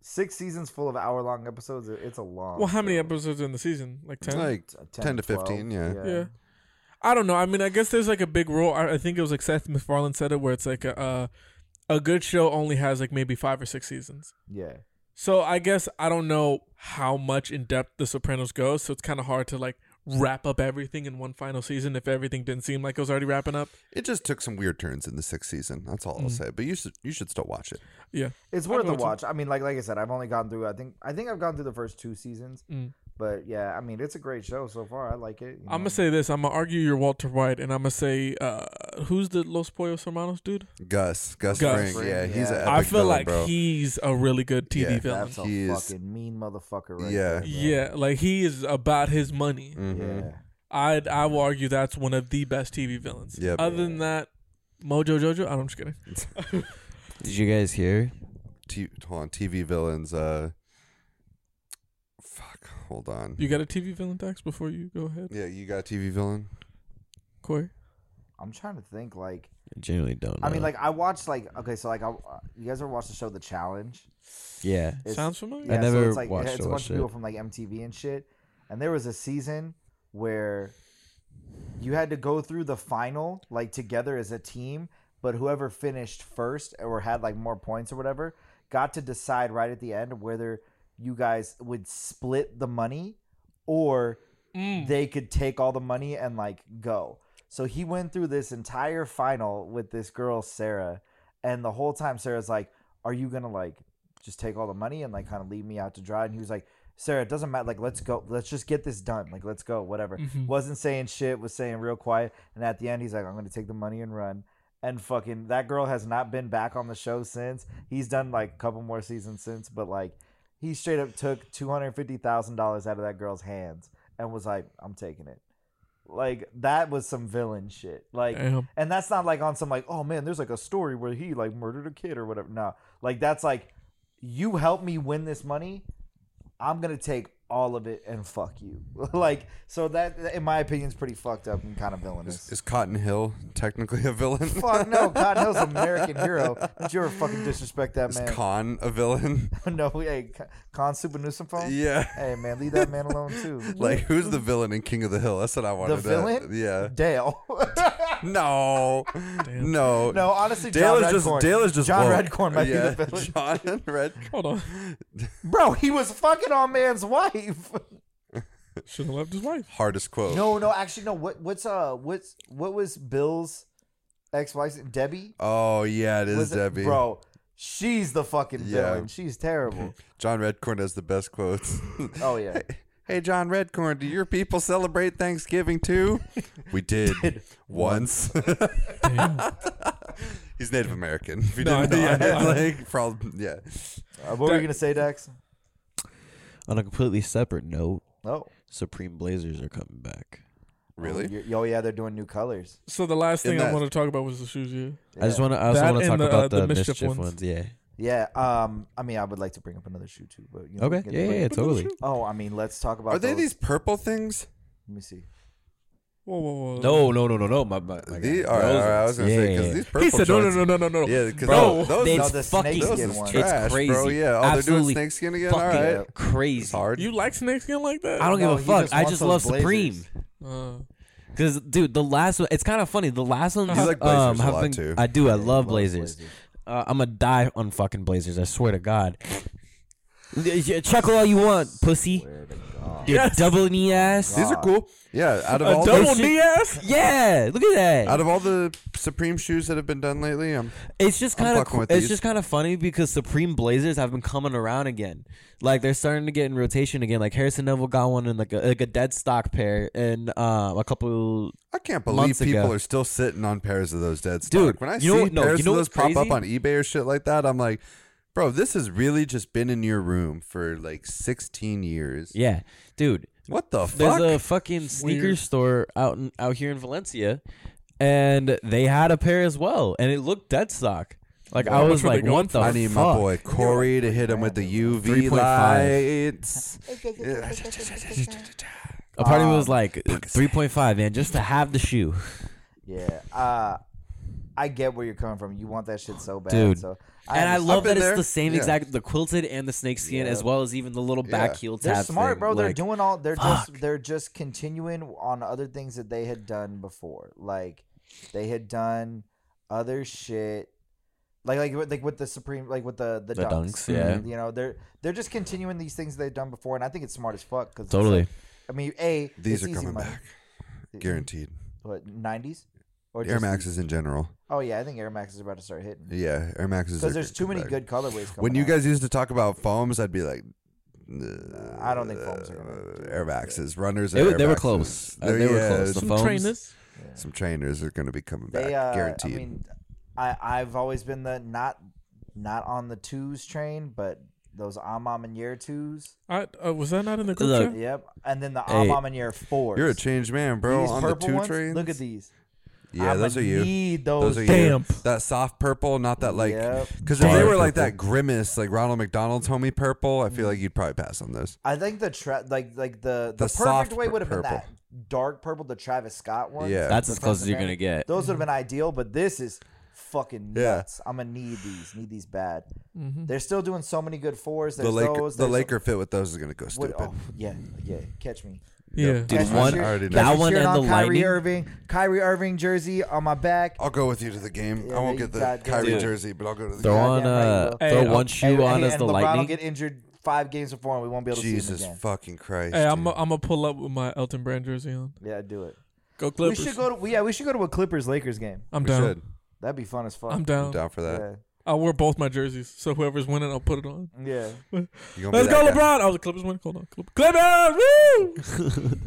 [SPEAKER 5] Six seasons full of hour long episodes. it- It's a long.
[SPEAKER 3] Well, how many
[SPEAKER 5] show.
[SPEAKER 3] episodes are in the season? Like
[SPEAKER 2] It's
[SPEAKER 3] ten.
[SPEAKER 2] Like
[SPEAKER 5] It's a
[SPEAKER 2] 10 to 15, yeah.
[SPEAKER 3] yeah. I don't know. I mean, I guess there's like a big rule. I, I think it was like Seth MacFarlane said it, where it's like a, uh, a good show only has like maybe five or six seasons.
[SPEAKER 5] Yeah.
[SPEAKER 3] So I guess I don't know how much in depth The Sopranos goes. So it's kind of hard to like wrap up everything in one final season if everything didn't seem like it was already wrapping up.
[SPEAKER 2] it just took some weird turns in the sixth season. That's all I'll
[SPEAKER 3] Mm.
[SPEAKER 2] say. But you should you should still watch it.
[SPEAKER 3] Yeah.
[SPEAKER 5] It's
[SPEAKER 3] I'd
[SPEAKER 5] worth
[SPEAKER 3] go
[SPEAKER 5] a
[SPEAKER 3] to-
[SPEAKER 5] watch. I mean, like like I said, I've only gone through. I think I think I've gone through the first two seasons.
[SPEAKER 3] Mm.
[SPEAKER 5] But yeah, I mean, it's a great show so far. I like it. you
[SPEAKER 3] I'm
[SPEAKER 5] know.
[SPEAKER 3] gonna say this. I'm gonna argue you're Walter White, and I'm gonna say uh, who's the Los Pollos Hermanos dude?
[SPEAKER 2] Gus. Gus,
[SPEAKER 3] Gus.
[SPEAKER 2] Fring.
[SPEAKER 5] Fring,
[SPEAKER 2] Yeah, he's an
[SPEAKER 5] yeah.
[SPEAKER 2] epic
[SPEAKER 3] I feel
[SPEAKER 2] villain,
[SPEAKER 3] like
[SPEAKER 2] bro.
[SPEAKER 3] he's a really good TV
[SPEAKER 2] Yeah,
[SPEAKER 3] villain.
[SPEAKER 5] that's a
[SPEAKER 2] He is-
[SPEAKER 5] fucking mean motherfucker, right?
[SPEAKER 2] Yeah.
[SPEAKER 5] there, man.
[SPEAKER 3] Yeah, like he is about his money.
[SPEAKER 2] Mhm.
[SPEAKER 5] Yeah.
[SPEAKER 3] I I will argue that's one of the best TV villains.
[SPEAKER 2] Yep.
[SPEAKER 3] Other than that, Mojo Jojo. I'm just kidding.
[SPEAKER 1] Did you guys hear?
[SPEAKER 2] T- hold on, TV villains. Uh, fuck. Hold on.
[SPEAKER 3] You got a TV villain tax before you go ahead,
[SPEAKER 2] yeah, you got a TV villain.
[SPEAKER 3] Corey.
[SPEAKER 5] I'm trying to think. Like,
[SPEAKER 1] I genuinely don't. Know.
[SPEAKER 5] I mean, like I watched like okay, so like I, uh, you guys ever watched the show The Challenge?
[SPEAKER 1] yeah,
[SPEAKER 5] It's-
[SPEAKER 3] Sounds familiar.
[SPEAKER 1] I
[SPEAKER 5] Yeah, so
[SPEAKER 1] never
[SPEAKER 5] it's like,
[SPEAKER 1] watched
[SPEAKER 5] It's
[SPEAKER 1] or
[SPEAKER 5] a bunch
[SPEAKER 1] watched
[SPEAKER 5] of people
[SPEAKER 1] it.
[SPEAKER 5] from like MTV and shit. And there was a season where you had to go through the final like together as a team, but whoever finished first or had like more points or whatever got to decide right at the end whether you guys would split the money or they could take all the money and like go. So he went through this entire final with this girl Sarah, and the whole time Sarah's like, "Are you gonna like just take all the money and like kind of leave me out to dry?" And he was like, "Sarah, it doesn't matter. Like, let's go. Let's just get this done. Like, let's go. Whatever." Wasn't saying shit. Was saying real quiet. And at the end, he's like, "I'm gonna take the money and run." And fucking that girl has not been back on the show since. He's done like a couple more seasons since, but like he straight up took two hundred fifty thousand dollars out of that girl's hands and was like, "I'm taking it." Like that was some villain shit. Like,
[SPEAKER 3] Damn.
[SPEAKER 5] and that's not like on some like, "Oh man, there's like a story where he like murdered a kid or whatever." No, like that's like, you help me win this money, I'm gonna take all of it and fuck you. [laughs] like, so that in my opinion is pretty fucked up and kind of villainous.
[SPEAKER 2] Is Cotton Hill technically a villain?
[SPEAKER 5] [laughs] Fuck no, God knows American hero. Don't you ever fucking disrespect that
[SPEAKER 2] Is
[SPEAKER 5] man?
[SPEAKER 2] Khan a villain?
[SPEAKER 5] [laughs] no, hey, Con Super Newsom phone.
[SPEAKER 2] yeah.
[SPEAKER 5] Hey man, leave that man alone [laughs] too.
[SPEAKER 2] Like who's the villain in King of the Hill? That's what I wanted. to-
[SPEAKER 5] villain?
[SPEAKER 2] Yeah.
[SPEAKER 5] Dale. [laughs]
[SPEAKER 2] No. No.
[SPEAKER 5] no, honestly,
[SPEAKER 2] Dale
[SPEAKER 5] John
[SPEAKER 2] is just
[SPEAKER 5] Redcorn.
[SPEAKER 2] Dale is just
[SPEAKER 5] John
[SPEAKER 2] woke.
[SPEAKER 5] Redcorn might
[SPEAKER 2] yeah.
[SPEAKER 5] be the villain.
[SPEAKER 2] [laughs] John Red.
[SPEAKER 3] Hold on.
[SPEAKER 5] Bro, he was fucking on man's wife. [laughs]
[SPEAKER 3] Should have left his wife.
[SPEAKER 2] Hardest quote.
[SPEAKER 5] No, no, actually, no. What, what's uh, what's what was Bill's ex-wife? Debbie.
[SPEAKER 2] Oh yeah, it is
[SPEAKER 5] Was it-
[SPEAKER 2] Debbie.
[SPEAKER 5] Bro, she's the fucking
[SPEAKER 2] Yeah.
[SPEAKER 5] villain. She's [laughs] terrible.
[SPEAKER 2] John Redcorn has the best quotes. [laughs]
[SPEAKER 5] Oh yeah.
[SPEAKER 2] hey John Redcorn, do your people celebrate Thanksgiving
[SPEAKER 5] [laughs]
[SPEAKER 2] too? we did, once. He's Native American. If you
[SPEAKER 3] No, I
[SPEAKER 2] didn't,
[SPEAKER 3] know, I know,
[SPEAKER 2] yeah,
[SPEAKER 3] I know.
[SPEAKER 2] [laughs] like, prob- yeah.
[SPEAKER 5] Uh, what were you gonna say, Dax?
[SPEAKER 1] on a completely separate note,
[SPEAKER 5] Oh,
[SPEAKER 1] Supreme Blazers are coming back.
[SPEAKER 2] Really?
[SPEAKER 5] Oh, yo, yeah, they're doing new colors.
[SPEAKER 3] So the last
[SPEAKER 2] In
[SPEAKER 3] thing I
[SPEAKER 2] that-
[SPEAKER 3] want to talk about was the shoes. Yeah.
[SPEAKER 1] I just
[SPEAKER 5] Yeah.
[SPEAKER 1] want to. I also
[SPEAKER 3] That
[SPEAKER 1] want
[SPEAKER 3] and
[SPEAKER 1] to talk
[SPEAKER 3] the, uh,
[SPEAKER 1] about
[SPEAKER 3] the
[SPEAKER 1] the,
[SPEAKER 3] mischief
[SPEAKER 1] mischief,
[SPEAKER 3] ones.
[SPEAKER 1] ones. Yeah.
[SPEAKER 5] Yeah. Um. I mean, I would like to bring up another shoe too, but you know, we
[SPEAKER 1] Okay.
[SPEAKER 5] can-
[SPEAKER 1] Yeah. Yeah. yeah, Totally.
[SPEAKER 5] Oh, I mean, let's talk about.
[SPEAKER 2] Are they
[SPEAKER 5] those.
[SPEAKER 2] these purple things?
[SPEAKER 5] Let me see.
[SPEAKER 3] Whoa, whoa, whoa.
[SPEAKER 1] No. No. No. No. No. My. my, my
[SPEAKER 2] The,
[SPEAKER 1] guy.
[SPEAKER 2] all right, all
[SPEAKER 1] Those
[SPEAKER 2] right, I was
[SPEAKER 1] ones.
[SPEAKER 2] gonna say
[SPEAKER 1] Yeah,
[SPEAKER 2] because
[SPEAKER 1] yeah,
[SPEAKER 2] these purple.
[SPEAKER 3] He said no, no,
[SPEAKER 2] shorts-
[SPEAKER 3] no, no, no, no.
[SPEAKER 2] Yeah, because
[SPEAKER 1] Bro,
[SPEAKER 2] those, those,
[SPEAKER 1] they-
[SPEAKER 5] no,
[SPEAKER 1] It's
[SPEAKER 5] the
[SPEAKER 1] fucking-
[SPEAKER 5] snake skin
[SPEAKER 2] those
[SPEAKER 5] one.
[SPEAKER 2] is
[SPEAKER 1] It's
[SPEAKER 2] trash, bro.
[SPEAKER 1] crazy.
[SPEAKER 2] Yeah, oh, they're doing
[SPEAKER 1] Absolutely
[SPEAKER 2] snake skin again.
[SPEAKER 1] fucking
[SPEAKER 2] All right, it's
[SPEAKER 1] Crazy.
[SPEAKER 2] hard.
[SPEAKER 3] You like snake skin like that?
[SPEAKER 1] I don't
[SPEAKER 5] No,
[SPEAKER 1] give a
[SPEAKER 5] he
[SPEAKER 1] fuck.
[SPEAKER 5] just
[SPEAKER 1] I
[SPEAKER 5] wants
[SPEAKER 1] just
[SPEAKER 5] those
[SPEAKER 1] love
[SPEAKER 5] blazers.
[SPEAKER 1] Supreme.
[SPEAKER 3] Uh,
[SPEAKER 1] Because, dude, the last one, it's kind of funny. The last one,
[SPEAKER 2] You like Blazers
[SPEAKER 1] um,
[SPEAKER 2] a
[SPEAKER 1] have
[SPEAKER 2] lot,
[SPEAKER 1] been,
[SPEAKER 2] too.
[SPEAKER 1] I do. I
[SPEAKER 5] Yeah,
[SPEAKER 1] love Blazers. Uh, I'm gonna die on fucking Blazers. I swear to God. Yeah, Chuckle all you want, pussy.
[SPEAKER 5] Swear to God.
[SPEAKER 1] Your
[SPEAKER 3] Yes.
[SPEAKER 1] double knee ass. Uh,
[SPEAKER 2] These are
[SPEAKER 5] God.
[SPEAKER 2] cool. Yeah, out of
[SPEAKER 3] A
[SPEAKER 2] all
[SPEAKER 3] double
[SPEAKER 2] the,
[SPEAKER 1] shit-
[SPEAKER 3] knee ass.
[SPEAKER 1] Yeah, look at that.
[SPEAKER 2] out of all the Supreme shoes that have been done lately, I'm
[SPEAKER 1] It's just
[SPEAKER 2] I'm
[SPEAKER 1] kind of
[SPEAKER 2] fucking with
[SPEAKER 1] it's
[SPEAKER 2] these.
[SPEAKER 1] just kind of funny because Supreme Blazers have been coming around again. Like they're starting to get in rotation again. Like Harrison Neville got one in like a, like a dead stock pair and um a couple.
[SPEAKER 2] I can't believe
[SPEAKER 1] Months
[SPEAKER 2] people
[SPEAKER 1] ago.
[SPEAKER 2] are still sitting on pairs of those dead stock.
[SPEAKER 1] Dude,
[SPEAKER 2] when I
[SPEAKER 1] you know
[SPEAKER 2] see
[SPEAKER 1] what- no,
[SPEAKER 2] pairs
[SPEAKER 1] you know
[SPEAKER 2] of those
[SPEAKER 1] what's
[SPEAKER 2] pop up
[SPEAKER 1] crazy?
[SPEAKER 2] on eBay or shit like that, I'm like, bro, this has really just been in your room for like 16 years.
[SPEAKER 1] Yeah, dude.
[SPEAKER 2] What the
[SPEAKER 1] There's
[SPEAKER 2] fuck?
[SPEAKER 1] a fucking sneaker
[SPEAKER 3] Weird.
[SPEAKER 1] store out in, out here in Valencia, and they had a pair as well, and it looked dead stock. Like
[SPEAKER 3] How
[SPEAKER 1] I
[SPEAKER 3] much
[SPEAKER 1] was
[SPEAKER 3] were they
[SPEAKER 1] like,
[SPEAKER 3] going
[SPEAKER 1] what the
[SPEAKER 2] I need
[SPEAKER 1] fuck?
[SPEAKER 2] my boy Corey to hit him with the UV
[SPEAKER 1] 3.5.
[SPEAKER 2] lights. [laughs]
[SPEAKER 1] A part of me
[SPEAKER 5] Um,
[SPEAKER 1] was like 3.5, man, just to have the shoe.
[SPEAKER 5] Yeah. Uh, I get where you're coming from. You want that shit so bad.
[SPEAKER 1] Dude.
[SPEAKER 5] So
[SPEAKER 1] And I
[SPEAKER 5] understand.
[SPEAKER 1] love
[SPEAKER 2] been
[SPEAKER 1] that
[SPEAKER 2] there.
[SPEAKER 1] it's the same
[SPEAKER 2] Yeah.
[SPEAKER 1] exact the quilted and the snakeskin
[SPEAKER 5] Yeah.
[SPEAKER 1] as well as even the little back
[SPEAKER 2] Yeah.
[SPEAKER 1] heel
[SPEAKER 5] They're
[SPEAKER 1] tab.
[SPEAKER 5] smart,
[SPEAKER 1] thing.
[SPEAKER 5] bro. They're
[SPEAKER 1] Like,
[SPEAKER 5] doing all. They're
[SPEAKER 1] fuck.
[SPEAKER 5] just. They're just continuing on other things that they had done before. Like they had done other shit. Like like with- like with the supreme like with the the,
[SPEAKER 1] The
[SPEAKER 5] dunks,
[SPEAKER 1] dunks, yeah.
[SPEAKER 5] You know they're they're just continuing these things they've done before, and I think it's smart as fuck. Cause it's like-
[SPEAKER 1] totally.
[SPEAKER 5] I mean, a
[SPEAKER 2] These
[SPEAKER 5] it's
[SPEAKER 2] are
[SPEAKER 5] easy
[SPEAKER 2] coming
[SPEAKER 5] money.
[SPEAKER 2] back, guaranteed.
[SPEAKER 5] What nineties or
[SPEAKER 2] Air
[SPEAKER 5] just-
[SPEAKER 2] Maxes in general.
[SPEAKER 5] Oh yeah, I think Air Max is about to start hitting
[SPEAKER 2] Yeah, Air Maxes.
[SPEAKER 5] because
[SPEAKER 2] are
[SPEAKER 5] there's too
[SPEAKER 2] coming
[SPEAKER 5] many
[SPEAKER 2] back.
[SPEAKER 5] good colorways. Coming
[SPEAKER 2] When you
[SPEAKER 5] out.
[SPEAKER 2] guys used to talk about foams, I'd be like,
[SPEAKER 5] Uh, I don't think foams are gonna
[SPEAKER 2] uh,
[SPEAKER 5] do
[SPEAKER 2] Air
[SPEAKER 5] that.
[SPEAKER 2] Maxes, runners.
[SPEAKER 1] They
[SPEAKER 2] are
[SPEAKER 1] were-
[SPEAKER 2] Air
[SPEAKER 1] they were
[SPEAKER 2] Maxes.
[SPEAKER 1] close. Uh,
[SPEAKER 2] They're-
[SPEAKER 1] they were
[SPEAKER 2] yeah,
[SPEAKER 1] close. The
[SPEAKER 2] some-
[SPEAKER 3] Some
[SPEAKER 1] phones?
[SPEAKER 3] trainers.
[SPEAKER 2] Some trainers are going to be coming back,
[SPEAKER 5] They, uh,
[SPEAKER 2] guaranteed.
[SPEAKER 5] I mean, I I've always been the not not on the twos train, but those Amam and Year twos.
[SPEAKER 3] I, uh, was that not in the group
[SPEAKER 1] Look.
[SPEAKER 3] chat?
[SPEAKER 5] Yep, and then the
[SPEAKER 1] Hey,
[SPEAKER 5] Amam and Year fours.
[SPEAKER 2] You're a changed man, bro.
[SPEAKER 5] These
[SPEAKER 2] on the
[SPEAKER 5] purple
[SPEAKER 2] two
[SPEAKER 5] ones,
[SPEAKER 2] trains.
[SPEAKER 5] Look at these.
[SPEAKER 2] Yeah,
[SPEAKER 5] I'ma
[SPEAKER 2] those are you.
[SPEAKER 5] Need those.
[SPEAKER 2] Those are you.
[SPEAKER 3] damp.
[SPEAKER 2] That soft purple, not that like.
[SPEAKER 5] Yep.
[SPEAKER 2] Because if they
[SPEAKER 1] Dark
[SPEAKER 2] were like
[SPEAKER 1] purple.
[SPEAKER 2] that grimace, like Ronald McDonald's homie purple, I
[SPEAKER 5] Mm-hmm.
[SPEAKER 2] feel like you'd probably pass on those.
[SPEAKER 5] I think the tra- like like the
[SPEAKER 2] The
[SPEAKER 5] the,
[SPEAKER 2] soft
[SPEAKER 5] perfect way
[SPEAKER 2] pur-
[SPEAKER 5] would have been
[SPEAKER 2] purple.
[SPEAKER 5] that dark purple, the Travis Scott one.
[SPEAKER 2] Yeah.
[SPEAKER 1] That's as
[SPEAKER 5] The
[SPEAKER 1] close
[SPEAKER 5] Phantom
[SPEAKER 1] as you're
[SPEAKER 5] Phantom.
[SPEAKER 1] gonna get.
[SPEAKER 5] Those would have been ideal, but this is fucking
[SPEAKER 2] Yeah.
[SPEAKER 5] nuts. I'm gonna need these. Need these bad.
[SPEAKER 1] Mm-hmm.
[SPEAKER 5] They're still doing so many good fours. There's
[SPEAKER 2] the Laker,
[SPEAKER 5] those.
[SPEAKER 2] the
[SPEAKER 5] there's-
[SPEAKER 2] Laker fit with those is going to go
[SPEAKER 5] What,
[SPEAKER 2] stupid.
[SPEAKER 5] oh, yeah, yeah. Catch me.
[SPEAKER 3] Yeah.
[SPEAKER 1] Dude,
[SPEAKER 5] Catch me
[SPEAKER 1] one-
[SPEAKER 5] cheer-
[SPEAKER 2] I already
[SPEAKER 5] catch
[SPEAKER 2] know.
[SPEAKER 1] That
[SPEAKER 5] me
[SPEAKER 1] one
[SPEAKER 5] cheering
[SPEAKER 1] and
[SPEAKER 5] on
[SPEAKER 1] the
[SPEAKER 5] Kyrie
[SPEAKER 1] lightning?
[SPEAKER 5] Irving, Kyrie Irving jersey on my back.
[SPEAKER 2] I'll go with you to the game.
[SPEAKER 5] Yeah,
[SPEAKER 2] I won't
[SPEAKER 5] you
[SPEAKER 2] get the
[SPEAKER 5] goddamn-
[SPEAKER 2] Kyrie
[SPEAKER 1] Dude.
[SPEAKER 2] jersey, but I'll go to the
[SPEAKER 1] Throw
[SPEAKER 2] game.
[SPEAKER 1] on
[SPEAKER 5] Goddamn right
[SPEAKER 1] uh,
[SPEAKER 5] you
[SPEAKER 3] will.
[SPEAKER 1] throw
[SPEAKER 3] Hey,
[SPEAKER 1] one
[SPEAKER 3] oh,
[SPEAKER 1] shoe
[SPEAKER 5] Hey,
[SPEAKER 1] on
[SPEAKER 5] hey,
[SPEAKER 1] as
[SPEAKER 5] and
[SPEAKER 1] the
[SPEAKER 5] LeBron will
[SPEAKER 1] lightning.
[SPEAKER 5] get injured five games before, and we won't be able to
[SPEAKER 2] Jesus
[SPEAKER 5] see him again.
[SPEAKER 2] fucking Christ.
[SPEAKER 3] Hey, I'm
[SPEAKER 2] dude.
[SPEAKER 3] i I'm gonna pull up with my Elton Brand jersey on.
[SPEAKER 5] yeah, do it.
[SPEAKER 3] Go Clippers.
[SPEAKER 5] We should go to we- yeah. We should go to a Clippers Lakers game.
[SPEAKER 3] I'm
[SPEAKER 2] We
[SPEAKER 3] down.
[SPEAKER 2] should.
[SPEAKER 5] That'd be fun as fuck.
[SPEAKER 3] I'm
[SPEAKER 2] I'm
[SPEAKER 3] down.
[SPEAKER 2] down for that.
[SPEAKER 5] Yeah.
[SPEAKER 3] I'll wear both my jerseys. So whoever's winning, I'll put it on.
[SPEAKER 5] Yeah.
[SPEAKER 2] You gonna be
[SPEAKER 3] Let's
[SPEAKER 2] that
[SPEAKER 3] go,
[SPEAKER 2] guy.
[SPEAKER 3] LeBron. Oh, the Clippers win. Hold on. Clip- Clippers! Woo!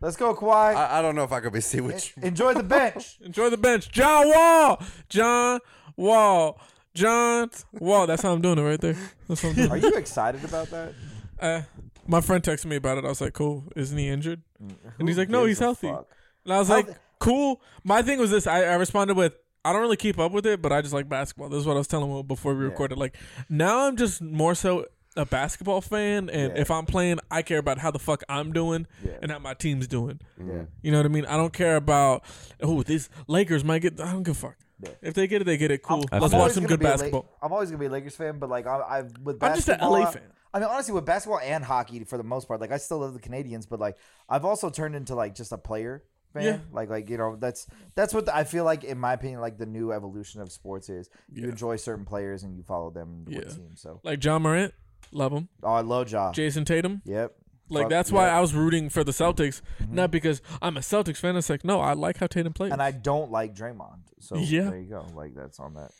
[SPEAKER 5] Let's go, Kawhi.
[SPEAKER 2] I, I don't know if I could be see which.
[SPEAKER 5] En- Enjoy
[SPEAKER 2] [laughs]
[SPEAKER 5] the bench.
[SPEAKER 3] Enjoy the bench. John Wall. John Wall. John Wall. That's how I'm doing it right there. That's how I'm doing
[SPEAKER 5] Are
[SPEAKER 3] it.
[SPEAKER 5] you excited about that?
[SPEAKER 3] Uh, my friend texted me about it. I was like, cool. Isn't he injured? And he's
[SPEAKER 5] Mm, Who
[SPEAKER 3] like, no,
[SPEAKER 5] gives
[SPEAKER 3] he's
[SPEAKER 5] a
[SPEAKER 3] healthy.
[SPEAKER 5] fuck?
[SPEAKER 3] And I was
[SPEAKER 5] How
[SPEAKER 3] like,
[SPEAKER 5] the-
[SPEAKER 3] cool. My thing was this. I, I responded with, I don't really keep up with it, but I just like basketball. This is what I was telling him before we
[SPEAKER 5] Yeah.
[SPEAKER 3] recorded. Like, now I'm just more so a basketball fan. And
[SPEAKER 5] Yeah.
[SPEAKER 3] if I'm playing, I care about how the fuck I'm doing
[SPEAKER 5] Yeah.
[SPEAKER 3] and how my team's doing.
[SPEAKER 5] Yeah.
[SPEAKER 3] You know what I mean? I don't care about, oh, these Lakers might get, I don't give a fuck.
[SPEAKER 5] Yeah.
[SPEAKER 3] If they get it, they get it. Cool.
[SPEAKER 1] I'm
[SPEAKER 3] Let's
[SPEAKER 1] always
[SPEAKER 3] watch some
[SPEAKER 5] gonna
[SPEAKER 3] good
[SPEAKER 5] be a La-
[SPEAKER 3] basketball.
[SPEAKER 5] I'm always gonna be a Lakers fan, but like I, I with basketball,
[SPEAKER 3] I'm just an LA fan.
[SPEAKER 5] I mean, honestly, with basketball and hockey for the most part, like I still love the Canadians, but like I've also turned into like just a player fan.
[SPEAKER 3] Yeah.
[SPEAKER 5] Like, like you know, that's that's what I feel like, in my opinion, like the new evolution of sports is you
[SPEAKER 3] Yeah.
[SPEAKER 5] enjoy certain players and you follow them and what
[SPEAKER 3] Yeah.
[SPEAKER 5] team. So,
[SPEAKER 3] Like, John Morant, love him.
[SPEAKER 5] oh, I love Ja.
[SPEAKER 3] Jason Tatum.
[SPEAKER 5] yep.
[SPEAKER 3] Like
[SPEAKER 5] Fuck
[SPEAKER 3] that's why
[SPEAKER 5] yeah.
[SPEAKER 3] I was rooting for the Celtics, not because I'm a Celtics fan. It's like no, I like how Tatum plays.
[SPEAKER 5] and I don't like Draymond. So
[SPEAKER 3] Yeah.
[SPEAKER 5] there you go. Like that's on that.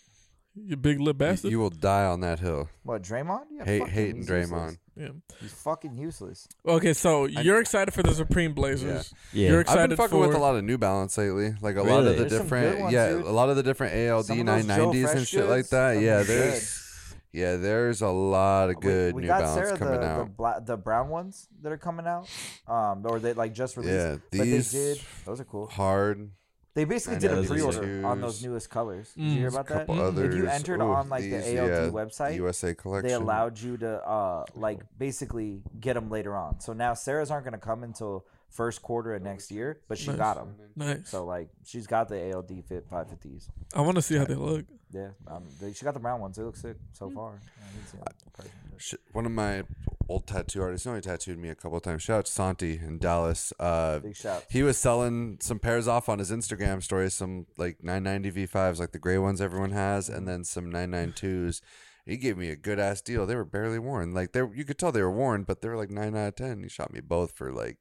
[SPEAKER 3] you big lip
[SPEAKER 2] [laughs]
[SPEAKER 3] bastard.
[SPEAKER 2] You will die on that hill.
[SPEAKER 5] What Draymond? Yeah,
[SPEAKER 2] Hate,
[SPEAKER 5] fuck him.
[SPEAKER 2] hating
[SPEAKER 5] He's
[SPEAKER 2] Draymond.
[SPEAKER 5] useless.
[SPEAKER 3] yeah.
[SPEAKER 5] He's fucking useless.
[SPEAKER 3] Okay, so you're excited for the Supreme Blazers.
[SPEAKER 1] Yeah.
[SPEAKER 3] You're
[SPEAKER 1] I've
[SPEAKER 3] excited
[SPEAKER 2] I've been fucking
[SPEAKER 3] for
[SPEAKER 2] with a lot of New Balance lately. Like a lot of
[SPEAKER 1] Really?
[SPEAKER 2] the
[SPEAKER 5] There's some
[SPEAKER 2] different,
[SPEAKER 5] good ones,
[SPEAKER 2] yeah,
[SPEAKER 5] dude.
[SPEAKER 2] a lot of the different ALD
[SPEAKER 5] Some of those Joe
[SPEAKER 2] 990s and
[SPEAKER 5] Fresh
[SPEAKER 2] shit like
[SPEAKER 5] goods,
[SPEAKER 2] that.
[SPEAKER 5] some
[SPEAKER 2] Yeah,
[SPEAKER 5] of them are
[SPEAKER 2] there's, yeah, there's a lot of good
[SPEAKER 5] we, we
[SPEAKER 2] New
[SPEAKER 5] got
[SPEAKER 2] Balance
[SPEAKER 5] Sarah
[SPEAKER 2] coming
[SPEAKER 5] the, The,
[SPEAKER 2] out.
[SPEAKER 5] bla- the brown ones that are coming out, um, or they like just released.
[SPEAKER 2] Yeah,
[SPEAKER 5] but they
[SPEAKER 2] these-
[SPEAKER 5] did. Those are cool.
[SPEAKER 2] Hard.
[SPEAKER 5] They basically
[SPEAKER 2] I
[SPEAKER 5] did
[SPEAKER 2] know,
[SPEAKER 5] a
[SPEAKER 2] those are
[SPEAKER 5] pre-order on those
[SPEAKER 2] used.
[SPEAKER 5] newest colors.
[SPEAKER 3] Mm.
[SPEAKER 5] Did you hear about that?
[SPEAKER 2] couple others.
[SPEAKER 5] If you entered
[SPEAKER 2] Ooh,
[SPEAKER 5] on like
[SPEAKER 2] these,
[SPEAKER 5] the ALD
[SPEAKER 2] yeah,
[SPEAKER 5] website,
[SPEAKER 2] USA collection.
[SPEAKER 5] they allowed you to uh, like basically get them later on. So now Sarah's aren't gonna come until first quarter of next year, but she
[SPEAKER 3] Nice.
[SPEAKER 5] got 'em. got them.
[SPEAKER 3] Nice.
[SPEAKER 5] So like she's got the ALD fit 550s.
[SPEAKER 3] I want to see how they look.
[SPEAKER 5] Yeah, um, they, she got the brown ones. They look sick so far. I haven't seen them in person, but-
[SPEAKER 2] Shit, one of my old tattoo artists, he only tattooed me a couple of times. Shout out to Santi in Dallas. Uh,
[SPEAKER 5] Big shout.
[SPEAKER 2] He was selling some pairs off on his Instagram story, some like 990 V5s, like the gray ones everyone has, and then some 992s. He gave me a good ass deal. They were barely worn. Like they, you could tell they were worn, but they were like nine out of ten. He shot me both for like,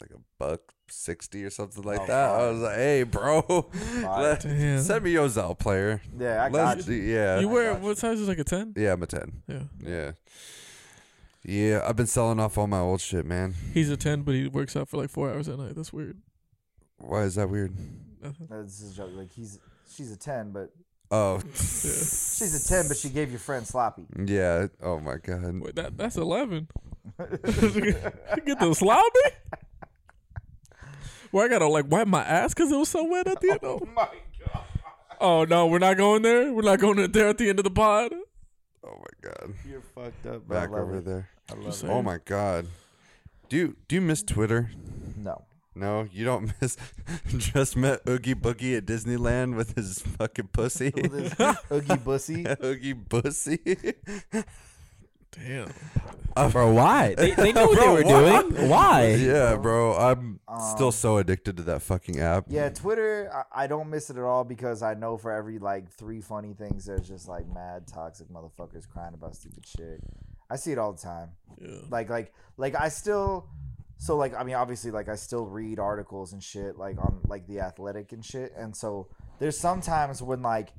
[SPEAKER 2] like a buck sixty or something like
[SPEAKER 5] Oh,
[SPEAKER 2] that. I
[SPEAKER 5] fire.
[SPEAKER 2] was like, hey, bro, [laughs] let-
[SPEAKER 3] Damn.
[SPEAKER 2] send me your Zell player.
[SPEAKER 5] Yeah, I got
[SPEAKER 2] Let's-
[SPEAKER 5] you.
[SPEAKER 2] yeah,
[SPEAKER 3] you wear
[SPEAKER 5] got
[SPEAKER 3] what size is it, like a ten?
[SPEAKER 2] yeah, I'm a ten.
[SPEAKER 3] Yeah,
[SPEAKER 2] Yeah, yeah. I've been selling off all my old shit, man.
[SPEAKER 3] he's a ten, but he works out for like four hours at night. That's weird.
[SPEAKER 2] Why is that weird?
[SPEAKER 3] Nothing.
[SPEAKER 5] No, uh, this is a joke. Like he's she's a ten, but
[SPEAKER 2] Oh, [laughs]
[SPEAKER 5] she's a ten, but she gave your friend sloppy.
[SPEAKER 2] yeah. Oh my god.
[SPEAKER 3] Wait, that that's eleven. [laughs] Get the sloppy. Well, I gotta like wipe my ass because it was so wet at the end.
[SPEAKER 5] [laughs]
[SPEAKER 3] Oh.
[SPEAKER 5] my god.
[SPEAKER 3] oh no, we're not going there. We're not going there at the end of the pod.
[SPEAKER 2] Oh my god.
[SPEAKER 5] You're fucked up, bro.
[SPEAKER 2] Back
[SPEAKER 5] I love
[SPEAKER 2] over
[SPEAKER 5] it.
[SPEAKER 2] there.
[SPEAKER 5] I love it.
[SPEAKER 2] Oh my god. Do you do you miss Twitter?
[SPEAKER 5] No.
[SPEAKER 2] No, you don't [laughs] miss. Just met Oogie Boogie at Disneyland with his fucking pussy.
[SPEAKER 5] With his oogie bussy.
[SPEAKER 2] [laughs] Oogie
[SPEAKER 1] [laughs]
[SPEAKER 2] Bussy.
[SPEAKER 3] Damn.
[SPEAKER 1] Uh, Bro, why? They, they knew what
[SPEAKER 2] Bro,
[SPEAKER 1] they were
[SPEAKER 2] why?
[SPEAKER 1] doing. Why?
[SPEAKER 2] [laughs] yeah, bro. I'm still
[SPEAKER 5] Um,
[SPEAKER 2] so addicted to that fucking app.
[SPEAKER 5] Yeah, Twitter, I, I don't miss it at all because I know for every like three funny things, there's just like mad toxic motherfuckers crying about stupid shit. I see it all the time.
[SPEAKER 3] Yeah.
[SPEAKER 5] Like, like, like I still, so like, I mean, obviously, like I still read articles and shit, like on like the athletic and shit. And so there's sometimes when like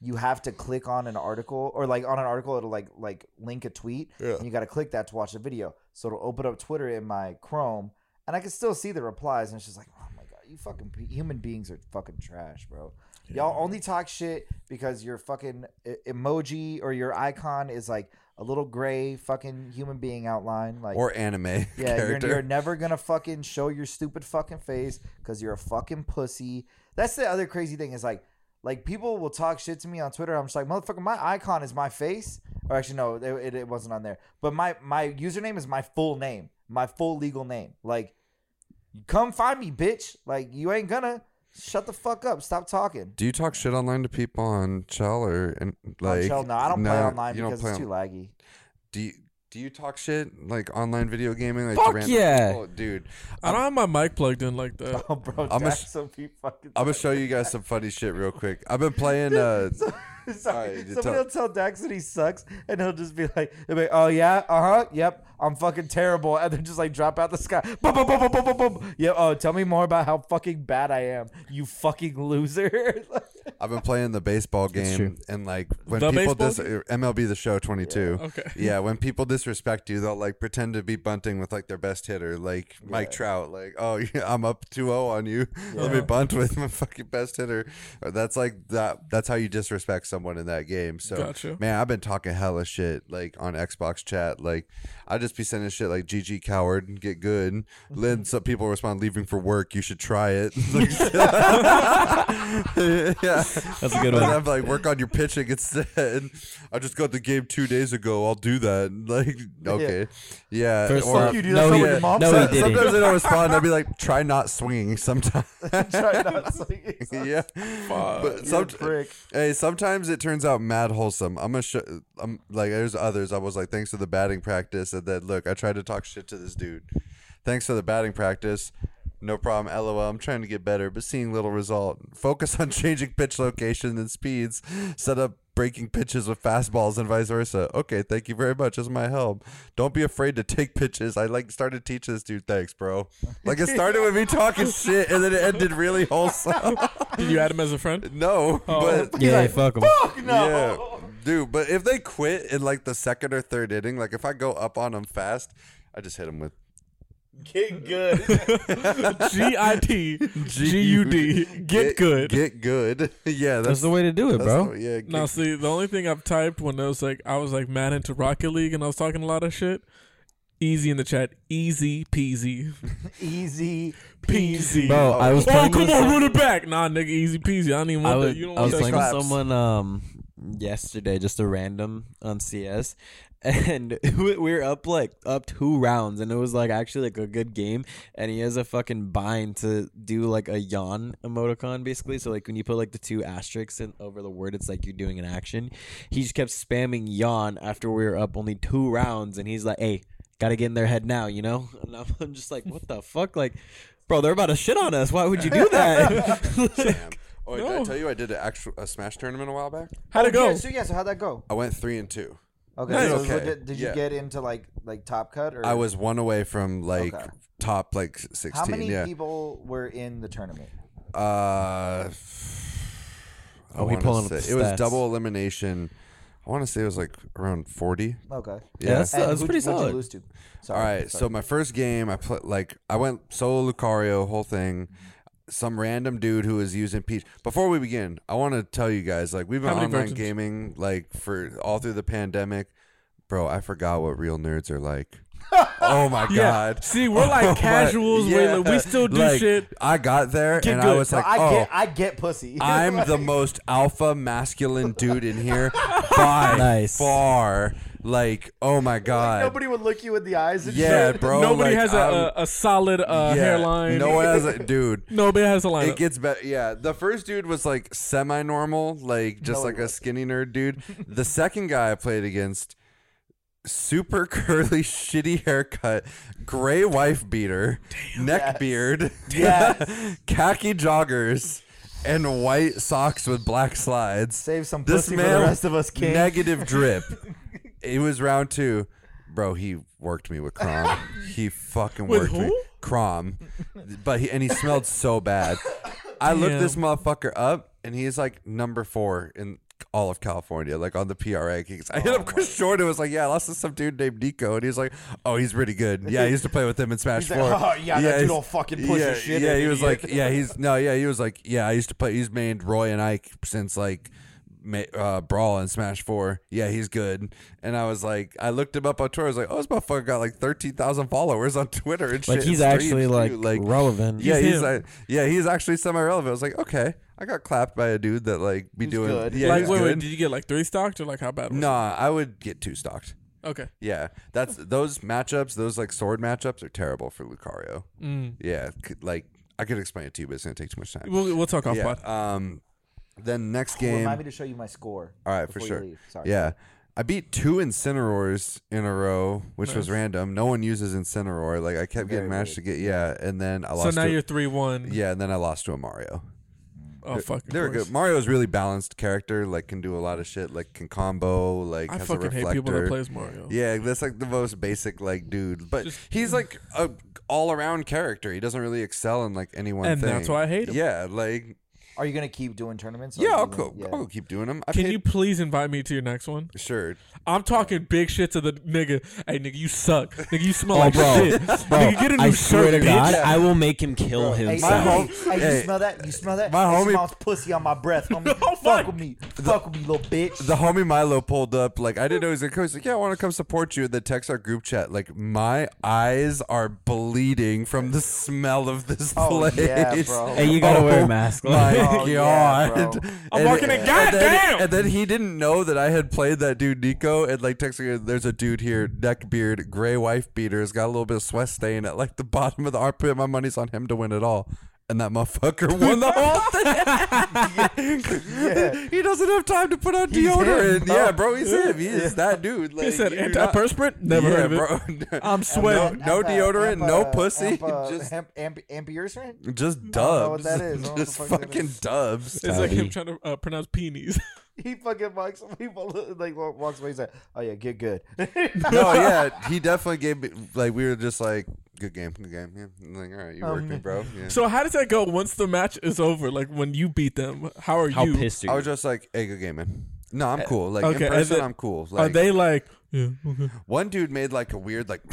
[SPEAKER 5] you have to click on an article or like on an article, it'll like, like link a tweet and you got to click that to watch the video. So it'll open up Twitter in my Chrome and I can still see the replies, and it's just like, oh my god, you fucking pe- human beings are fucking trash, bro. Y'all only talk shit because your fucking e- emoji or your icon is like a little gray fucking human being outline, like.
[SPEAKER 2] Or anime [laughs]
[SPEAKER 5] yeah, you're,
[SPEAKER 2] character.
[SPEAKER 5] you're never gonna fucking show your stupid fucking face because you're a fucking pussy. That's the other crazy thing is like, like people will talk shit to me on Twitter. I'm just like, motherfucker, my icon is my face. Or actually, no, it, it, it wasn't on there. But my my username is my full name, my full legal name. Like, come find me, bitch. Like, you ain't gonna shut the fuck up. Stop talking.
[SPEAKER 2] do you talk shit online to people on Chell or and like?
[SPEAKER 5] Like, no, I don't play
[SPEAKER 2] nah,
[SPEAKER 5] online
[SPEAKER 2] you don't
[SPEAKER 5] because
[SPEAKER 2] play
[SPEAKER 5] it's
[SPEAKER 2] on-
[SPEAKER 5] too laggy. [laughs]
[SPEAKER 2] Do you, do you talk shit like online video gaming? Like to
[SPEAKER 1] Fuck
[SPEAKER 2] random
[SPEAKER 1] yeah.
[SPEAKER 2] people? dude.
[SPEAKER 3] I don't have my mic plugged in like [laughs] that.
[SPEAKER 5] Oh, bro,
[SPEAKER 2] I'm a
[SPEAKER 5] Jack,
[SPEAKER 2] sh-
[SPEAKER 5] some people fucking.
[SPEAKER 2] I'm gonna show you guys some funny shit real quick. I've been playing.
[SPEAKER 5] [laughs]
[SPEAKER 2] Uh,
[SPEAKER 5] Sorry,
[SPEAKER 2] Alright, you
[SPEAKER 5] somebody
[SPEAKER 2] tell-
[SPEAKER 5] will tell Dax that he sucks, and he'll just be like, they'll be like, "Oh yeah, uh huh, yep, I'm fucking terrible," and then just like drop out the sky. Boom, boom, boom, boom, boom, boom, boom. Yeah. Oh, tell me more about how fucking bad I am, you fucking loser. [laughs]
[SPEAKER 2] I've been playing the baseball game, and like when
[SPEAKER 3] The
[SPEAKER 2] people
[SPEAKER 3] baseball
[SPEAKER 2] dis- MLB the Show 22. [laughs] Yeah.
[SPEAKER 3] Okay.
[SPEAKER 2] when people disrespect you, they'll like pretend to be bunting with like their best hitter, like Mike Trout. Like, oh, [laughs] yeah, I'm up 2-0 on you. Let me bunt with my fucking best hitter. Or That's like that. That's how you disrespect someone in that game. So,
[SPEAKER 3] Gotcha.
[SPEAKER 2] man, I've been talking hella shit like on Xbox chat. Like, I just be sending shit like GG coward and get good.
[SPEAKER 3] Mm-hmm.
[SPEAKER 2] Then some people respond, leaving for work. You should try it. [laughs] yeah.
[SPEAKER 4] That's a good
[SPEAKER 2] And
[SPEAKER 4] one.
[SPEAKER 2] I'm like, work on your pitching instead. [laughs] I just got the game two days ago. I'll do that. [laughs] Like, okay, yeah.
[SPEAKER 1] First
[SPEAKER 2] or-
[SPEAKER 1] off,
[SPEAKER 5] you do that
[SPEAKER 1] no,
[SPEAKER 5] shit
[SPEAKER 1] he,
[SPEAKER 5] with your mom?
[SPEAKER 1] no,
[SPEAKER 2] So-
[SPEAKER 1] he didn't.
[SPEAKER 2] Sometimes they don't respond. I'll be like, try not swinging. [laughs] Sometimes,
[SPEAKER 5] Try
[SPEAKER 2] [laughs]
[SPEAKER 5] not to say [laughs] it.
[SPEAKER 2] yeah.
[SPEAKER 5] You're
[SPEAKER 2] But
[SPEAKER 5] a
[SPEAKER 2] some,
[SPEAKER 5] prick.
[SPEAKER 2] hey, sometimes it turns out mad wholesome. I'm gonna show. I'm like, there's others. I was like, thanks to the batting practice, and then look, I tried to talk shit to this dude. Thanks for the batting practice. No problem. LOL. I'm trying to get better, but seeing little result. Focus on [laughs] changing pitch location and speeds. Set up breaking pitches with fastballs and vice versa. Okay, thank you very much. This is my help. Don't be afraid to take pitches. I like started teaching this dude. Thanks, bro. Like it started with me talking shit, and then it ended
[SPEAKER 5] [laughs]
[SPEAKER 2] really wholesome.
[SPEAKER 3] Did you add him as a [laughs] friend?
[SPEAKER 2] No, but
[SPEAKER 4] [laughs]
[SPEAKER 1] Yeah, fuck him.
[SPEAKER 2] yeah, dude. But if they quit in like the second or third inning, like if I go up on them fast, I just hit them with
[SPEAKER 5] Get good.
[SPEAKER 3] G I T G U D. [laughs] Get good.
[SPEAKER 2] get good. [laughs] yeah,
[SPEAKER 1] That's
[SPEAKER 2] that's,
[SPEAKER 1] the way to do it,
[SPEAKER 2] that's
[SPEAKER 1] bro.
[SPEAKER 2] the- yeah, get,
[SPEAKER 3] Now, see, the only thing I've typed when I was like, I was like mad into Rocket League and I was talking a lot of shit. Easy in the chat, easy peasy,
[SPEAKER 5] Easy peasy.
[SPEAKER 3] peasy.
[SPEAKER 1] Bro, I was
[SPEAKER 3] oh
[SPEAKER 1] playing
[SPEAKER 3] come
[SPEAKER 1] with
[SPEAKER 3] on,
[SPEAKER 1] some-
[SPEAKER 3] run it back. Nah, nigga, easy peasy. I don't even
[SPEAKER 1] I
[SPEAKER 3] want
[SPEAKER 1] was,
[SPEAKER 3] that. You don't
[SPEAKER 1] I
[SPEAKER 3] want
[SPEAKER 1] was
[SPEAKER 3] that.
[SPEAKER 1] playing
[SPEAKER 3] crap.
[SPEAKER 1] with someone um yesterday, just a random on CS, [laughs] and we we were up like up two rounds, and it was like actually like a good game. And he has a fucking bind to do like a yawn emoticon, basically. So like when you put like the two asterisks in, over the word, it's like you're doing an action. He just kept spamming yawn after we were up only two rounds, and he's like, "Hey, gotta get in their head now," you know. [laughs] And I'm-
[SPEAKER 5] [laughs]
[SPEAKER 1] I'm just like, "What the fuck?" Like, bro, they're about to shit on us. Why would you do that? [laughs]
[SPEAKER 2] Damn. Oh, wait, did I
[SPEAKER 3] No.
[SPEAKER 2] tell you I did an actual a Smash tournament a while back?
[SPEAKER 3] How'd it go?
[SPEAKER 5] Yeah, so yeah, so how'd that go?
[SPEAKER 2] I went three and two.
[SPEAKER 5] Okay,
[SPEAKER 3] Nice.
[SPEAKER 5] so
[SPEAKER 2] Okay,
[SPEAKER 5] what did, did you
[SPEAKER 2] yeah.
[SPEAKER 5] get into like like top cut or
[SPEAKER 2] I was one away from like
[SPEAKER 5] Okay.
[SPEAKER 2] top like sixteen.
[SPEAKER 5] How many
[SPEAKER 2] yeah.
[SPEAKER 5] people were in the tournament?
[SPEAKER 2] Uh,
[SPEAKER 4] Oh, he
[SPEAKER 2] wanna
[SPEAKER 4] pulling up the
[SPEAKER 2] say- It was
[SPEAKER 4] stats.
[SPEAKER 2] double elimination. I want to say it was like around forty.
[SPEAKER 5] Okay.
[SPEAKER 2] Yeah.
[SPEAKER 4] that's-
[SPEAKER 5] And
[SPEAKER 4] pretty
[SPEAKER 5] who'd
[SPEAKER 4] solid.
[SPEAKER 5] You lose to? Sorry,
[SPEAKER 2] All right.
[SPEAKER 5] sorry.
[SPEAKER 2] So my first game, I played like I went solo Lucario, whole thing. Some random dude who was using Peach. Before we begin, I want to tell you guys like we've been
[SPEAKER 3] How many
[SPEAKER 2] online
[SPEAKER 3] versions?
[SPEAKER 2] gaming like for all through the pandemic. Bro, I forgot what real nerds are
[SPEAKER 3] [laughs]
[SPEAKER 2] like. oh my god.
[SPEAKER 3] See,
[SPEAKER 2] [laughs]
[SPEAKER 3] we're like
[SPEAKER 2] Oh my-
[SPEAKER 3] casuals, Waylon. We still do
[SPEAKER 2] like,
[SPEAKER 3] shit.
[SPEAKER 2] I got there
[SPEAKER 3] Get [laughs]
[SPEAKER 2] and I
[SPEAKER 3] good.
[SPEAKER 2] was
[SPEAKER 5] No,
[SPEAKER 2] like,
[SPEAKER 5] I
[SPEAKER 2] oh,
[SPEAKER 5] get I get pussy. [laughs]
[SPEAKER 2] I'm the most alpha masculine dude in
[SPEAKER 3] [laughs]
[SPEAKER 2] here by
[SPEAKER 4] Nice.
[SPEAKER 2] far. Like, oh my god.
[SPEAKER 5] Nobody would look you in the eyes. And
[SPEAKER 2] yeah,
[SPEAKER 5] shit.
[SPEAKER 2] bro.
[SPEAKER 3] Nobody
[SPEAKER 2] like,
[SPEAKER 3] has a,
[SPEAKER 2] I'm-
[SPEAKER 3] a, a solid uh,
[SPEAKER 2] yeah,
[SPEAKER 3] hairline.
[SPEAKER 5] [laughs]
[SPEAKER 2] No one has a dude.
[SPEAKER 3] Nobody has a
[SPEAKER 2] It
[SPEAKER 3] line.
[SPEAKER 2] gets better. Yeah, the first dude was like semi-normal, like just
[SPEAKER 5] No,
[SPEAKER 2] like
[SPEAKER 5] he
[SPEAKER 2] a
[SPEAKER 5] wasn't.
[SPEAKER 2] skinny nerd dude. the second guy I played against, super [laughs] curly, shitty haircut, gray wife beater, neck
[SPEAKER 5] Yes.
[SPEAKER 2] beard,
[SPEAKER 5] Yes.
[SPEAKER 2] [laughs] khaki joggers, and white socks with black slides
[SPEAKER 5] Save some
[SPEAKER 2] this
[SPEAKER 5] pussy
[SPEAKER 2] man,
[SPEAKER 5] for the rest of us, king.
[SPEAKER 2] negative
[SPEAKER 5] [laughs]
[SPEAKER 2] drip. it was round two, bro. He worked me with Crom. he fucking
[SPEAKER 3] With
[SPEAKER 2] worked me,
[SPEAKER 3] who?
[SPEAKER 2] Crom. But he and he smelled so bad. I looked
[SPEAKER 3] Damn.
[SPEAKER 2] this motherfucker up, and he's like number four in all of California, like on the PRA rankings. I hit
[SPEAKER 5] Oh
[SPEAKER 2] up Chris Jordan. Was like, yeah, I lost to some dude named Nico, and he's like, oh, he's pretty good. Yeah, I used to play with him in Smash
[SPEAKER 5] [laughs] He's like,
[SPEAKER 2] Four.
[SPEAKER 5] "Oh, yeah, that dude
[SPEAKER 2] he's-
[SPEAKER 5] don't fucking push
[SPEAKER 2] yeah,
[SPEAKER 5] his shit
[SPEAKER 2] Yeah,
[SPEAKER 5] in,
[SPEAKER 2] he was
[SPEAKER 5] idiot."
[SPEAKER 2] like, yeah, he's no, yeah, he was like, yeah, I used to play. He's mained Roy and Ike since like ma- uh, Brawl and Smash Four. Yeah, he's good. And I was like, I looked him up on Twitter. I was like, oh, this motherfucker got like thirteen thousand followers on [laughs] Twitter and shit.
[SPEAKER 4] Like he's
[SPEAKER 2] and
[SPEAKER 4] actually
[SPEAKER 2] streams,
[SPEAKER 4] like,
[SPEAKER 2] too.
[SPEAKER 4] relevant.
[SPEAKER 2] yeah, he's
[SPEAKER 3] him.
[SPEAKER 2] like, yeah, he's actually semi-relevant. I was like, okay, I got clapped by a dude that like be
[SPEAKER 5] Who's
[SPEAKER 2] doing.
[SPEAKER 5] good.
[SPEAKER 2] Yeah,
[SPEAKER 3] like,
[SPEAKER 2] he's
[SPEAKER 3] wait, wait,
[SPEAKER 2] good.
[SPEAKER 3] did you get like three stocked or like how bad? Was
[SPEAKER 2] nah, I would get two stocked.
[SPEAKER 3] It? Okay.
[SPEAKER 2] Yeah, that's those matchups. Those like sword matchups are terrible for Lucario.
[SPEAKER 3] Mm.
[SPEAKER 2] Yeah, c- like I could explain it to you, but it's gonna take too much time.
[SPEAKER 3] We'll, we'll talk off
[SPEAKER 2] yeah.
[SPEAKER 3] pod.
[SPEAKER 2] Um. Then next game.
[SPEAKER 5] Remind me to show you my score.
[SPEAKER 2] all right, for
[SPEAKER 5] before
[SPEAKER 2] sure.
[SPEAKER 5] you leave. Sorry.
[SPEAKER 2] Yeah, I beat two Incineroars in a row, which was
[SPEAKER 3] Nice.
[SPEAKER 2] random. No one uses Incineroar. Like I kept
[SPEAKER 5] Very
[SPEAKER 2] getting matched to get yeah, and then I
[SPEAKER 3] So
[SPEAKER 2] lost.
[SPEAKER 3] now
[SPEAKER 2] to,
[SPEAKER 3] you're three one.
[SPEAKER 2] yeah, and then I lost to a Mario.
[SPEAKER 3] Oh fuck. of
[SPEAKER 2] They were good.
[SPEAKER 3] course.
[SPEAKER 2] Mario's really balanced character. Like can do a lot of shit. Like can combo. Like
[SPEAKER 3] I
[SPEAKER 2] has a
[SPEAKER 3] fucking
[SPEAKER 2] reflector.
[SPEAKER 3] hate people that plays Mario.
[SPEAKER 2] Yeah, that's like the most basic like dude, but
[SPEAKER 3] Just-
[SPEAKER 2] he's like a all around character. He doesn't really excel in like any one
[SPEAKER 3] And
[SPEAKER 2] thing.
[SPEAKER 3] that's why I hate him.
[SPEAKER 2] Yeah, like
[SPEAKER 5] Are you gonna keep doing tournaments?
[SPEAKER 2] yeah, I'll,
[SPEAKER 5] Like,
[SPEAKER 2] co-
[SPEAKER 5] yeah.
[SPEAKER 2] I'll keep doing them. I
[SPEAKER 3] Can
[SPEAKER 2] paid-
[SPEAKER 3] you please invite me to your next one?
[SPEAKER 2] Sure.
[SPEAKER 3] I'm talking big shit to the nigga. Hey, nigga, you suck. Nigga, you smell
[SPEAKER 4] Oh,
[SPEAKER 3] like
[SPEAKER 4] bro.
[SPEAKER 2] [laughs]
[SPEAKER 3] shit. nigga, get a new
[SPEAKER 4] I swear
[SPEAKER 3] shirt,
[SPEAKER 4] to
[SPEAKER 3] bitch.
[SPEAKER 4] God, I will make him kill
[SPEAKER 5] Hey,
[SPEAKER 4] himself.
[SPEAKER 5] hey,
[SPEAKER 2] home-
[SPEAKER 5] hey,
[SPEAKER 2] hey.
[SPEAKER 5] you smell that? You smell that?
[SPEAKER 2] My
[SPEAKER 5] it
[SPEAKER 2] homie-
[SPEAKER 5] smells pussy on my breath, homie.
[SPEAKER 3] Oh,
[SPEAKER 5] Fuck
[SPEAKER 3] fuck.
[SPEAKER 5] with me, fuck with me, little bitch.
[SPEAKER 2] [laughs] The homie Milo pulled up. Like I didn't know he was gonna come. He's like, yeah, I want to come support you. And then text our group chat. Like my eyes are bleeding from the smell of this
[SPEAKER 5] Oh,
[SPEAKER 2] place.
[SPEAKER 5] yeah, bro.
[SPEAKER 4] Hey, you gotta wear
[SPEAKER 2] Oh
[SPEAKER 4] a mask. [laughs]
[SPEAKER 2] My
[SPEAKER 5] Oh, yeah, bro.
[SPEAKER 2] god!
[SPEAKER 3] I'm walking
[SPEAKER 2] and
[SPEAKER 3] in,
[SPEAKER 2] then-
[SPEAKER 3] goddamn!
[SPEAKER 2] And then he didn't know that I had played that dude Nico, and like texting, him, "There's a dude here, neck beard, gray wife beaters, got a little bit of sweat stain at like the bottom of the armpit. My money's on him to win it all." And that motherfucker won the whole thing.
[SPEAKER 3] [laughs]
[SPEAKER 2] He doesn't have time to put on
[SPEAKER 5] He's him,
[SPEAKER 2] deodorant.
[SPEAKER 5] bro.
[SPEAKER 2] Yeah, bro, he's him. He is that dude. Like,
[SPEAKER 3] Oh. He said
[SPEAKER 2] you do not-
[SPEAKER 3] antiperspirant. Never
[SPEAKER 2] yeah,
[SPEAKER 3] heard of it.
[SPEAKER 2] bro. [laughs]
[SPEAKER 3] [laughs] I'm
[SPEAKER 2] no,
[SPEAKER 3] sweating.
[SPEAKER 2] no
[SPEAKER 5] Amp, uh,
[SPEAKER 2] deodorant,
[SPEAKER 5] amp,
[SPEAKER 2] no
[SPEAKER 5] uh,
[SPEAKER 2] pussy.
[SPEAKER 5] amp, uh,
[SPEAKER 2] [laughs] just
[SPEAKER 5] amp- amp- ampeuricin?
[SPEAKER 2] just
[SPEAKER 5] don't know what
[SPEAKER 2] dubs.
[SPEAKER 5] that is. I don't know what the
[SPEAKER 2] Just
[SPEAKER 5] fuck that
[SPEAKER 2] fucking
[SPEAKER 5] is.
[SPEAKER 3] [laughs]
[SPEAKER 2] dubs. [laughs]
[SPEAKER 3] It's like
[SPEAKER 4] Tally.
[SPEAKER 3] him trying to uh, pronounce peonies. [laughs]
[SPEAKER 5] He fucking walks. He wa- like wa- walks away. He's like, "Oh yeah, get good."
[SPEAKER 2] no, yeah, he definitely gave me like we were just like good game, good game. Yeah, I'm like all right, you worked
[SPEAKER 5] Um,
[SPEAKER 2] me, bro. Yeah.
[SPEAKER 3] so how does that go once the match is over? Like when you beat them, how are
[SPEAKER 4] How
[SPEAKER 3] you?
[SPEAKER 4] pissed are
[SPEAKER 2] I
[SPEAKER 4] you?
[SPEAKER 2] was just like, hey, good game, man. No, I'm cool. Like
[SPEAKER 3] eh, okay,
[SPEAKER 2] in
[SPEAKER 3] and
[SPEAKER 2] person,
[SPEAKER 3] then-
[SPEAKER 2] I'm cool.
[SPEAKER 3] are
[SPEAKER 2] Like
[SPEAKER 3] they like? Yeah, okay.
[SPEAKER 2] one dude made like a weird like [coughs]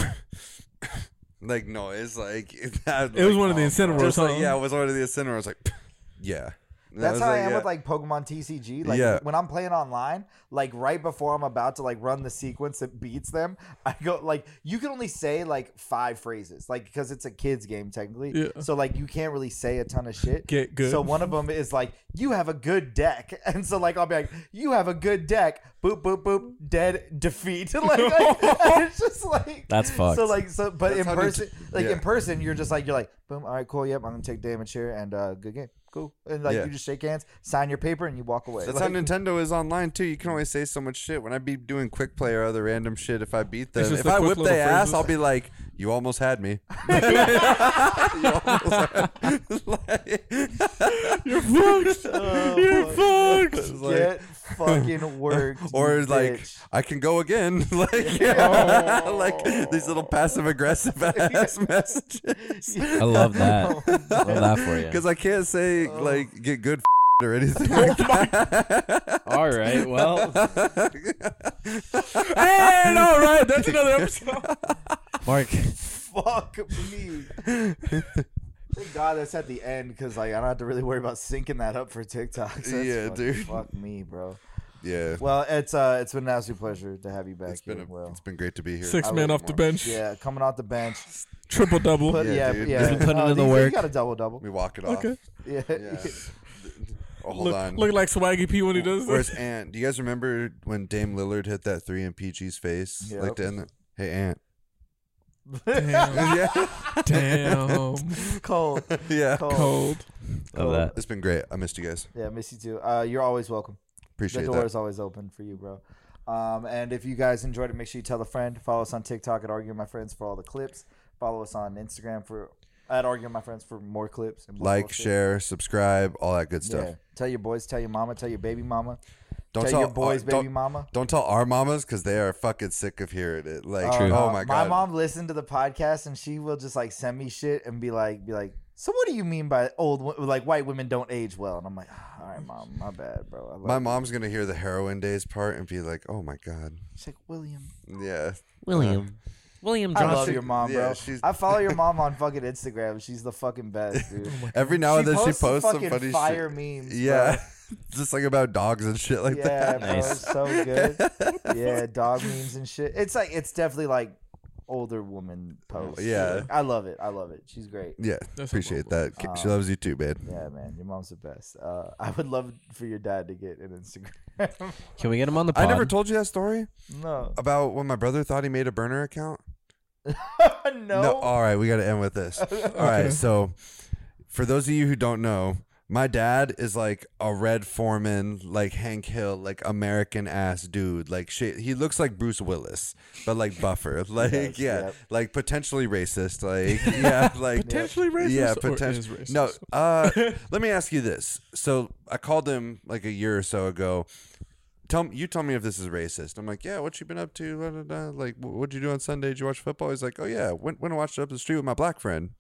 [SPEAKER 2] like noise. Like [laughs] that,
[SPEAKER 3] It was one of the Incineroars,
[SPEAKER 2] Just like,
[SPEAKER 3] huh?
[SPEAKER 2] yeah, it was one of the incinerators. Like [coughs] yeah, And
[SPEAKER 5] That's
[SPEAKER 2] was
[SPEAKER 5] how I am
[SPEAKER 2] yeah.
[SPEAKER 5] with like Pokemon TCG. Like
[SPEAKER 2] Yeah.
[SPEAKER 5] when I'm playing online, like right before I'm about to like run the sequence that beats them, [laughs] I go like you can only say like five phrases, like because it's a kids game technically.
[SPEAKER 3] Yeah.
[SPEAKER 5] So like you can't really say a ton of shit.
[SPEAKER 3] Get good.
[SPEAKER 5] So one of them is like you have a good deck, [laughs] and so like I'll be like you have a good deck. Boop boop boop. Dead defeat. [laughs] like, like and it's just like
[SPEAKER 4] That's fucked.
[SPEAKER 5] So like so, but
[SPEAKER 2] That's
[SPEAKER 5] in
[SPEAKER 2] how they t-
[SPEAKER 5] person, like
[SPEAKER 2] yeah.
[SPEAKER 5] in person, you're just like you're like boom. All right, cool. Yep, I'm gonna take damage here, and uh, good game. Cool. And like
[SPEAKER 2] Yeah.
[SPEAKER 5] you just shake hands, sign your paper, and you walk away.
[SPEAKER 2] That's
[SPEAKER 5] Like,
[SPEAKER 2] how [laughs]
[SPEAKER 5] [laughs]
[SPEAKER 2] Nintendo is online too. You can only say so much shit. When I be doing quick play or other random shit, if I beat them,
[SPEAKER 3] just
[SPEAKER 2] if
[SPEAKER 3] the
[SPEAKER 2] I
[SPEAKER 3] quick
[SPEAKER 2] whip
[SPEAKER 3] little
[SPEAKER 2] their ass,
[SPEAKER 3] phrases.
[SPEAKER 2] I'll be like, you almost had
[SPEAKER 3] [laughs]
[SPEAKER 2] me. [laughs] You almost had- [laughs] like-
[SPEAKER 3] [laughs] [laughs] You're fucked. You're fucked.
[SPEAKER 2] Oh, it's like-
[SPEAKER 5] Get
[SPEAKER 2] [laughs]
[SPEAKER 5] fucking worked.
[SPEAKER 2] or
[SPEAKER 5] you
[SPEAKER 2] like
[SPEAKER 5] bitch. Oh.
[SPEAKER 2] I can go again, [laughs] like [laughs]
[SPEAKER 5] [laughs]
[SPEAKER 2] like these little passive aggressive ass [laughs] messages.
[SPEAKER 4] I love that. I love that for you.
[SPEAKER 2] Because I can't say
[SPEAKER 5] Oh.
[SPEAKER 2] like get good [laughs] or anything
[SPEAKER 5] [laughs]
[SPEAKER 2] like that.
[SPEAKER 4] All right. Well,
[SPEAKER 3] And all right, that's another episode.
[SPEAKER 4] Mark,
[SPEAKER 5] Fuck me. [laughs] Thank God that's at the end because like I don't have to really worry about syncing that up for TikTok. So that's
[SPEAKER 2] Yeah,
[SPEAKER 5] fucking-
[SPEAKER 2] dude.
[SPEAKER 5] Fuck me, bro.
[SPEAKER 2] [laughs] yeah,
[SPEAKER 5] Well, it's uh, it's been an absolute pleasure to have you back.
[SPEAKER 2] it's been
[SPEAKER 5] here,
[SPEAKER 2] a,
[SPEAKER 5] Will.
[SPEAKER 2] it's been great to be here.
[SPEAKER 3] Six
[SPEAKER 2] I
[SPEAKER 3] men
[SPEAKER 2] love
[SPEAKER 3] off the
[SPEAKER 2] Mark.
[SPEAKER 3] bench.
[SPEAKER 5] yeah, coming off the bench.
[SPEAKER 3] Triple double.
[SPEAKER 5] Put,
[SPEAKER 2] Yeah,
[SPEAKER 5] yeah, yeah. Uh,
[SPEAKER 2] dude.
[SPEAKER 4] Just been putting in the
[SPEAKER 5] you- You
[SPEAKER 4] work.
[SPEAKER 5] got a double double.
[SPEAKER 2] We walk it off.
[SPEAKER 3] Okay.
[SPEAKER 5] Yeah.
[SPEAKER 3] [laughs]
[SPEAKER 5] [laughs]
[SPEAKER 2] Yeah. oh, hold
[SPEAKER 3] look,
[SPEAKER 2] on.
[SPEAKER 3] look like Swaggy P when he does
[SPEAKER 2] Where's
[SPEAKER 3] this.
[SPEAKER 2] Ant? Do you guys remember when Dame Lillard hit that three in PG's face?
[SPEAKER 5] Yep.
[SPEAKER 2] Like to end the, hey
[SPEAKER 5] [laughs]
[SPEAKER 2] Ant. [laughs]
[SPEAKER 3] Damn.
[SPEAKER 2] yeah,
[SPEAKER 3] [laughs] Damn.
[SPEAKER 5] Cold.
[SPEAKER 2] yeah.
[SPEAKER 5] Cold.
[SPEAKER 3] Cold.
[SPEAKER 4] love that.
[SPEAKER 2] It's been great. I missed you guys.
[SPEAKER 5] Yeah, miss you too. Uh, you're always welcome.
[SPEAKER 2] Appreciate
[SPEAKER 5] the door
[SPEAKER 2] that.
[SPEAKER 5] is always open for you, bro. Um, and if you guys enjoyed it, make sure you tell a friend. Follow us on TikTok at Arguing My Friends for all the clips. Follow us on Instagram for at Arguing My Friends for more clips. And more
[SPEAKER 2] Like,
[SPEAKER 5] bullshit.
[SPEAKER 2] share, subscribe, all that good stuff.
[SPEAKER 5] Yeah. Tell your boys, tell your mama, tell your baby mama,
[SPEAKER 2] Don't
[SPEAKER 5] tell,
[SPEAKER 2] tell
[SPEAKER 5] your boys,
[SPEAKER 2] uh,
[SPEAKER 5] baby
[SPEAKER 2] don't-
[SPEAKER 5] mama.
[SPEAKER 2] Don't tell our mamas because they are fucking sick of hearing it. Like,
[SPEAKER 5] Uh,
[SPEAKER 2] oh
[SPEAKER 5] uh,
[SPEAKER 2] my
[SPEAKER 5] My
[SPEAKER 2] god,
[SPEAKER 5] mom listened to the podcast and she will just like send me shit and be like, be like, so what do you mean by old, wo- like white women don't age well? And I'm like, "Ah, all right, mom, my bad, bro. I love
[SPEAKER 2] my
[SPEAKER 5] you."
[SPEAKER 2] mom's gonna hear the heroin days part and be like, oh my god,
[SPEAKER 5] She's like, William, [laughs]
[SPEAKER 2] yeah,
[SPEAKER 4] William, William
[SPEAKER 5] I love
[SPEAKER 2] she-
[SPEAKER 5] your mom, bro.
[SPEAKER 2] yeah, she's-
[SPEAKER 5] I follow your mom on fucking Instagram. She's the
[SPEAKER 2] [laughs]
[SPEAKER 5] fucking best, dude.
[SPEAKER 2] Every Oh now and then she
[SPEAKER 5] posts
[SPEAKER 2] posts some
[SPEAKER 5] fucking
[SPEAKER 2] funny
[SPEAKER 5] fire
[SPEAKER 2] shit.
[SPEAKER 5] memes. bro.
[SPEAKER 2] Yeah, [laughs] just like about dogs and shit like
[SPEAKER 5] yeah,
[SPEAKER 2] that.
[SPEAKER 5] bro,
[SPEAKER 4] Nice.
[SPEAKER 5] it's
[SPEAKER 2] [laughs]
[SPEAKER 5] so good. yeah, dog memes and shit. It's like it's definitely like older woman posts.
[SPEAKER 2] Yeah.
[SPEAKER 5] I love it. I love it. She's great.
[SPEAKER 2] Yeah,
[SPEAKER 3] That's
[SPEAKER 2] appreciate that. she
[SPEAKER 5] Um,
[SPEAKER 2] loves you too, babe.
[SPEAKER 5] Yeah, man, your mom's the best. Uh, I would love for your dad to get an Instagram. [laughs]
[SPEAKER 4] can we get him on the pod?
[SPEAKER 2] I never told you that story
[SPEAKER 5] no,
[SPEAKER 2] about when my brother thought he made a burner account.
[SPEAKER 5] no.
[SPEAKER 2] all right, we got to end with
[SPEAKER 5] [laughs]
[SPEAKER 2] this. All right, so for those of you who don't know, my dad is like a Red Foreman, like Hank Hill, like American ass dude. Like shit, he looks like Bruce Willis, but like buffer, [laughs] like
[SPEAKER 5] does,
[SPEAKER 2] yeah,
[SPEAKER 5] yep.
[SPEAKER 2] like potentially racist, like [laughs] yeah, like
[SPEAKER 3] Potentially racist.
[SPEAKER 2] yeah,
[SPEAKER 3] potentially
[SPEAKER 2] potentially.
[SPEAKER 3] [laughs]
[SPEAKER 2] No, uh, let me ask you this. So I called him like a year or so ago. Tell me, you tell me if this is racist. I'm like, yeah. What you been up to? Da, da, da. Like, wh- what'd you do on Sunday? Did you watch football? He's like, oh yeah, went went and watched it up the street with my black friend.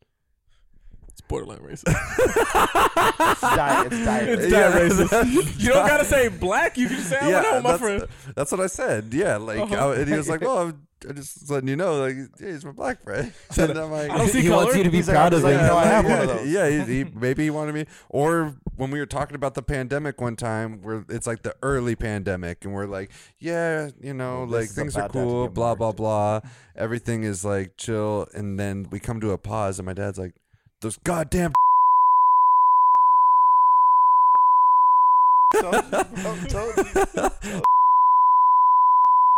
[SPEAKER 3] It's borderline racist.
[SPEAKER 5] It's diet.
[SPEAKER 2] [laughs]
[SPEAKER 5] It's
[SPEAKER 3] [laughs]
[SPEAKER 5] diet.
[SPEAKER 3] It's that
[SPEAKER 5] racist.
[SPEAKER 2] Yeah,
[SPEAKER 3] racist.
[SPEAKER 2] that's-
[SPEAKER 3] You don't gotta say black. You can just say I went out with my
[SPEAKER 2] that's,
[SPEAKER 3] friend.
[SPEAKER 2] [laughs]
[SPEAKER 3] [laughs]
[SPEAKER 2] that's what I said. Yeah, like,
[SPEAKER 3] Uh-huh.
[SPEAKER 2] I- and he was like, well, I'm, I'm just letting you know, like, yeah, he's my black friend. [laughs] And I'm like,
[SPEAKER 3] I don't see
[SPEAKER 4] he wants
[SPEAKER 3] color.
[SPEAKER 4] you to be
[SPEAKER 5] He's like,
[SPEAKER 4] proud
[SPEAKER 5] I'm
[SPEAKER 4] of
[SPEAKER 5] just
[SPEAKER 4] him.
[SPEAKER 5] like, no, I have
[SPEAKER 2] yeah,
[SPEAKER 5] one of those.
[SPEAKER 2] [laughs] Yeah, he, he, maybe he wanted me. Or when we were talking about the pandemic one time, where it's like the early pandemic, and we're like, yeah, you know,
[SPEAKER 5] Well, this
[SPEAKER 2] like
[SPEAKER 5] is
[SPEAKER 2] things are
[SPEAKER 5] about to have to
[SPEAKER 2] cool,
[SPEAKER 5] get
[SPEAKER 2] blah
[SPEAKER 5] more
[SPEAKER 2] blah
[SPEAKER 5] into
[SPEAKER 2] blah. Everything is like chill, and then we come to a pause, and my dad's like, those
[SPEAKER 5] [laughs]
[SPEAKER 2] goddamn. [laughs]
[SPEAKER 3] Oh, [laughs]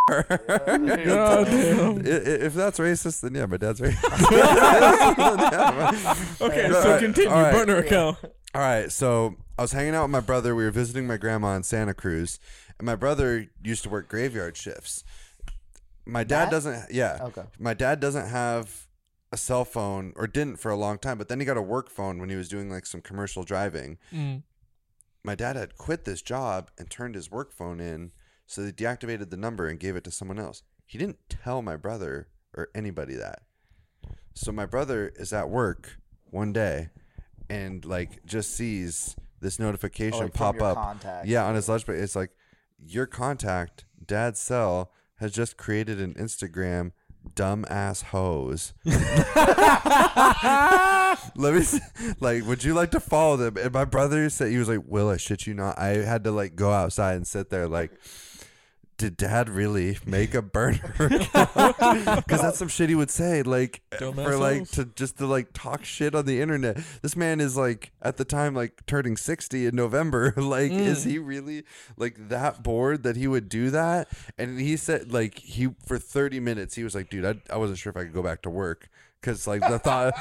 [SPEAKER 3] Goddamn.
[SPEAKER 2] I- i- if that's racist, then yeah, my dad's racist. [laughs]
[SPEAKER 5] [laughs]
[SPEAKER 3] Okay,
[SPEAKER 2] All
[SPEAKER 3] so
[SPEAKER 2] right,
[SPEAKER 3] continue.
[SPEAKER 2] all right.
[SPEAKER 3] Burner account.
[SPEAKER 2] All right, so I was hanging out with my brother. We were visiting my grandma in Santa Cruz, and my brother used to work graveyard shifts. My dad
[SPEAKER 5] That?
[SPEAKER 2] doesn't. Yeah,
[SPEAKER 5] Okay.
[SPEAKER 2] my dad doesn't have a cell phone or didn't for a long time, but then he got a work phone when he was doing like some commercial driving.
[SPEAKER 3] Mm.
[SPEAKER 2] My dad had quit this job and turned his work phone in, so they deactivated the number and gave it to someone else. He didn't tell my brother or anybody that. So my brother is at work one day and like just sees this notification
[SPEAKER 5] like, from
[SPEAKER 2] pop
[SPEAKER 5] Oh, your
[SPEAKER 2] up.
[SPEAKER 5] contact.
[SPEAKER 2] Yeah, on his lunch break. It's like your contact, dad's cell, has just created an Instagram dumbass hoes. Let me s- [laughs] like, would you like to follow them? And my brother said he was like, Will, I shit you not. I had to like go outside and sit there like did dad really make a burner? [laughs] Because that's some shit he would say, like
[SPEAKER 3] Dumbass
[SPEAKER 2] for like
[SPEAKER 3] hoes.
[SPEAKER 2] to just to like talk shit on the internet. This man is like at the time like turning sixty in November. [laughs] Like, is he really like that bored that he would do that? And he said like he for thirty minutes he was like, dude, I, I wasn't sure if I could go back to work because like the thought.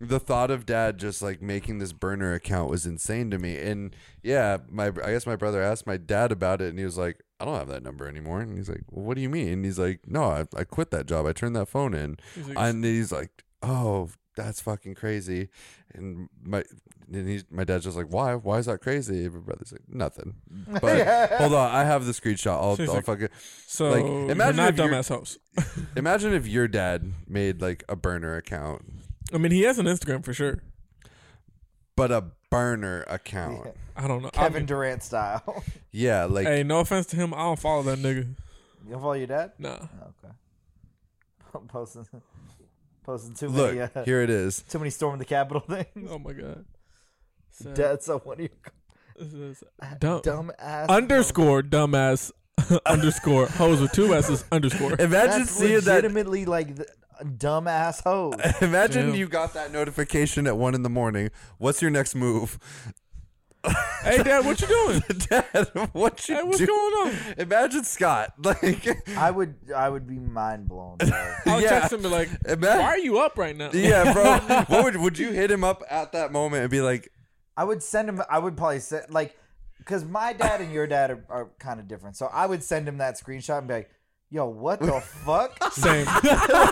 [SPEAKER 2] the thought of dad just like making this burner account was insane to me. And yeah, my I guess my brother asked my dad about it, and he was like, "I don't have that number anymore." And he's like, well, "What do you mean?" And he's like, "No, I, I quit that job. I turned that phone in."
[SPEAKER 3] He's like,
[SPEAKER 2] And he's like, "Oh, that's fucking crazy." And my and he's, my dad's just like, "Why? Why is that crazy?" And my brother's like, "Nothing." But hold on, I have the screenshot. I'll,
[SPEAKER 3] So he's
[SPEAKER 2] I'll
[SPEAKER 3] like-
[SPEAKER 2] fucking
[SPEAKER 3] so
[SPEAKER 2] like,
[SPEAKER 3] you're
[SPEAKER 2] imagine
[SPEAKER 3] not
[SPEAKER 2] if you're-
[SPEAKER 3] dumbass hoes.
[SPEAKER 2] imagine if your dad made like a burner account,
[SPEAKER 3] I mean, he has an Instagram for sure.
[SPEAKER 2] but a burner account.
[SPEAKER 3] I don't know. I
[SPEAKER 5] Kevin
[SPEAKER 3] mean,
[SPEAKER 5] Durant style. [laughs]
[SPEAKER 2] Yeah, like
[SPEAKER 3] hey, no offense to him, I don't follow that nigga.
[SPEAKER 5] You'll follow your dad?
[SPEAKER 3] Nah.
[SPEAKER 5] Okay. [laughs] I'm posting, posting too
[SPEAKER 2] look,
[SPEAKER 5] many, uh,
[SPEAKER 2] here it is.
[SPEAKER 5] too many storm the [laughs] Capitol things.
[SPEAKER 3] Oh my god. Sad.
[SPEAKER 5] That's a
[SPEAKER 2] [laughs]
[SPEAKER 5] one of your
[SPEAKER 3] This is dumb.
[SPEAKER 5] dumb ass.
[SPEAKER 3] Underscore dumbass [laughs] underscore hoes with two s's underscore.
[SPEAKER 2] Imagine
[SPEAKER 5] That's
[SPEAKER 2] seeing that.
[SPEAKER 5] legitimately like the, dumb ass hoes.
[SPEAKER 2] [laughs] Imagine
[SPEAKER 3] Damn.
[SPEAKER 2] you got that notification at one in the morning. What's your next move, [laughs]
[SPEAKER 3] hey dad, what you doing?
[SPEAKER 2] Dad? What you
[SPEAKER 3] Hey, what's
[SPEAKER 2] do?
[SPEAKER 3] going on?
[SPEAKER 2] Imagine Scott. [laughs]
[SPEAKER 5] [laughs]
[SPEAKER 2] Like,
[SPEAKER 5] I would, I would be mind
[SPEAKER 2] [laughs]
[SPEAKER 5] blown. bro.
[SPEAKER 3] I'll
[SPEAKER 2] Yeah.
[SPEAKER 3] text him and be like,
[SPEAKER 2] Imagine-
[SPEAKER 3] why are you up right now?
[SPEAKER 2] yeah,
[SPEAKER 5] [laughs]
[SPEAKER 2] bro. what would would you hit him up at that moment and be like,
[SPEAKER 5] I would send him. I would probably send like, because my dad and your dad are, are kind of different. So I would send him that screenshot and be like, "Yo,
[SPEAKER 2] [laughs]
[SPEAKER 5] what the
[SPEAKER 3] [laughs]
[SPEAKER 5] fuck?"
[SPEAKER 3] Same.
[SPEAKER 5] [laughs]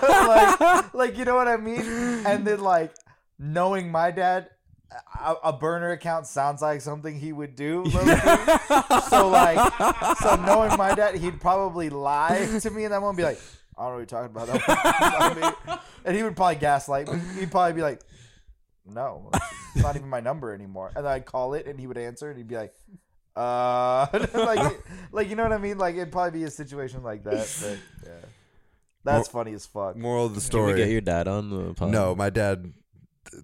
[SPEAKER 5] like, like you know what I mean? And then like knowing my dad, a, a burner account sounds like something he would do. low-key. so like, so knowing my dad, he'd probably lie to me, and I won't be like, I don't know what you're talking about. [laughs] That wasn't me." and he would probably gaslight me. He'd probably be like, No, it's not even my number anymore. And I'd call it, and he would answer, and he'd be like. Uh, [laughs] like, like you know what I mean? Like it'd probably be a situation like that. But, yeah. That's funny as fuck.
[SPEAKER 2] moral of the
[SPEAKER 1] Can we get
[SPEAKER 2] story?
[SPEAKER 1] your dad on the
[SPEAKER 3] Um,
[SPEAKER 1] pod?
[SPEAKER 2] No, my dad.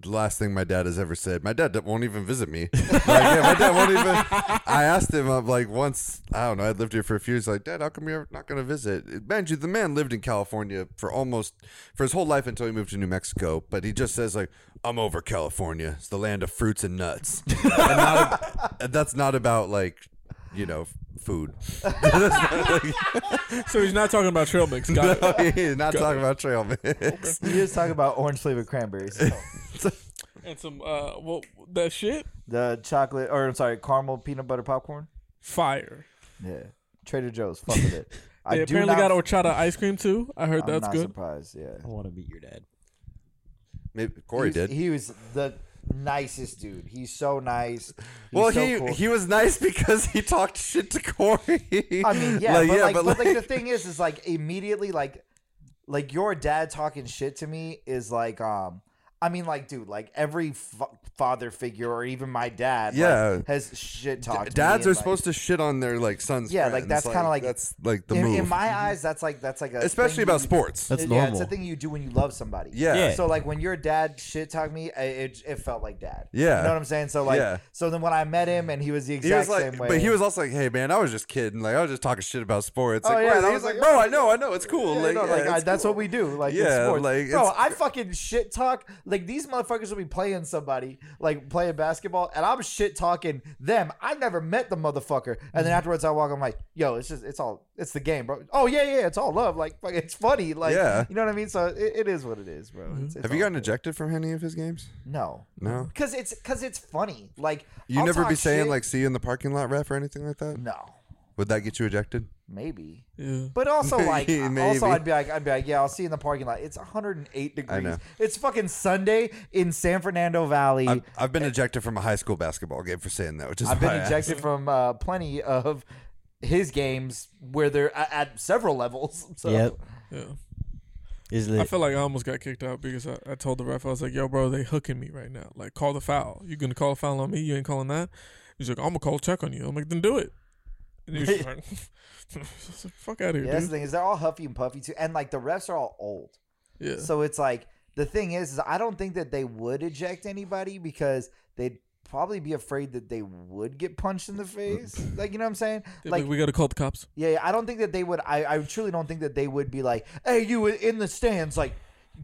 [SPEAKER 2] The last thing my dad has ever said. My dad won't even visit me. Like, yeah, my dad won't even. I asked him. I'm like once. I don't know. I lived here for a few years. Like, Dad, how come you're not going to visit? Mind you, the man lived in California for almost for his whole life until he moved to New Mexico. But he just says like, I'm over California. It's the land of fruits and nuts. and not ab- that's not about like, you know, food. [laughs]
[SPEAKER 3] so he's not talking about trail mix. Got it.
[SPEAKER 2] No, he's not talking about trail mix.
[SPEAKER 5] You just talk about orange flavored cranberries,
[SPEAKER 3] And some uh, well, that shit
[SPEAKER 5] the chocolate, or I'm sorry, caramel peanut butter popcorn.
[SPEAKER 3] fire.
[SPEAKER 5] Yeah, Trader Joe's, fuck with it. I
[SPEAKER 3] They
[SPEAKER 5] do
[SPEAKER 3] apparently
[SPEAKER 5] not,
[SPEAKER 3] got horchata ice cream too. I heard
[SPEAKER 5] I'm
[SPEAKER 3] that's
[SPEAKER 5] not
[SPEAKER 3] good.
[SPEAKER 5] surprised. Yeah,
[SPEAKER 1] I want to meet your dad.
[SPEAKER 2] [laughs] Maybe Corey
[SPEAKER 5] he was,
[SPEAKER 2] did.
[SPEAKER 5] He was the nicest dude. He's so nice. He's
[SPEAKER 2] well,
[SPEAKER 5] so
[SPEAKER 2] he
[SPEAKER 5] cool.
[SPEAKER 2] he was nice [laughs] because he talked shit to Corey.
[SPEAKER 5] I mean, yeah, but, like, but, like, the thing is, is like immediately, like, like your dad talking shit to me is like, um, I mean, like, dude, like every fa- father figure or even my dad, like,
[SPEAKER 2] Yeah.
[SPEAKER 5] has shit
[SPEAKER 2] D- [laughs]
[SPEAKER 5] talked.
[SPEAKER 2] dads are supposed to shit on their like sons.
[SPEAKER 5] Yeah, like,
[SPEAKER 2] friends.
[SPEAKER 5] that's kinda like-
[SPEAKER 2] that's like the
[SPEAKER 5] in,
[SPEAKER 2] move,
[SPEAKER 5] in my eyes, that's like that's like a
[SPEAKER 2] especially
[SPEAKER 5] thing
[SPEAKER 2] about
[SPEAKER 5] you-
[SPEAKER 2] sports.
[SPEAKER 1] That's
[SPEAKER 5] yeah, it's
[SPEAKER 1] normal.
[SPEAKER 5] a thing you do when you love somebody.
[SPEAKER 2] yeah.
[SPEAKER 1] Yeah.
[SPEAKER 5] So like when your dad shit talked me, I- it, it felt like dad.
[SPEAKER 2] Yeah.
[SPEAKER 5] You know what I'm saying? So like,
[SPEAKER 2] Yeah.
[SPEAKER 5] so then when I met him and he was the
[SPEAKER 2] He was
[SPEAKER 5] exact
[SPEAKER 2] like,
[SPEAKER 5] same way.
[SPEAKER 2] but he was also like, "Hey, man, I was just kidding. Like, I was just talking shit about sports.
[SPEAKER 5] Oh,
[SPEAKER 2] Like,
[SPEAKER 5] yeah,
[SPEAKER 2] right.
[SPEAKER 5] that
[SPEAKER 2] I
[SPEAKER 5] was
[SPEAKER 2] was like,
[SPEAKER 5] like-
[SPEAKER 2] bro, I know, I know, it's cool.
[SPEAKER 5] Yeah,
[SPEAKER 2] like,
[SPEAKER 5] no,
[SPEAKER 2] yeah,
[SPEAKER 5] like, I-
[SPEAKER 2] it's
[SPEAKER 5] that's
[SPEAKER 2] cool.
[SPEAKER 5] what we do. Like,
[SPEAKER 2] Yeah,
[SPEAKER 5] in sports.
[SPEAKER 2] like,
[SPEAKER 5] bro,
[SPEAKER 2] it's-
[SPEAKER 5] I fucking shit talk. Like these motherfuckers will be playing somebody, like playing basketball, and I'm shit talking them. I've never met the motherfucker, and
[SPEAKER 2] Mm-hmm.
[SPEAKER 5] then afterwards I walk. I'm like, yo, it's just, it's all, it's the game, bro. Oh yeah, yeah, it's all love. Like, fuck, it's funny. Like,
[SPEAKER 2] Yeah. Mm-hmm.
[SPEAKER 5] you know what I mean? So it, it is what it is, bro. It's, it's
[SPEAKER 2] Have you
[SPEAKER 5] all
[SPEAKER 2] gotten
[SPEAKER 5] good.
[SPEAKER 2] ejected from any of his games?
[SPEAKER 5] No,
[SPEAKER 2] No.
[SPEAKER 5] because it's because it's funny. Like
[SPEAKER 2] You
[SPEAKER 5] I'll
[SPEAKER 2] never
[SPEAKER 5] talk
[SPEAKER 2] be saying
[SPEAKER 5] shit-
[SPEAKER 2] like, "See you in the parking lot, ref," or anything like that.
[SPEAKER 5] no,
[SPEAKER 2] Would that get you ejected?
[SPEAKER 5] maybe.
[SPEAKER 3] Yeah.
[SPEAKER 5] But also, like,
[SPEAKER 2] Maybe.
[SPEAKER 5] I- also, I'd be like, I'd be like, yeah, I'll see you in the parking lot. It's 108 degrees.
[SPEAKER 2] know.
[SPEAKER 5] It's fucking Sunday in San Fernando Valley.
[SPEAKER 2] I've,
[SPEAKER 5] I've,
[SPEAKER 2] I've been ejected from a high school basketball game for saying that, which is [laughs] why I
[SPEAKER 5] been
[SPEAKER 2] asked.
[SPEAKER 5] ejected from uh, plenty of his games where they're at, at several levels. [laughs] So.
[SPEAKER 1] Yep.
[SPEAKER 3] Yeah.
[SPEAKER 1] Is
[SPEAKER 3] I
[SPEAKER 1] it?
[SPEAKER 3] feel like I almost got kicked out because I, I told the ref, I was like, yo, bro, they hooking me right now. Like, call the foul. You going to call a foul on me? You ain't calling that? He's like, I'm going to call a check on you. I'm like, then do it. And he's just like,
[SPEAKER 5] [laughs]
[SPEAKER 3] [laughs] fuck out of here,
[SPEAKER 5] Yeah, that's the
[SPEAKER 3] dude.
[SPEAKER 5] thing is they're all huffy and puffy too, and like the refs are all old.
[SPEAKER 3] Yeah.
[SPEAKER 5] So it's like the thing is, is I don't think that they would eject anybody because they'd probably be afraid that they would get punched in the face. Like you know what I'm saying?
[SPEAKER 3] They're like, we got to call the cops.
[SPEAKER 5] Yeah, yeah, I don't think that they would. I, I truly don't think that they would be like, "Hey, you in the stands, like,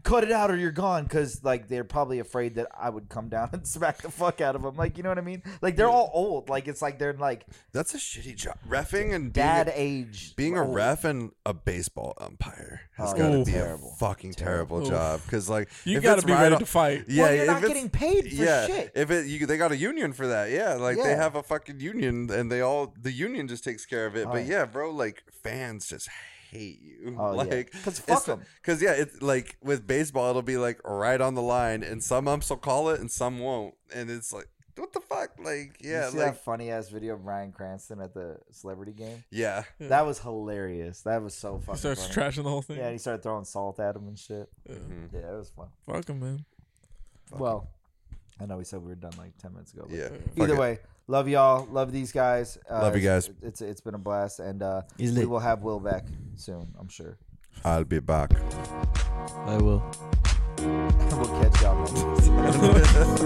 [SPEAKER 5] cut it out or you're gone because like they're probably afraid that I would come down [laughs] and smack the fuck out of them. Like you know what I mean? Like they're all old. Like it's like they're like
[SPEAKER 2] That's a shitty job. Refing and being a-
[SPEAKER 5] dad age.
[SPEAKER 2] being a
[SPEAKER 5] old.
[SPEAKER 2] ref and a baseball umpire has
[SPEAKER 5] Oh,
[SPEAKER 2] got to
[SPEAKER 3] yeah.
[SPEAKER 2] be
[SPEAKER 5] Terrible.
[SPEAKER 2] a fucking terrible
[SPEAKER 3] Oof.
[SPEAKER 2] job because like
[SPEAKER 3] You
[SPEAKER 2] if
[SPEAKER 3] got
[SPEAKER 2] it's
[SPEAKER 3] to be
[SPEAKER 2] right
[SPEAKER 3] ready
[SPEAKER 2] on-
[SPEAKER 3] to fight.
[SPEAKER 2] yeah
[SPEAKER 5] Well, you're
[SPEAKER 2] if
[SPEAKER 5] not
[SPEAKER 2] it's-
[SPEAKER 5] getting paid for
[SPEAKER 2] yeah
[SPEAKER 5] shit.
[SPEAKER 2] if it you, they got a union for that yeah like they
[SPEAKER 5] Yeah.
[SPEAKER 2] have a fucking union and they all the union just takes care of it but
[SPEAKER 5] Right.
[SPEAKER 2] yeah bro like fans just hate you
[SPEAKER 5] Oh, yeah.
[SPEAKER 2] like
[SPEAKER 5] 'Cause fuck
[SPEAKER 2] it's-
[SPEAKER 5] 'em.
[SPEAKER 2] cause yeah it's like with baseball it'll be like right on the line and some umps will call it and some won't and it's like what the fuck like yeah
[SPEAKER 5] you see
[SPEAKER 2] like
[SPEAKER 5] that funny ass video of Ryan Cranston at the celebrity game.
[SPEAKER 2] yeah
[SPEAKER 5] That was hilarious. That was so
[SPEAKER 3] He
[SPEAKER 5] fucking.
[SPEAKER 3] starts
[SPEAKER 5] funny.
[SPEAKER 3] trashing the whole thing.
[SPEAKER 5] Yeah, and he started throwing salt at him and shit.
[SPEAKER 3] Yeah.
[SPEAKER 5] Yeah, it was fun.
[SPEAKER 3] Fuck him, man.
[SPEAKER 5] Well, I know we said we were done like ten minutes ago. But [laughs]
[SPEAKER 2] yeah fuck
[SPEAKER 5] Either
[SPEAKER 2] it.
[SPEAKER 5] way, love y'all. Love these guys. Uh,
[SPEAKER 2] Love you guys.
[SPEAKER 5] It's, it's it's been a blast, and uh,
[SPEAKER 4] He's
[SPEAKER 5] we
[SPEAKER 4] lit.
[SPEAKER 5] will have Will back soon. I'm sure.
[SPEAKER 2] I'll be back.
[SPEAKER 4] I will.
[SPEAKER 5] we'll catch y'all. next time.